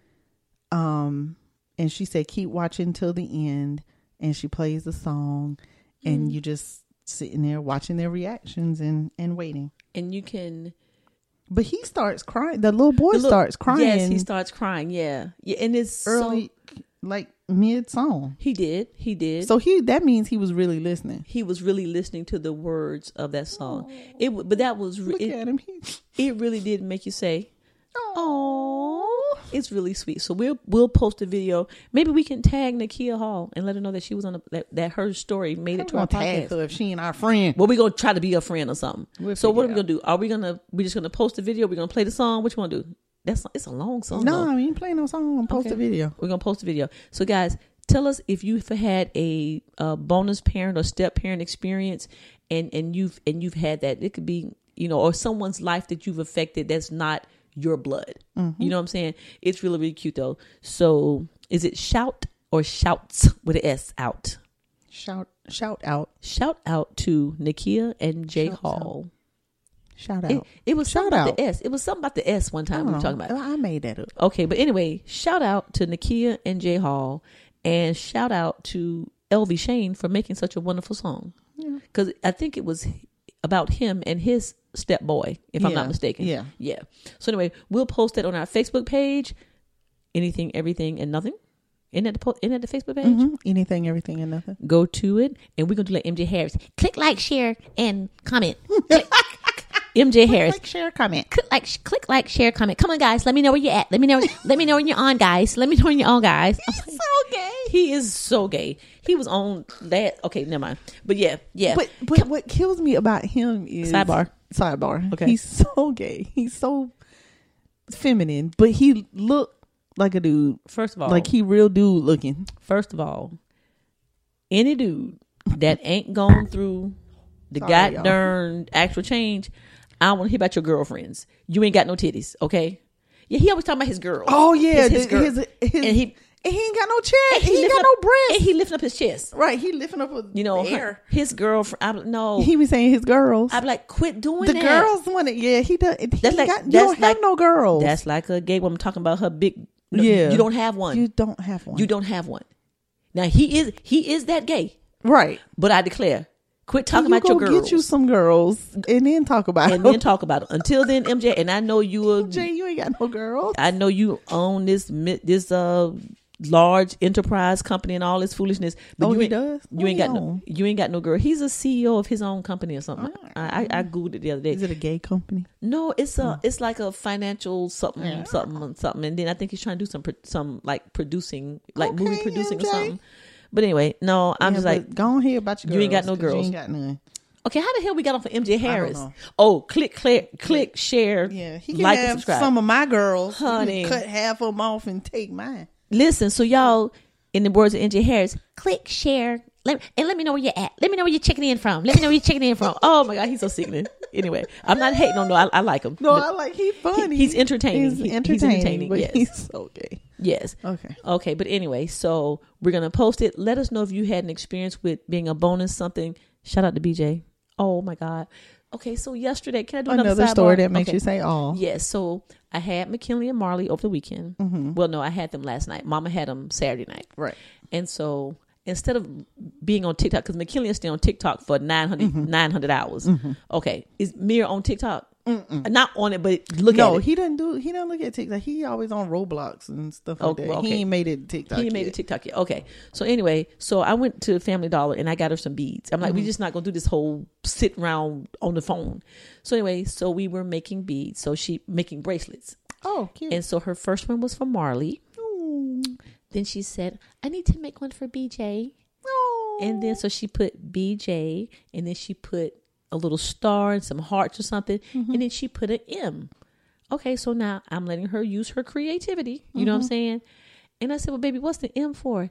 Speaker 3: Um, and she said, Keep watching till the end. And she plays the song, and you just sitting there watching their reactions and, and waiting.
Speaker 4: and you can
Speaker 3: But he starts crying. The little boy
Speaker 4: The little-
Speaker 3: starts crying
Speaker 4: Yes, he starts crying. Yeah, yeah, and it's early.
Speaker 3: early, like mid song.
Speaker 4: he did. He did.
Speaker 3: So he that means he was really listening.
Speaker 4: he was really listening to the words of that song. It, w- but that was, re-
Speaker 3: Look
Speaker 4: it,
Speaker 3: at him. He,
Speaker 4: it really did make you say, "Oh, it's really sweet." So we'll we'll post a video. Maybe we can tag Nakia Hall and let her know that she was on a, that, that her story made it to
Speaker 3: gonna
Speaker 4: our
Speaker 3: tag
Speaker 4: podcast.
Speaker 3: her if she ain't our friend.
Speaker 4: Well, we're gonna try to be a friend or something.
Speaker 3: We'll
Speaker 4: so what are we
Speaker 3: figure
Speaker 4: gonna do? Are we gonna we just gonna post a video? We're gonna play the song. What you wanna do? That's it's a long song. though.
Speaker 3: No, I ain't playing no song. I'm Post a
Speaker 4: Okay.
Speaker 3: video.
Speaker 4: We're gonna post a video. So guys, tell us if you've had a, uh bonus parent or step parent experience, and and you've and you've had that. It could be you know, or someone's life that you've affected that's not your blood. You know what I'm saying? It's really really cute though. So is it shout or shouts with an S out?
Speaker 3: Shout shout out.
Speaker 4: Shout out to Nakia and Jay
Speaker 3: Shouts
Speaker 4: Hall.
Speaker 3: Shout out.
Speaker 4: It, it was
Speaker 3: Shout
Speaker 4: something about
Speaker 3: out.
Speaker 4: the S. It was something about the S one
Speaker 3: I
Speaker 4: time
Speaker 3: don't
Speaker 4: we were
Speaker 3: know.
Speaker 4: talking about.
Speaker 3: I made that up.
Speaker 4: Okay, but anyway, shout out to Nakia and Jay Hall, and shout out to LV Shane for making such a wonderful song. Because I think it was about him and his step boy, if I'm
Speaker 3: Yeah,
Speaker 4: not mistaken.
Speaker 3: yeah.
Speaker 4: yeah. So anyway, we'll post that on our Facebook page. Anything, everything, and nothing. In at the po- in at the Facebook page,
Speaker 3: Mhm. Anything, everything, and nothing.
Speaker 4: go to it, and we're gonna do like MJ Harris.
Speaker 6: Click like, share, and comment.
Speaker 4: MJ Harris,
Speaker 3: Like, share, comment.
Speaker 6: Click like, sh- click like, share, comment. Come on, guys. Let me know where you're at. Let me know. let me know when you're on, guys. Let me know when you're on, guys.
Speaker 4: he is so gay. He was on that. Okay, never mind. But yeah, yeah.
Speaker 3: But but what kills me about him is
Speaker 4: Sidebar.
Speaker 3: Sidebar.
Speaker 4: Okay.
Speaker 3: He's so gay. He's so feminine, but he looked like a dude.
Speaker 4: First of all,
Speaker 3: Like he real dude looking.
Speaker 4: First of all, any dude that ain't gone through the
Speaker 3: Sorry, y'all.
Speaker 4: goddamn actual change, I want to hear about your girlfriends. You ain't got no titties, okay? Yeah, he always talking about his girl.
Speaker 3: Oh yeah,
Speaker 4: his, his
Speaker 3: the-
Speaker 4: girl.
Speaker 3: his, his,
Speaker 4: and he
Speaker 3: and he ain't got no chest.
Speaker 4: and
Speaker 3: He, ain't
Speaker 4: lifting
Speaker 3: got
Speaker 4: up-
Speaker 3: no breast.
Speaker 4: And he lifting up his chest.
Speaker 3: right, he lifting up with
Speaker 4: You know, her-
Speaker 3: air.
Speaker 4: his girlfriend. I'm no.
Speaker 3: He be saying his girls.
Speaker 4: I'm like, quit doing
Speaker 3: the
Speaker 4: that.
Speaker 3: girls want it. Yeah, he does. He
Speaker 4: That's like-
Speaker 3: got, you
Speaker 4: that's
Speaker 3: don't have
Speaker 4: like-
Speaker 3: no girls.
Speaker 4: That's like a gay woman talking about her big. No,
Speaker 3: Yeah.
Speaker 4: you don't have one.
Speaker 3: you don't have one.
Speaker 4: you don't have one. Now he is he is that gay.
Speaker 3: right.
Speaker 4: But I declare, Quit talking
Speaker 3: you
Speaker 4: about your
Speaker 3: go
Speaker 4: girls.
Speaker 3: Get you some girls, and then talk about
Speaker 4: and then talk about it. Until then, MJ, and I know you will.
Speaker 3: Jay, you ain't got no girls.
Speaker 4: I know you own this mi- this uh large enterprise company and all this foolishness. But
Speaker 3: Oh,
Speaker 4: you
Speaker 3: he
Speaker 4: ain't,
Speaker 3: does?
Speaker 4: You
Speaker 3: Oh,
Speaker 4: ain't got no.
Speaker 3: no.
Speaker 4: You ain't got no girl. He's a CEO of his own company or something. I, I I googled it the other day.
Speaker 3: Is it a gay company?
Speaker 4: No, it's
Speaker 3: Hmm.
Speaker 4: a it's like a financial something something and something, and then I think he's trying to do some pro- some like producing like movie
Speaker 3: Okay,
Speaker 4: producing or
Speaker 3: MJ.
Speaker 4: something. But anyway, no, I'm
Speaker 3: Yeah,
Speaker 4: just like
Speaker 3: but go on here about your girls.
Speaker 4: you ain't got no
Speaker 3: 'cause you
Speaker 4: girls.
Speaker 3: ain't got none.
Speaker 4: okay. How the hell we got off of MJ Harris?
Speaker 3: know.
Speaker 4: Oh, click click click share.
Speaker 3: Yeah, he can
Speaker 4: like and
Speaker 3: have
Speaker 4: subscribe.
Speaker 3: some of my girls. He can
Speaker 4: Honey.
Speaker 3: cut half of them off and take mine.
Speaker 4: Listen, so y'all, in the words of MJ Harris,
Speaker 6: Click share.
Speaker 4: let, and let me know where you're at. Let me know where you're checking in from. Let me know where you're checking in from. Oh my God, he's so sickening. Anyway, I'm not hating on no. I, I like him.
Speaker 3: No,
Speaker 4: But-
Speaker 3: I like he funny.
Speaker 4: he's entertaining.
Speaker 3: He's
Speaker 4: He- he's
Speaker 3: entertaining,
Speaker 4: entertaining,
Speaker 3: but
Speaker 4: yes.
Speaker 3: he's so gay.
Speaker 4: Yes.
Speaker 3: Okay.
Speaker 4: Okay. But anyway, so we're gonna post it. Let us know if you had an experience with being a bonus something. Shout out to BJ. Oh my God. Okay, so yesterday, can I do another,
Speaker 3: Another,
Speaker 4: sidebar?
Speaker 3: story that makes
Speaker 4: Okay.
Speaker 3: you say, "Oh,
Speaker 4: Yes. So I had McKinley and Marley over the weekend. Well, no, I had them last night. Mama had them Saturday night.
Speaker 3: Mm-hmm. Right.
Speaker 4: And so instead of being on TikTok, because McKinley is staying on TikTok for 900,
Speaker 3: Mm-hmm.
Speaker 4: 900 hours. Okay. Is Mir on TikTok? Not on it, but look
Speaker 3: no,
Speaker 4: at it.
Speaker 3: he doesn't do. He doesn't look at TikTok. He always on Roblox and stuff like
Speaker 4: Oh,
Speaker 3: that.
Speaker 4: well, okay.
Speaker 3: He ain't made it to TikTok.
Speaker 4: He made a
Speaker 3: yet.
Speaker 4: TikTok yet. Okay. So anyway, so I went to Family Dollar and I got her some beads. I'm like, we just not gonna do this whole sit round on the phone. So anyway, so we were making beads. So she making bracelets.
Speaker 3: Oh, cute.
Speaker 4: And so her first one was for Marley. Then she said,
Speaker 6: I need to make one for BJ.
Speaker 4: and then so she put BJ, and then she put a little star and some hearts or something, and then she put an M. Okay, so now I'm letting her use her creativity. You know what I'm saying? And I said, "Well, baby, what's the M for?"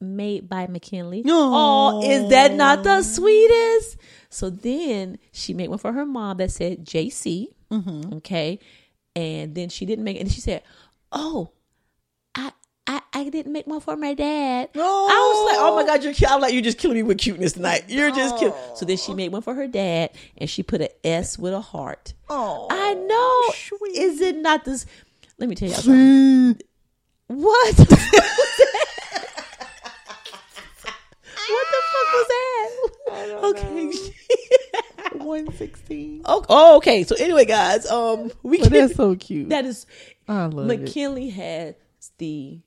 Speaker 4: Made by McKinley. Oh, is that not the sweetest? So then she made one for her mom that said JC. Okay, and then she didn't make it, and she said, "Oh,
Speaker 6: I I, I didn't make one for my dad.
Speaker 4: I was like, oh my God, you're cute. I'm like, you're just killing me with cuteness tonight. You're just cute. So then she made one for her dad and she put an S with a heart. Oh, I know. Is it not this? Let me tell you something. What? what the fuck was that? Okay.
Speaker 3: one sixteen.
Speaker 4: oh, oh, okay. So anyway, guys, um, we
Speaker 3: But
Speaker 4: can,
Speaker 3: that's so cute.
Speaker 4: that is
Speaker 3: I love it.
Speaker 4: McKinley has the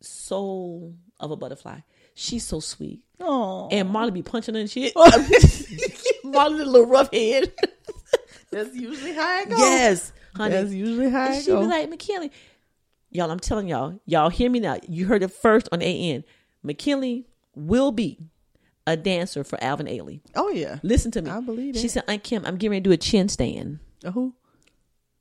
Speaker 4: soul of a butterfly. She's so sweet.
Speaker 3: Oh,
Speaker 4: and Molly be punching her and shit. Molly the little rough head.
Speaker 3: that's usually how it goes.
Speaker 4: yes, honey.
Speaker 3: that's usually how
Speaker 4: and
Speaker 3: it
Speaker 4: she be
Speaker 3: goes.
Speaker 4: like, McKinley, y'all, I'm telling y'all, y'all hear me now. You heard it first on AN. McKinley will be a dancer for Alvin Ailey.
Speaker 3: oh yeah.
Speaker 4: Listen to me.
Speaker 3: I believe
Speaker 4: She
Speaker 3: it.
Speaker 4: said, Aunt Kim, I'm getting ready to do a chin stand.
Speaker 3: Who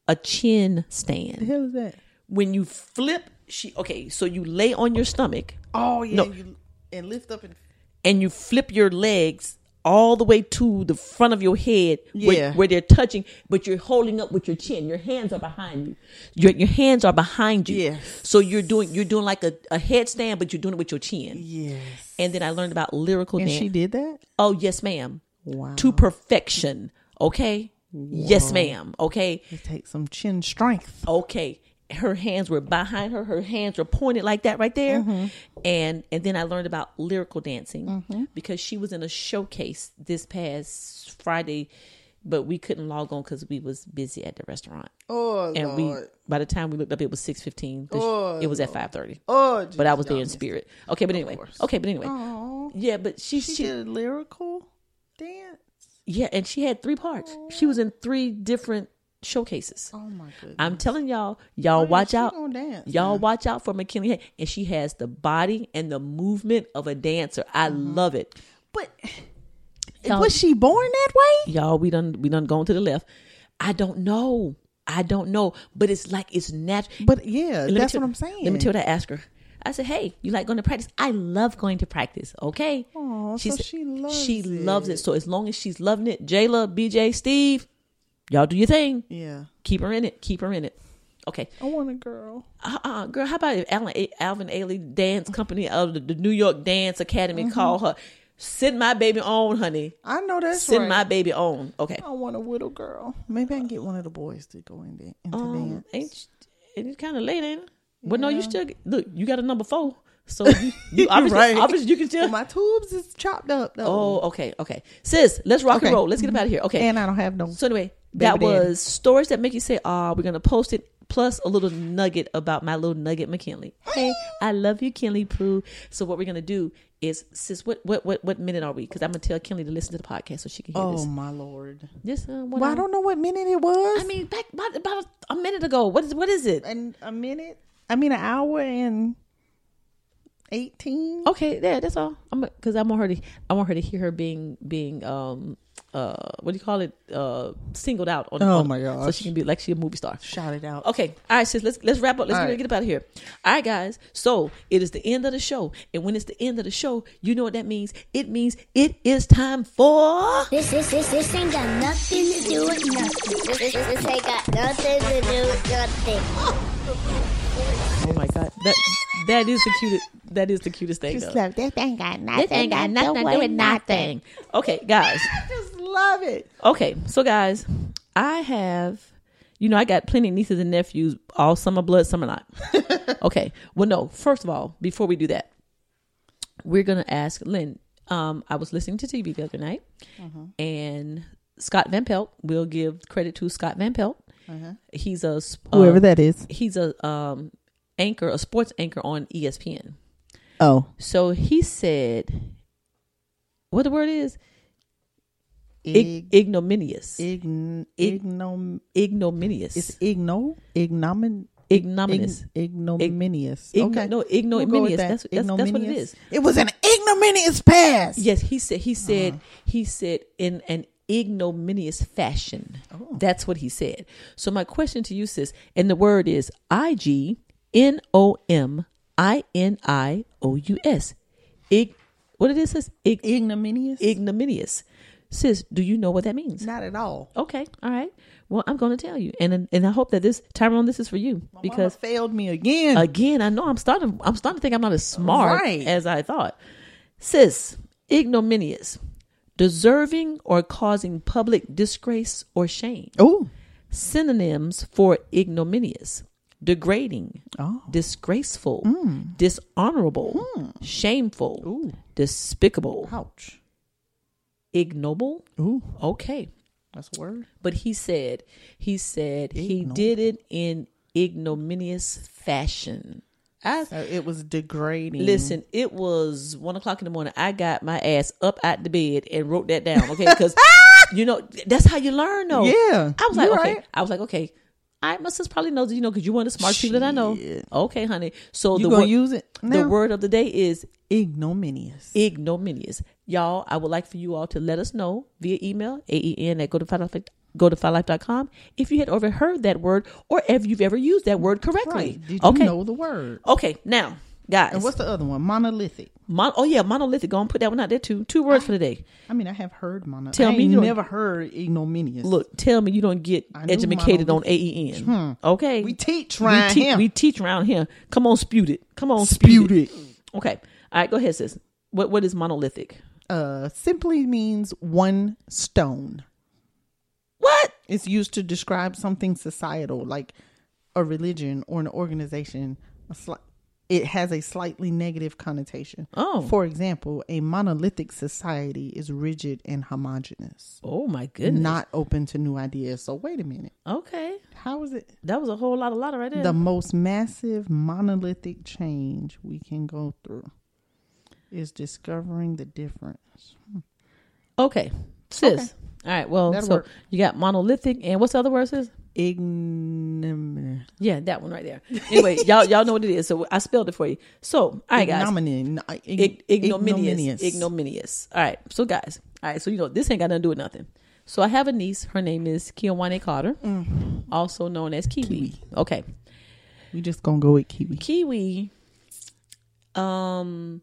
Speaker 4: A chin
Speaker 3: the
Speaker 4: stand.
Speaker 3: hell is that?
Speaker 4: When you flip, she okay, so you lay on your stomach
Speaker 3: Oh yeah.
Speaker 4: No.
Speaker 3: You, and lift up and
Speaker 4: and you flip your legs all the way to the front of your head where,
Speaker 3: Yeah.
Speaker 4: where they're touching, but you're holding up with your chin. Your hands are behind you. Your your hands are behind you.
Speaker 3: Yes.
Speaker 4: So you're doing you're doing like a, a headstand, but you're doing it with your chin.
Speaker 3: yes.
Speaker 4: And then I learned about lyrical
Speaker 3: And
Speaker 4: dance.
Speaker 3: she did that.
Speaker 4: oh yes, ma'am.
Speaker 3: Wow.
Speaker 4: To perfection. Okay? Yes, ma'am. Okay.
Speaker 3: It takes some chin strength.
Speaker 4: Okay. Her hands were behind her. Her hands were pointed like that right there.
Speaker 3: Mm-hmm.
Speaker 4: And and then I learned about lyrical dancing because she was in a showcase this past Friday, but we couldn't log on because we was busy at the restaurant.
Speaker 3: Oh
Speaker 4: and we
Speaker 3: lord.
Speaker 4: by the time we looked up, it was six fifteen.
Speaker 3: Oh,
Speaker 4: it was at five thirty.
Speaker 3: oh,
Speaker 4: But I was
Speaker 3: Jesus,
Speaker 4: there
Speaker 3: y'all
Speaker 4: in
Speaker 3: missed it.
Speaker 4: spirit. Okay, but anyway.
Speaker 3: course.
Speaker 4: Okay, but anyway.
Speaker 3: Aw.
Speaker 4: Yeah, but she,
Speaker 3: She,
Speaker 4: she
Speaker 3: did a lyrical dance.
Speaker 4: yeah, and she had three parts. She was in three different showcases.
Speaker 3: Oh my goodness.
Speaker 4: I'm telling y'all, y'all
Speaker 3: yeah,
Speaker 4: watch
Speaker 3: she
Speaker 4: out.
Speaker 3: gonna dance,
Speaker 4: y'all
Speaker 3: man.
Speaker 4: watch out for McKinley. Hay- And she has the body and the movement of a dancer. I
Speaker 3: Mm-hmm.
Speaker 4: love it.
Speaker 3: But
Speaker 4: Y'all-
Speaker 3: was she born that way?
Speaker 4: Y'all, we done we done gone to the left. I don't know. I don't know. But it's like it's natural.
Speaker 3: But yeah, that's what I'm saying.
Speaker 4: Let me tell you what I asked her. I said, Hey, you like going to practice? I love going to practice. Okay.
Speaker 3: Aw, so
Speaker 4: said-
Speaker 3: she loves
Speaker 4: she
Speaker 3: it.
Speaker 4: loves it. So as long as she's loving it, Jayla, BJ, Steve, y'all do your thing.
Speaker 3: Yeah,
Speaker 4: Keep her in it. Keep her in it. Okay.
Speaker 3: I want a girl.
Speaker 4: uh, uh girl, how about if Alan, Alvin Ailey Dance Company of the, the New York Dance Academy
Speaker 3: Mm-hmm.
Speaker 4: call her? Send my baby on, honey.
Speaker 3: I know that's
Speaker 4: Send
Speaker 3: right. Oh,
Speaker 4: my baby on. Okay.
Speaker 3: I want a little girl. Maybe I can get one of the boys to go in there and to
Speaker 4: Um,
Speaker 3: dance.
Speaker 4: ain't sh- it kind of late, ain't it? But no, you still look. You got a number four. So you, you obviously,
Speaker 3: right. Oh,
Speaker 4: obviously you can still.
Speaker 3: my tubes is chopped up though.
Speaker 4: Oh, okay, okay. Sis, let's rock
Speaker 3: Okay.
Speaker 4: and roll. Let's get up out of here. Okay.
Speaker 3: and I don't have no.
Speaker 4: So anyway, that
Speaker 3: Baby daddy.
Speaker 4: was stories that make you say, "Ah, we're gonna post it." Plus a little nugget about my little nugget McKinley. Hey, I love you, Kinley Pooh. So what we're gonna do is, sis, what what what, what minute are we? Because I'm gonna tell Kinley to listen to the podcast so she can hear
Speaker 3: Oh
Speaker 4: this.
Speaker 3: my lord!
Speaker 4: This uh, one
Speaker 3: Well, I
Speaker 4: hour-
Speaker 3: don't know what minute it was.
Speaker 4: I mean, back about, about a minute ago. What is what is it?
Speaker 3: and a minute. I mean, an hour and eighteen.
Speaker 4: Okay, yeah, that's all. I'm because I want her to I want her to hear her being being um uh what do you call it uh singled out on
Speaker 3: Oh
Speaker 4: on-
Speaker 3: my
Speaker 4: so
Speaker 3: gosh.
Speaker 4: she can be like she a movie star.
Speaker 3: Shout it out.
Speaker 4: Okay. All right, sis. Let's let's wrap up. Let's
Speaker 3: All
Speaker 4: get,
Speaker 3: right.
Speaker 4: get up out of here. All right, guys. So it is the end of the show, and when it's the end of the show, you know what that means. It means it is time for.
Speaker 11: Oh
Speaker 12: This, this, this, this ain't got nothing to do with nothing. This, this, this ain't got nothing to do with nothing.
Speaker 4: Oh my God. That that is the cutest. That is the cutest thing. though.
Speaker 12: love this ain't got nothing.
Speaker 11: This ain't got nothing to do with nothing.
Speaker 4: Okay, guys.
Speaker 3: Just love it.
Speaker 4: Okay, so guys, I have, you know, I got plenty of nieces and nephews. All some are blood, some are not. okay. Well, no. First of all, before we do that, we're gonna ask Lynn. Um, I was listening to TV the other night, and Scott Van Pelt. We'll give credit to Scott Van Pelt. He's a s-
Speaker 3: Oh. Whoever
Speaker 4: uh,
Speaker 3: that is.
Speaker 4: he's a um anchor, a sports anchor on E ESPN.
Speaker 3: Oh,
Speaker 4: So he said, what the word is Ig- ignominious.
Speaker 3: ign,
Speaker 4: ig-
Speaker 3: ignom.
Speaker 4: ignominious.
Speaker 3: It's igno. Ignomin.
Speaker 4: ignominious.
Speaker 3: ign- ignominious.
Speaker 4: Igno-
Speaker 3: okay.
Speaker 4: No,
Speaker 3: We'll
Speaker 4: ignominious.
Speaker 3: go with that.
Speaker 4: that's, that's, that's what it
Speaker 3: Ignominious.
Speaker 4: is.
Speaker 3: It was an ignominious pass.
Speaker 4: Yes, he said. He said. He said in an ignominious fashion. That's what he said. So my question to you, sis, and the word is I G N O M I N I O U S. Ig. What it is, sis? Ig,
Speaker 3: Ignominious.
Speaker 4: ignominious. Sis, do you know what that means?
Speaker 3: Not at all.
Speaker 4: Okay, all right. Well, I'm going to tell you, and and I hope that this Tyrone, this is for you
Speaker 3: Because
Speaker 4: because
Speaker 3: failed me again.
Speaker 4: again i know i'm starting i'm starting to think i'm not as smart
Speaker 3: Right.
Speaker 4: as i thought sis ignominious deserving or causing public disgrace or shame
Speaker 3: oh,
Speaker 4: synonyms for ignominious degrading
Speaker 3: Oh.
Speaker 4: disgraceful
Speaker 3: Mm.
Speaker 4: dishonorable
Speaker 3: Hmm.
Speaker 4: shameful despicable
Speaker 3: ouch.
Speaker 4: ignoble
Speaker 3: Ooh,
Speaker 4: okay
Speaker 3: that's a word.
Speaker 4: but he said he said he did it in ignominious fashion I,
Speaker 3: So Uh, it was degrading.
Speaker 4: Listen, it was one o'clock in the morning. I got my ass up out the bed and wrote that down. Okay, because you know that's how you learn, though.
Speaker 3: Yeah,
Speaker 4: I was like,
Speaker 3: you're
Speaker 4: okay,
Speaker 3: right.
Speaker 4: I was like, okay. I my sis probably knows, you know, because you one of the smart people that I know. Okay, honey. So
Speaker 3: You
Speaker 4: the
Speaker 3: gonna
Speaker 4: word,
Speaker 3: use it
Speaker 4: The
Speaker 3: now?
Speaker 4: word of the day is
Speaker 3: ignominious.
Speaker 4: ignominious. Y'all, I would like for you all to let us know via email, AEN at go to five go to findlife.com if you had overheard that word or if you've ever used that word correctly.
Speaker 3: Right. Did you
Speaker 4: okay.
Speaker 3: know the word?
Speaker 4: Okay, now, guys.
Speaker 3: And what's the other one? Monolithic.
Speaker 4: Mon- oh yeah, monolithic. Go and put that one out there too. Two words for the day.
Speaker 3: I mean, I have heard monolithic.
Speaker 4: Tell
Speaker 3: Tell
Speaker 4: me
Speaker 3: me
Speaker 4: you
Speaker 3: you
Speaker 4: don't-
Speaker 3: never heard ignominious.
Speaker 4: Look, tell me you don't get
Speaker 3: I knew Hmm.
Speaker 4: educated on AEN. Okay,
Speaker 3: we teach
Speaker 4: we,
Speaker 3: right
Speaker 4: te-
Speaker 3: here.
Speaker 4: we teach around here. Come on, spew it. Come on, spew,
Speaker 3: dispute it.
Speaker 4: it. Okay, all right. Go ahead, sis. What what is monolithic?
Speaker 3: Uh, simply means one stone.
Speaker 4: What?
Speaker 3: It's used to describe something societal, like a religion or an organization. A sli- it has a slightly negative connotation.
Speaker 4: Oh.
Speaker 3: For example, a monolithic society is rigid and homogenous,
Speaker 4: Oh my goodness.
Speaker 3: not open to new ideas. So, wait a minute.
Speaker 4: okay.
Speaker 3: How is it
Speaker 4: That was a whole lot of lot right there.
Speaker 3: the most massive monolithic change we can go through? Is discovering the difference.
Speaker 4: okay, sis. All right. Well,
Speaker 3: That'll
Speaker 4: so
Speaker 3: work.
Speaker 4: you got monolithic and what's the other word, sis?
Speaker 3: Ignominy.
Speaker 4: Yeah, that one right there. Anyway, y'all y'all know what it is. So I spelled it for you. So all right, guys.
Speaker 3: Ignominy. Ig-
Speaker 4: Ig- ignominious. Ignominious. All right. So, guys, all right. So, you know, this ain't got nothing to do with nothing. So, I have a niece. Her name is Kiwane Carter, also known as Mm. Kiwi. Okay.
Speaker 3: We just gonna go with kiwi.
Speaker 4: Kiwi um,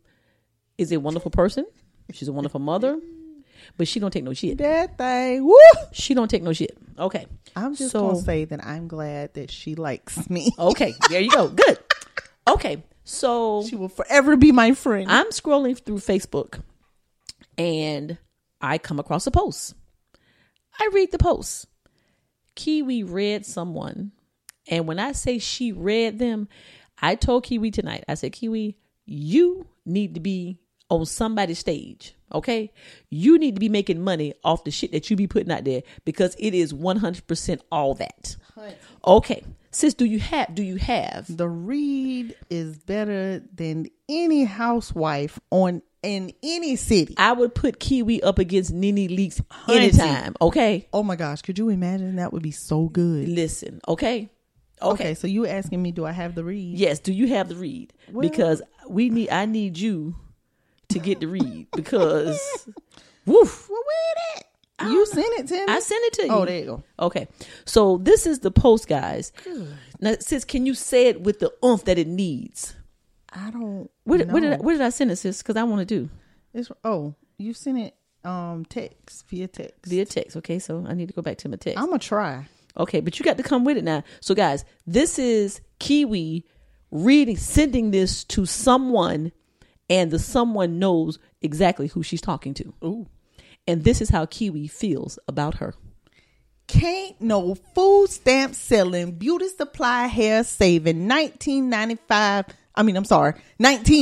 Speaker 4: is a wonderful person. She's a wonderful mother, but she don't take no shit.
Speaker 3: That thing, woo!
Speaker 4: She don't take no shit. Okay.
Speaker 3: I'm just
Speaker 4: So- Oh.
Speaker 3: gonna say that I'm glad that she likes me.
Speaker 4: Okay. There you go. Good. Okay. So,
Speaker 3: She will forever be my friend.
Speaker 4: I'm scrolling through Facebook and I come across a post. I read the post. Kiwi read someone. And when I say she read them, I told Kiwi tonight, I said, Kiwi, you need to be on somebody's stage. Okay, you need to be making money off the shit that you be putting out there because it is one hundred percent all that. Okay, sis, do you have? Do you have?
Speaker 3: The Reed is better than any housewife on in any city.
Speaker 4: I would put Kiwi up against Nene Leaks
Speaker 3: Honey.
Speaker 4: anytime. Okay,
Speaker 3: Oh my gosh, could you imagine that would be so good?
Speaker 4: listen. Okay,
Speaker 3: Okay,
Speaker 4: okay.
Speaker 3: so you asking me, do I have the Reed?
Speaker 4: Yes. Do you have the read? because we need. I need you to get the read because. Woof.
Speaker 3: Well, where it at? You sent it to me.
Speaker 4: I sent it to you.
Speaker 3: Oh, there you go.
Speaker 4: Okay. So this is the post, guys. Now, sis, can you say it with the oomph that it needs?
Speaker 3: I don't.
Speaker 4: Where, did- where
Speaker 3: know.
Speaker 4: did I, where did I send it, sis? Because I want to do
Speaker 3: It's oh, you sent it um text via text.
Speaker 4: via text. Okay, so I need to go back to my text.
Speaker 3: I'm gonna try.
Speaker 4: Okay, but you got to come with it now. So, guys, this is Kiwi reading, sending this to someone, and the someone knows exactly who she's talking to. Ooh. And this is how Kiwi feels about her.
Speaker 3: Can't no food stamp selling, beauty supply hair saving, 1995. I mean, I'm sorry,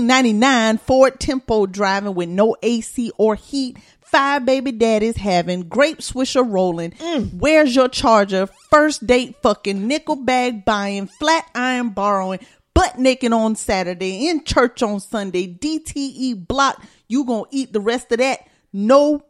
Speaker 3: 1999 Ford Tempo driving with no AC or heat. Five baby daddies having grape swisher rolling. Where's your charger? First date fucking nickel bag buying, flat iron borrowing, butt naked on Saturday, in church on Sunday, DTE block. You gonna eat the rest of that? No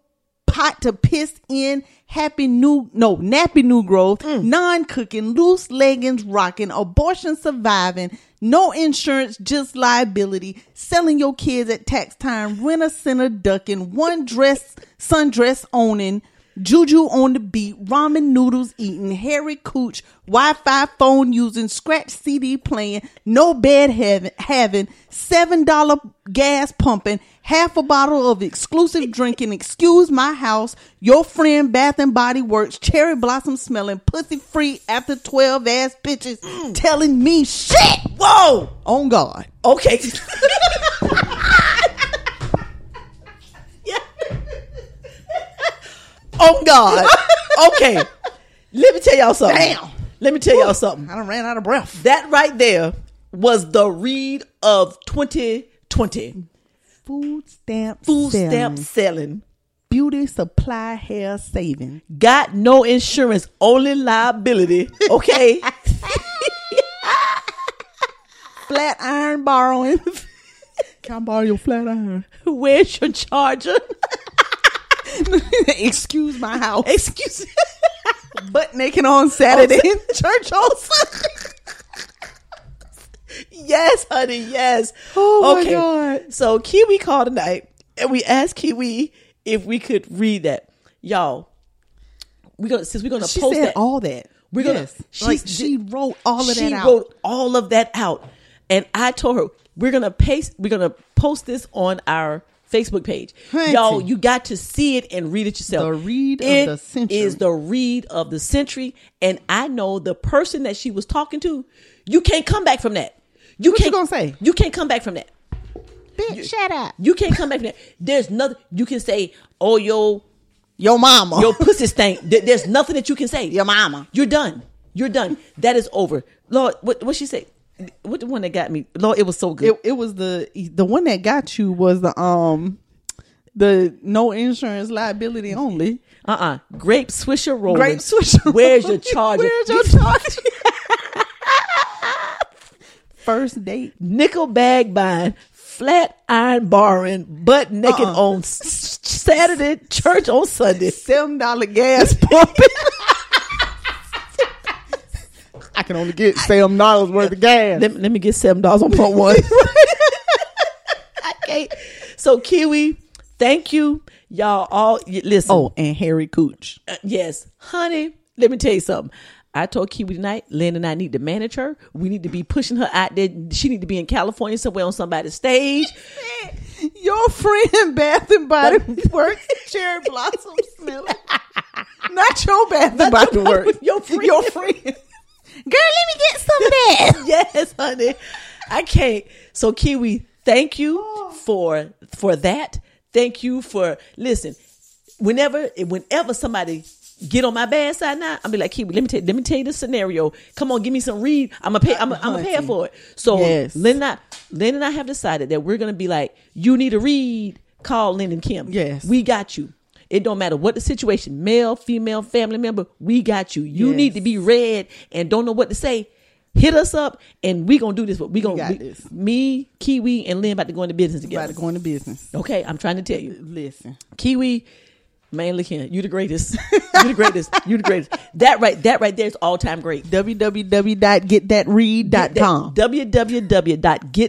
Speaker 3: pot to piss in, happy new, no, nappy new growth, non cooking, loose leggings rocking, abortion surviving, no insurance, just liability, selling your kids at tax time, rent a center ducking, one dress, sundress owning, juju on the beat, ramen noodles eating, hairy cooch, Wi Fi phone using, scratch CD playing, no bed having, having $7 gas pumping, half a bottle of exclusive drinking, excuse my house, your friend Bath and Body Works, cherry blossom smelling, pussy free after 12 ass bitches telling me shit. Whoa! On God.
Speaker 4: Okay.
Speaker 3: On God.
Speaker 4: Oh, okay. Let me tell y'all something.
Speaker 3: Damn.
Speaker 4: Let me tell y'all something.
Speaker 3: I done ran out of breath.
Speaker 4: That right there was the read of 2020.
Speaker 3: Food stamp
Speaker 4: Food
Speaker 3: selling.
Speaker 4: stamp selling.
Speaker 3: Beauty supply hair saving.
Speaker 4: Got no insurance, only liability. Okay.
Speaker 3: Flat iron borrowing. Can I borrow your flat iron?
Speaker 4: Where's your charger?
Speaker 3: Excuse my house.
Speaker 4: Excuse me.
Speaker 3: Butt naked on Saturday.
Speaker 4: in church also. yes, honey, yes.
Speaker 3: Oh, my God.
Speaker 4: So Kiwi called tonight and we asked Kiwi if we could read that. Y'all, we gonna since we're gonna
Speaker 3: she
Speaker 4: post
Speaker 3: said
Speaker 4: that,
Speaker 3: all that.
Speaker 4: We're gonna
Speaker 3: She, like, she wrote all of
Speaker 4: she
Speaker 3: that out.
Speaker 4: wrote all of that out. And I told her we're gonna paste we're gonna post this on our Facebook page.
Speaker 3: Hunty.
Speaker 4: Y'all, you got to see it and read it yourself.
Speaker 3: The read of
Speaker 4: It
Speaker 3: the century.
Speaker 4: is the read of the century. And I know the person that she was talking to, you can't come back from that. You
Speaker 3: What you
Speaker 4: can't
Speaker 3: gonna say?
Speaker 4: You can't come back from that.
Speaker 6: Bitch, shut up.
Speaker 4: You can't come back from that. There's nothing you can say, oh yo,
Speaker 3: Your mama.
Speaker 4: your pussy stank. There- There's nothing that you can say.
Speaker 3: Your mama.
Speaker 4: You're done. You're done. That is over. Lord, what what she say? What the one that got me? Lord, it was so good.
Speaker 3: it, it was the the one that got you was the um the no insurance liability only.
Speaker 4: Uh uh Grape swisher rolling.
Speaker 3: Grape swisher
Speaker 4: Where's your
Speaker 3: rolling.
Speaker 4: charger?
Speaker 3: Where's your
Speaker 4: charger?
Speaker 3: First date.
Speaker 4: Nickel bag buying, flat iron borrowing, butt naked
Speaker 3: Uh-uh.
Speaker 4: on s- Saturday, church on Sunday.
Speaker 3: Seven dollar gas pumping. I can only get seven dollars worth of gas.
Speaker 4: Let, let me get seven dollars on pump one. I can't. So Kiwi, thank you, y'all. All y- listen. uh,
Speaker 3: Oh, and Harry Cooch.
Speaker 4: Yes, honey. Let me tell you something. I told Kiwi tonight, Lynn and I need to manage her. We need to be pushing her out there. She need to be in California somewhere on somebody's stage.
Speaker 3: Your friend Bath and Body Works cherry blossom smelling. Not your Bath and Body Works.
Speaker 4: Your friend.
Speaker 3: Your friend.
Speaker 6: Girl, let me get some of that.
Speaker 4: yes, honey. I can't. So Kiwi, thank you
Speaker 3: Oh.
Speaker 4: for for that. Thank you for listen. Whenever whenever somebody get on my bad side now. I'll be like, Kiwi, let me tell let me tell you this scenario. Come on, give me some read. I'm gonna pay. I'm gonna pay
Speaker 3: Hunting.
Speaker 4: for it. So
Speaker 3: Yes.
Speaker 4: Lynn and I, Lynn and I have decided that we're gonna be like, you need a read. Call Lynn and Kim.
Speaker 3: Yes.
Speaker 4: we got you. It don't matter what the situation, male, female, family member, we got you. You need
Speaker 3: Yes.
Speaker 4: to be read and don't know what to say. Hit us up and we gonna do this. But we gonna
Speaker 3: got
Speaker 4: we-
Speaker 3: this.
Speaker 4: me, Kiwi, and Lynn about to go into business together.
Speaker 3: About to go into business.
Speaker 4: okay, I'm trying to tell you.
Speaker 3: Listen,
Speaker 4: Kiwi, man, look here. You the greatest. You the greatest. You the greatest. That right, that right there is all time great.
Speaker 3: www.getthatread.com.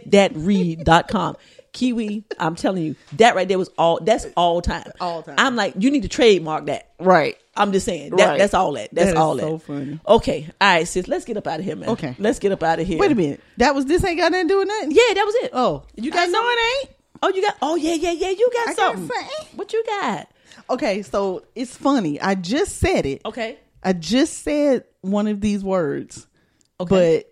Speaker 4: www.getthatread.com. Kiwi, I'm telling you, that right there was all. That's all time.
Speaker 3: All time.
Speaker 4: I'm like, you need to trademark that.
Speaker 3: Right.
Speaker 4: I'm just saying. That,
Speaker 3: Right.
Speaker 4: That's all that. That's
Speaker 3: That is
Speaker 4: all
Speaker 3: so
Speaker 4: that.
Speaker 3: funny.
Speaker 4: Okay. All right, sis. Let's get up out of here, man.
Speaker 3: Okay.
Speaker 4: Let's get up out of here.
Speaker 3: Wait a minute. That was this ain't got nothing to do with nothing.
Speaker 4: Yeah, that was it.
Speaker 3: Oh,
Speaker 4: you got
Speaker 3: I know
Speaker 4: something?
Speaker 3: it ain't.
Speaker 4: Oh, you got. Oh, yeah, yeah, yeah. You got
Speaker 3: I got
Speaker 4: something.
Speaker 3: something.
Speaker 4: What you got?
Speaker 3: Okay, so it's funny. I just said it.
Speaker 4: Okay.
Speaker 3: I just said one of these words.
Speaker 4: Okay.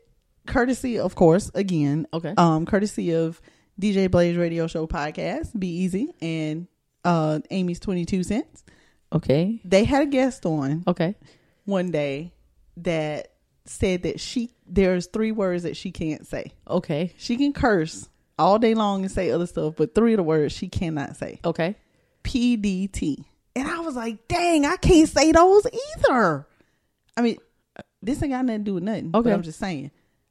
Speaker 3: But courtesy, of course, again.
Speaker 4: Okay.
Speaker 3: Um, courtesy of DJ Blaze Radio Show podcast, Be Easy, and uh Amy's twenty two cents.
Speaker 5: Okay.
Speaker 3: They had a guest on
Speaker 5: Okay.
Speaker 3: one day that said that she there's three words that she can't say.
Speaker 5: Okay.
Speaker 3: She can curse all day long and say other stuff, but three of the words she cannot say.
Speaker 5: Okay.
Speaker 3: PDT. And I was like, dang, I can't say those either. I mean, this ain't got nothing to do with nothing. Okay.
Speaker 5: Okay.
Speaker 3: But I'm just saying.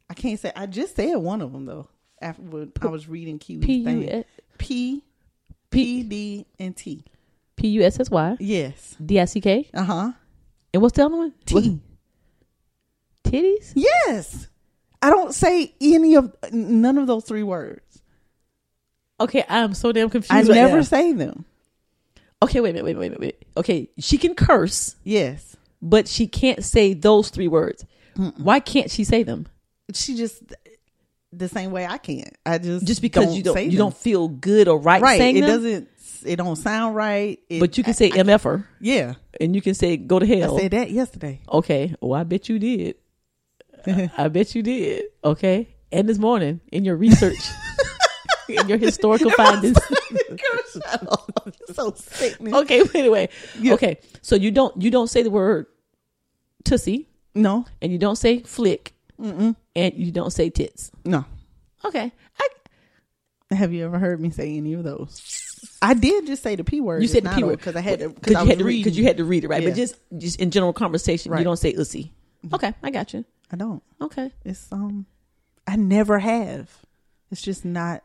Speaker 3: I can't say, I just said one of them though. After when I was reading Kiwi's
Speaker 5: P U
Speaker 3: thing.
Speaker 5: S-
Speaker 3: P, P, D, and T.
Speaker 5: P U S S Y
Speaker 3: Yes.
Speaker 5: D I C K.
Speaker 3: Uh huh.
Speaker 5: And what's the other one?
Speaker 3: T.
Speaker 5: Titties.
Speaker 3: Yes. I don't say any of, none of those three words.
Speaker 4: Okay, I'm so damn confused.
Speaker 3: I
Speaker 4: right
Speaker 3: never
Speaker 4: now.
Speaker 3: say them.
Speaker 4: Okay, wait a minute, wait a minute, wait a minute. Okay, she can curse,
Speaker 3: Yes.
Speaker 4: but she can't say those three words. Why can't she say them?
Speaker 3: She just, the same way I can't. I just,
Speaker 4: Just because you
Speaker 3: say
Speaker 4: don't you
Speaker 3: them.
Speaker 4: don't feel good or right,
Speaker 3: right.
Speaker 4: saying
Speaker 3: It
Speaker 4: them.
Speaker 3: doesn't. It don't sound right. It-
Speaker 4: but you can say mf'er
Speaker 3: yeah.
Speaker 4: and you can say go to
Speaker 3: I
Speaker 4: hell.
Speaker 3: said that yesterday.
Speaker 4: okay, well I bet you did. I bet you did. Okay, and this morning in your research, in your historical findings.
Speaker 3: so sick. man.
Speaker 4: okay, but anyway, okay. So you don't you don't say the word tussie,
Speaker 3: No,
Speaker 4: and you don't say flick, and you don't say tits.
Speaker 3: no.
Speaker 4: Okay. I,
Speaker 3: Have you ever heard me say any of those? I did just say the p word.
Speaker 4: you said the
Speaker 3: It's
Speaker 4: P
Speaker 3: not
Speaker 4: word
Speaker 3: because I had to
Speaker 4: because
Speaker 3: I
Speaker 4: you
Speaker 3: was
Speaker 4: had to read because you
Speaker 3: reading.
Speaker 4: had to read it right.
Speaker 3: Yeah.
Speaker 4: But just just in general conversation,
Speaker 3: Right. Mm-hmm.
Speaker 4: you don't say ussy. Okay, I got you.
Speaker 3: I don't.
Speaker 4: Okay,
Speaker 3: It's um. I never have. It's just not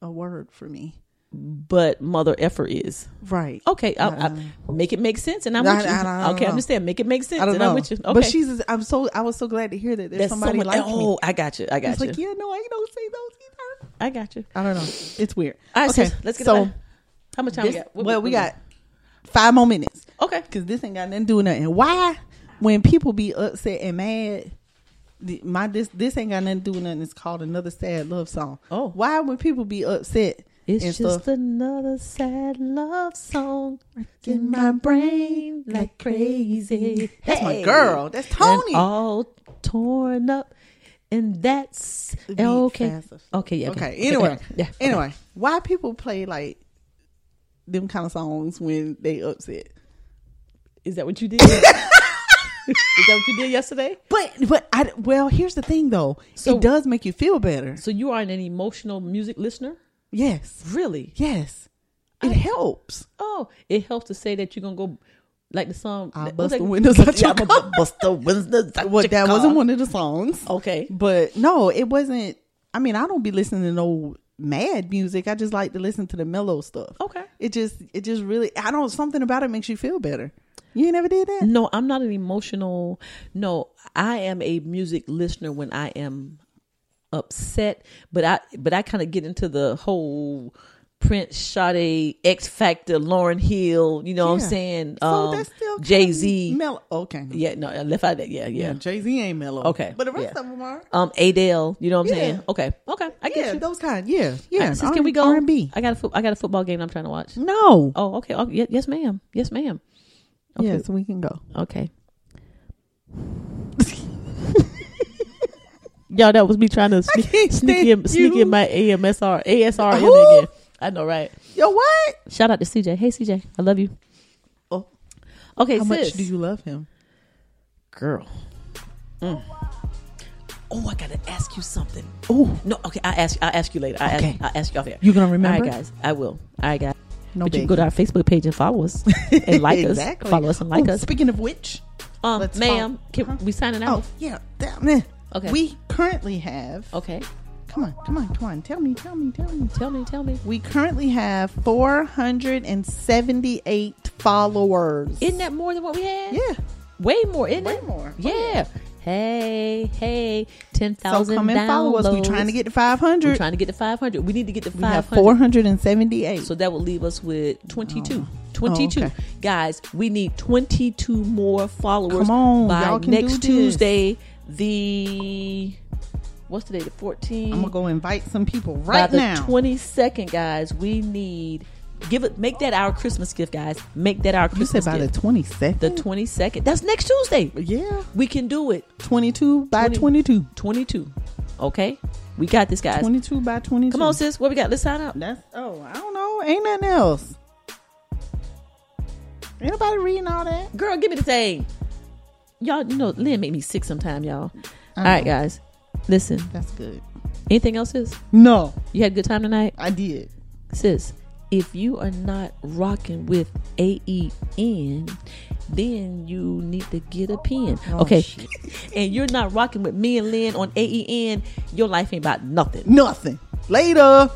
Speaker 3: a word for me.
Speaker 4: but mother effer is
Speaker 3: Right.
Speaker 4: okay. I,
Speaker 3: Uh-huh.
Speaker 4: I, make it make sense, and I'm
Speaker 3: I-
Speaker 4: with you.
Speaker 3: I- I don't
Speaker 4: okay, I
Speaker 3: know.
Speaker 4: understand. Make it make sense,
Speaker 3: I don't
Speaker 4: and
Speaker 3: know.
Speaker 4: I'm with you. Okay.
Speaker 3: But she's. I'm so. I was so glad to hear that there's
Speaker 4: That's
Speaker 3: somebody
Speaker 4: someone-
Speaker 3: like
Speaker 4: oh,
Speaker 3: me.
Speaker 4: I got you. I got
Speaker 3: It's
Speaker 4: you.
Speaker 3: like yeah, no, I don't say those either.
Speaker 4: I got you.
Speaker 3: I don't know. It's weird.
Speaker 4: All right, sis, let's get
Speaker 3: so.
Speaker 4: it. back. How much time
Speaker 3: This,
Speaker 4: we got? What-
Speaker 3: well, we
Speaker 4: what-
Speaker 3: got five more minutes
Speaker 4: okay.
Speaker 3: because this ain't got nothing to do with nothing. Why, when people be upset and mad, the- my this this ain't got nothing to do with nothing. It's called another sad love song.
Speaker 4: Oh.
Speaker 3: why when people be upset?
Speaker 5: It's
Speaker 3: and
Speaker 5: just another sad love song
Speaker 3: in my brain
Speaker 5: like crazy.
Speaker 3: That's my girl. That's Tony.
Speaker 5: And all torn up, and that's
Speaker 3: Beat
Speaker 5: okay.
Speaker 3: fast.
Speaker 5: Okay, yeah,
Speaker 3: Okay. Anyway,
Speaker 5: yeah. okay.
Speaker 3: Anyway, why people play like them kind of songs when they upset?
Speaker 4: Is that what you did? Is that what you did yesterday?
Speaker 3: But but I well here's the thing though.
Speaker 4: So-
Speaker 3: it does make you feel better.
Speaker 4: So you are an emotional music listener,
Speaker 3: Yes.
Speaker 4: really?
Speaker 3: Yes. It helps.
Speaker 4: Oh, it helps to say that you're gonna go like the song.
Speaker 3: I bust
Speaker 4: that- what's that-
Speaker 3: the windows out
Speaker 4: Yeah,
Speaker 3: your
Speaker 4: I'm a
Speaker 3: car.
Speaker 4: bu- bust the windows out
Speaker 3: Well,
Speaker 4: your
Speaker 3: that
Speaker 4: car.
Speaker 3: wasn't one of the songs.
Speaker 4: Okay.
Speaker 3: But no, it wasn't. I mean, I don't be listening to no mad music. I just like to listen to the mellow stuff.
Speaker 4: Okay.
Speaker 3: It just, it just really, I don't, something about it makes you feel better. You ain't never did that?
Speaker 4: No, I'm not an emotional. No, I am a music listener when I am upset, but I but I kind of get into the whole Prince, Sade, X Factor, Lauren Hill. You know what
Speaker 3: Yeah.
Speaker 4: I'm saying?
Speaker 3: So
Speaker 4: um,
Speaker 3: that's still kinda
Speaker 4: Jay Z.
Speaker 3: Mellow. Okay. Yeah.
Speaker 4: yeah, no, I left out that. Yeah, yeah.
Speaker 3: Jay Z ain't mellow.
Speaker 4: Okay.
Speaker 3: But the rest
Speaker 4: Yeah.
Speaker 3: of them are.
Speaker 4: Um, Adele. You know what I'm
Speaker 3: Yeah.
Speaker 4: saying? Okay, okay, I get
Speaker 3: Yeah,
Speaker 4: you.
Speaker 3: those kind. Yeah. Yeah.
Speaker 4: Sis, can we go?
Speaker 3: R&B.
Speaker 4: I got a fo- I got a football game I'm trying to watch.
Speaker 3: Mm. No.
Speaker 4: Oh, okay. Oh, ye- yes, ma'am. Yes, ma'am. Okay.
Speaker 3: Yes, we can go.
Speaker 4: Okay. Y'all, that was me trying to sneak,
Speaker 3: can't
Speaker 4: sneak
Speaker 3: stand
Speaker 4: in, sneak
Speaker 3: you.
Speaker 4: in my AMSR, ASR
Speaker 3: Who?
Speaker 4: in again. I know, right?
Speaker 3: Yo, what?
Speaker 5: Shout out to CJ. Hey, CJ, I love you.
Speaker 3: Oh.
Speaker 4: Okay,
Speaker 3: How much
Speaker 4: sis.
Speaker 3: do you love him?
Speaker 4: girl. Mm. Oh, I gotta ask you something. Oh no, okay. I ask. I will ask you later. I
Speaker 3: Okay.
Speaker 4: ask, I will ask you off air.
Speaker 3: You gonna
Speaker 4: All
Speaker 3: remember?
Speaker 4: right, guys. I will. All right, guys.
Speaker 3: No
Speaker 4: but you
Speaker 3: big.
Speaker 4: can go to our Facebook page and follow us and like
Speaker 3: Exactly.
Speaker 4: us. Follow us and like
Speaker 3: Oh,
Speaker 4: us.
Speaker 3: Speaking of which,
Speaker 4: Um,
Speaker 3: let's follow-
Speaker 4: ma'am, can
Speaker 3: Huh?
Speaker 4: we signing
Speaker 3: oh
Speaker 4: out?
Speaker 3: yeah, damn it.
Speaker 4: Okay. Oh.
Speaker 3: We currently have.
Speaker 4: Okay.
Speaker 3: Come on, come on, come on. Tell me, tell me, tell me.
Speaker 4: Tell me. Tell me.
Speaker 3: We currently have 478 followers.
Speaker 4: Isn't that more than what we had?
Speaker 3: yeah,
Speaker 4: Way more, isn't
Speaker 3: way
Speaker 4: it?
Speaker 3: more. Oh,
Speaker 4: Yeah. Hey, hey, ten
Speaker 3: So
Speaker 4: thousand.
Speaker 3: come and follow us. We're trying to get to 500.
Speaker 4: We're trying to get to five hundred. We need to get to
Speaker 3: we have
Speaker 4: five hundred.
Speaker 3: 478.
Speaker 4: So that will leave us with 22. 22.
Speaker 3: Oh. okay.
Speaker 4: Guys, we need 22 more followers
Speaker 3: Come on,
Speaker 4: by
Speaker 3: y'all can
Speaker 4: next
Speaker 3: do this.
Speaker 4: Tuesday, the what's the day? The 14th.
Speaker 3: I'm gonna go invite some people
Speaker 4: by
Speaker 3: right
Speaker 4: the
Speaker 3: now.
Speaker 4: 22nd, guys, we need give it make that our Christmas gift, guys. Make that our
Speaker 3: you said
Speaker 4: Christmas
Speaker 3: by the
Speaker 4: gift.
Speaker 3: 22nd.
Speaker 4: The 22nd. That's next Tuesday.
Speaker 3: yeah,
Speaker 4: We can do it.
Speaker 3: 22 by
Speaker 4: 20
Speaker 3: 22.
Speaker 4: 22. Okay? We got this, guys.
Speaker 3: 22 by 22.
Speaker 4: Come on, sis. What we got? Let's sign up.
Speaker 3: That's oh, I don't know. Ain't nothing else. Ain't nobody reading all that?
Speaker 4: Girl, give me the thing. Y'all, you know, Lynn make me sick sometime, y'all. All right, guys. Listen,
Speaker 3: That's good.
Speaker 4: anything else, sis?
Speaker 3: No,
Speaker 4: You had a good time tonight?
Speaker 3: I did.
Speaker 4: Sis, if you are not rocking with AEN, then you need to get a pen. okay. And you're E not rocking with me and Lynn on AEN, your life ain't about nothing.
Speaker 3: Nothing. Later.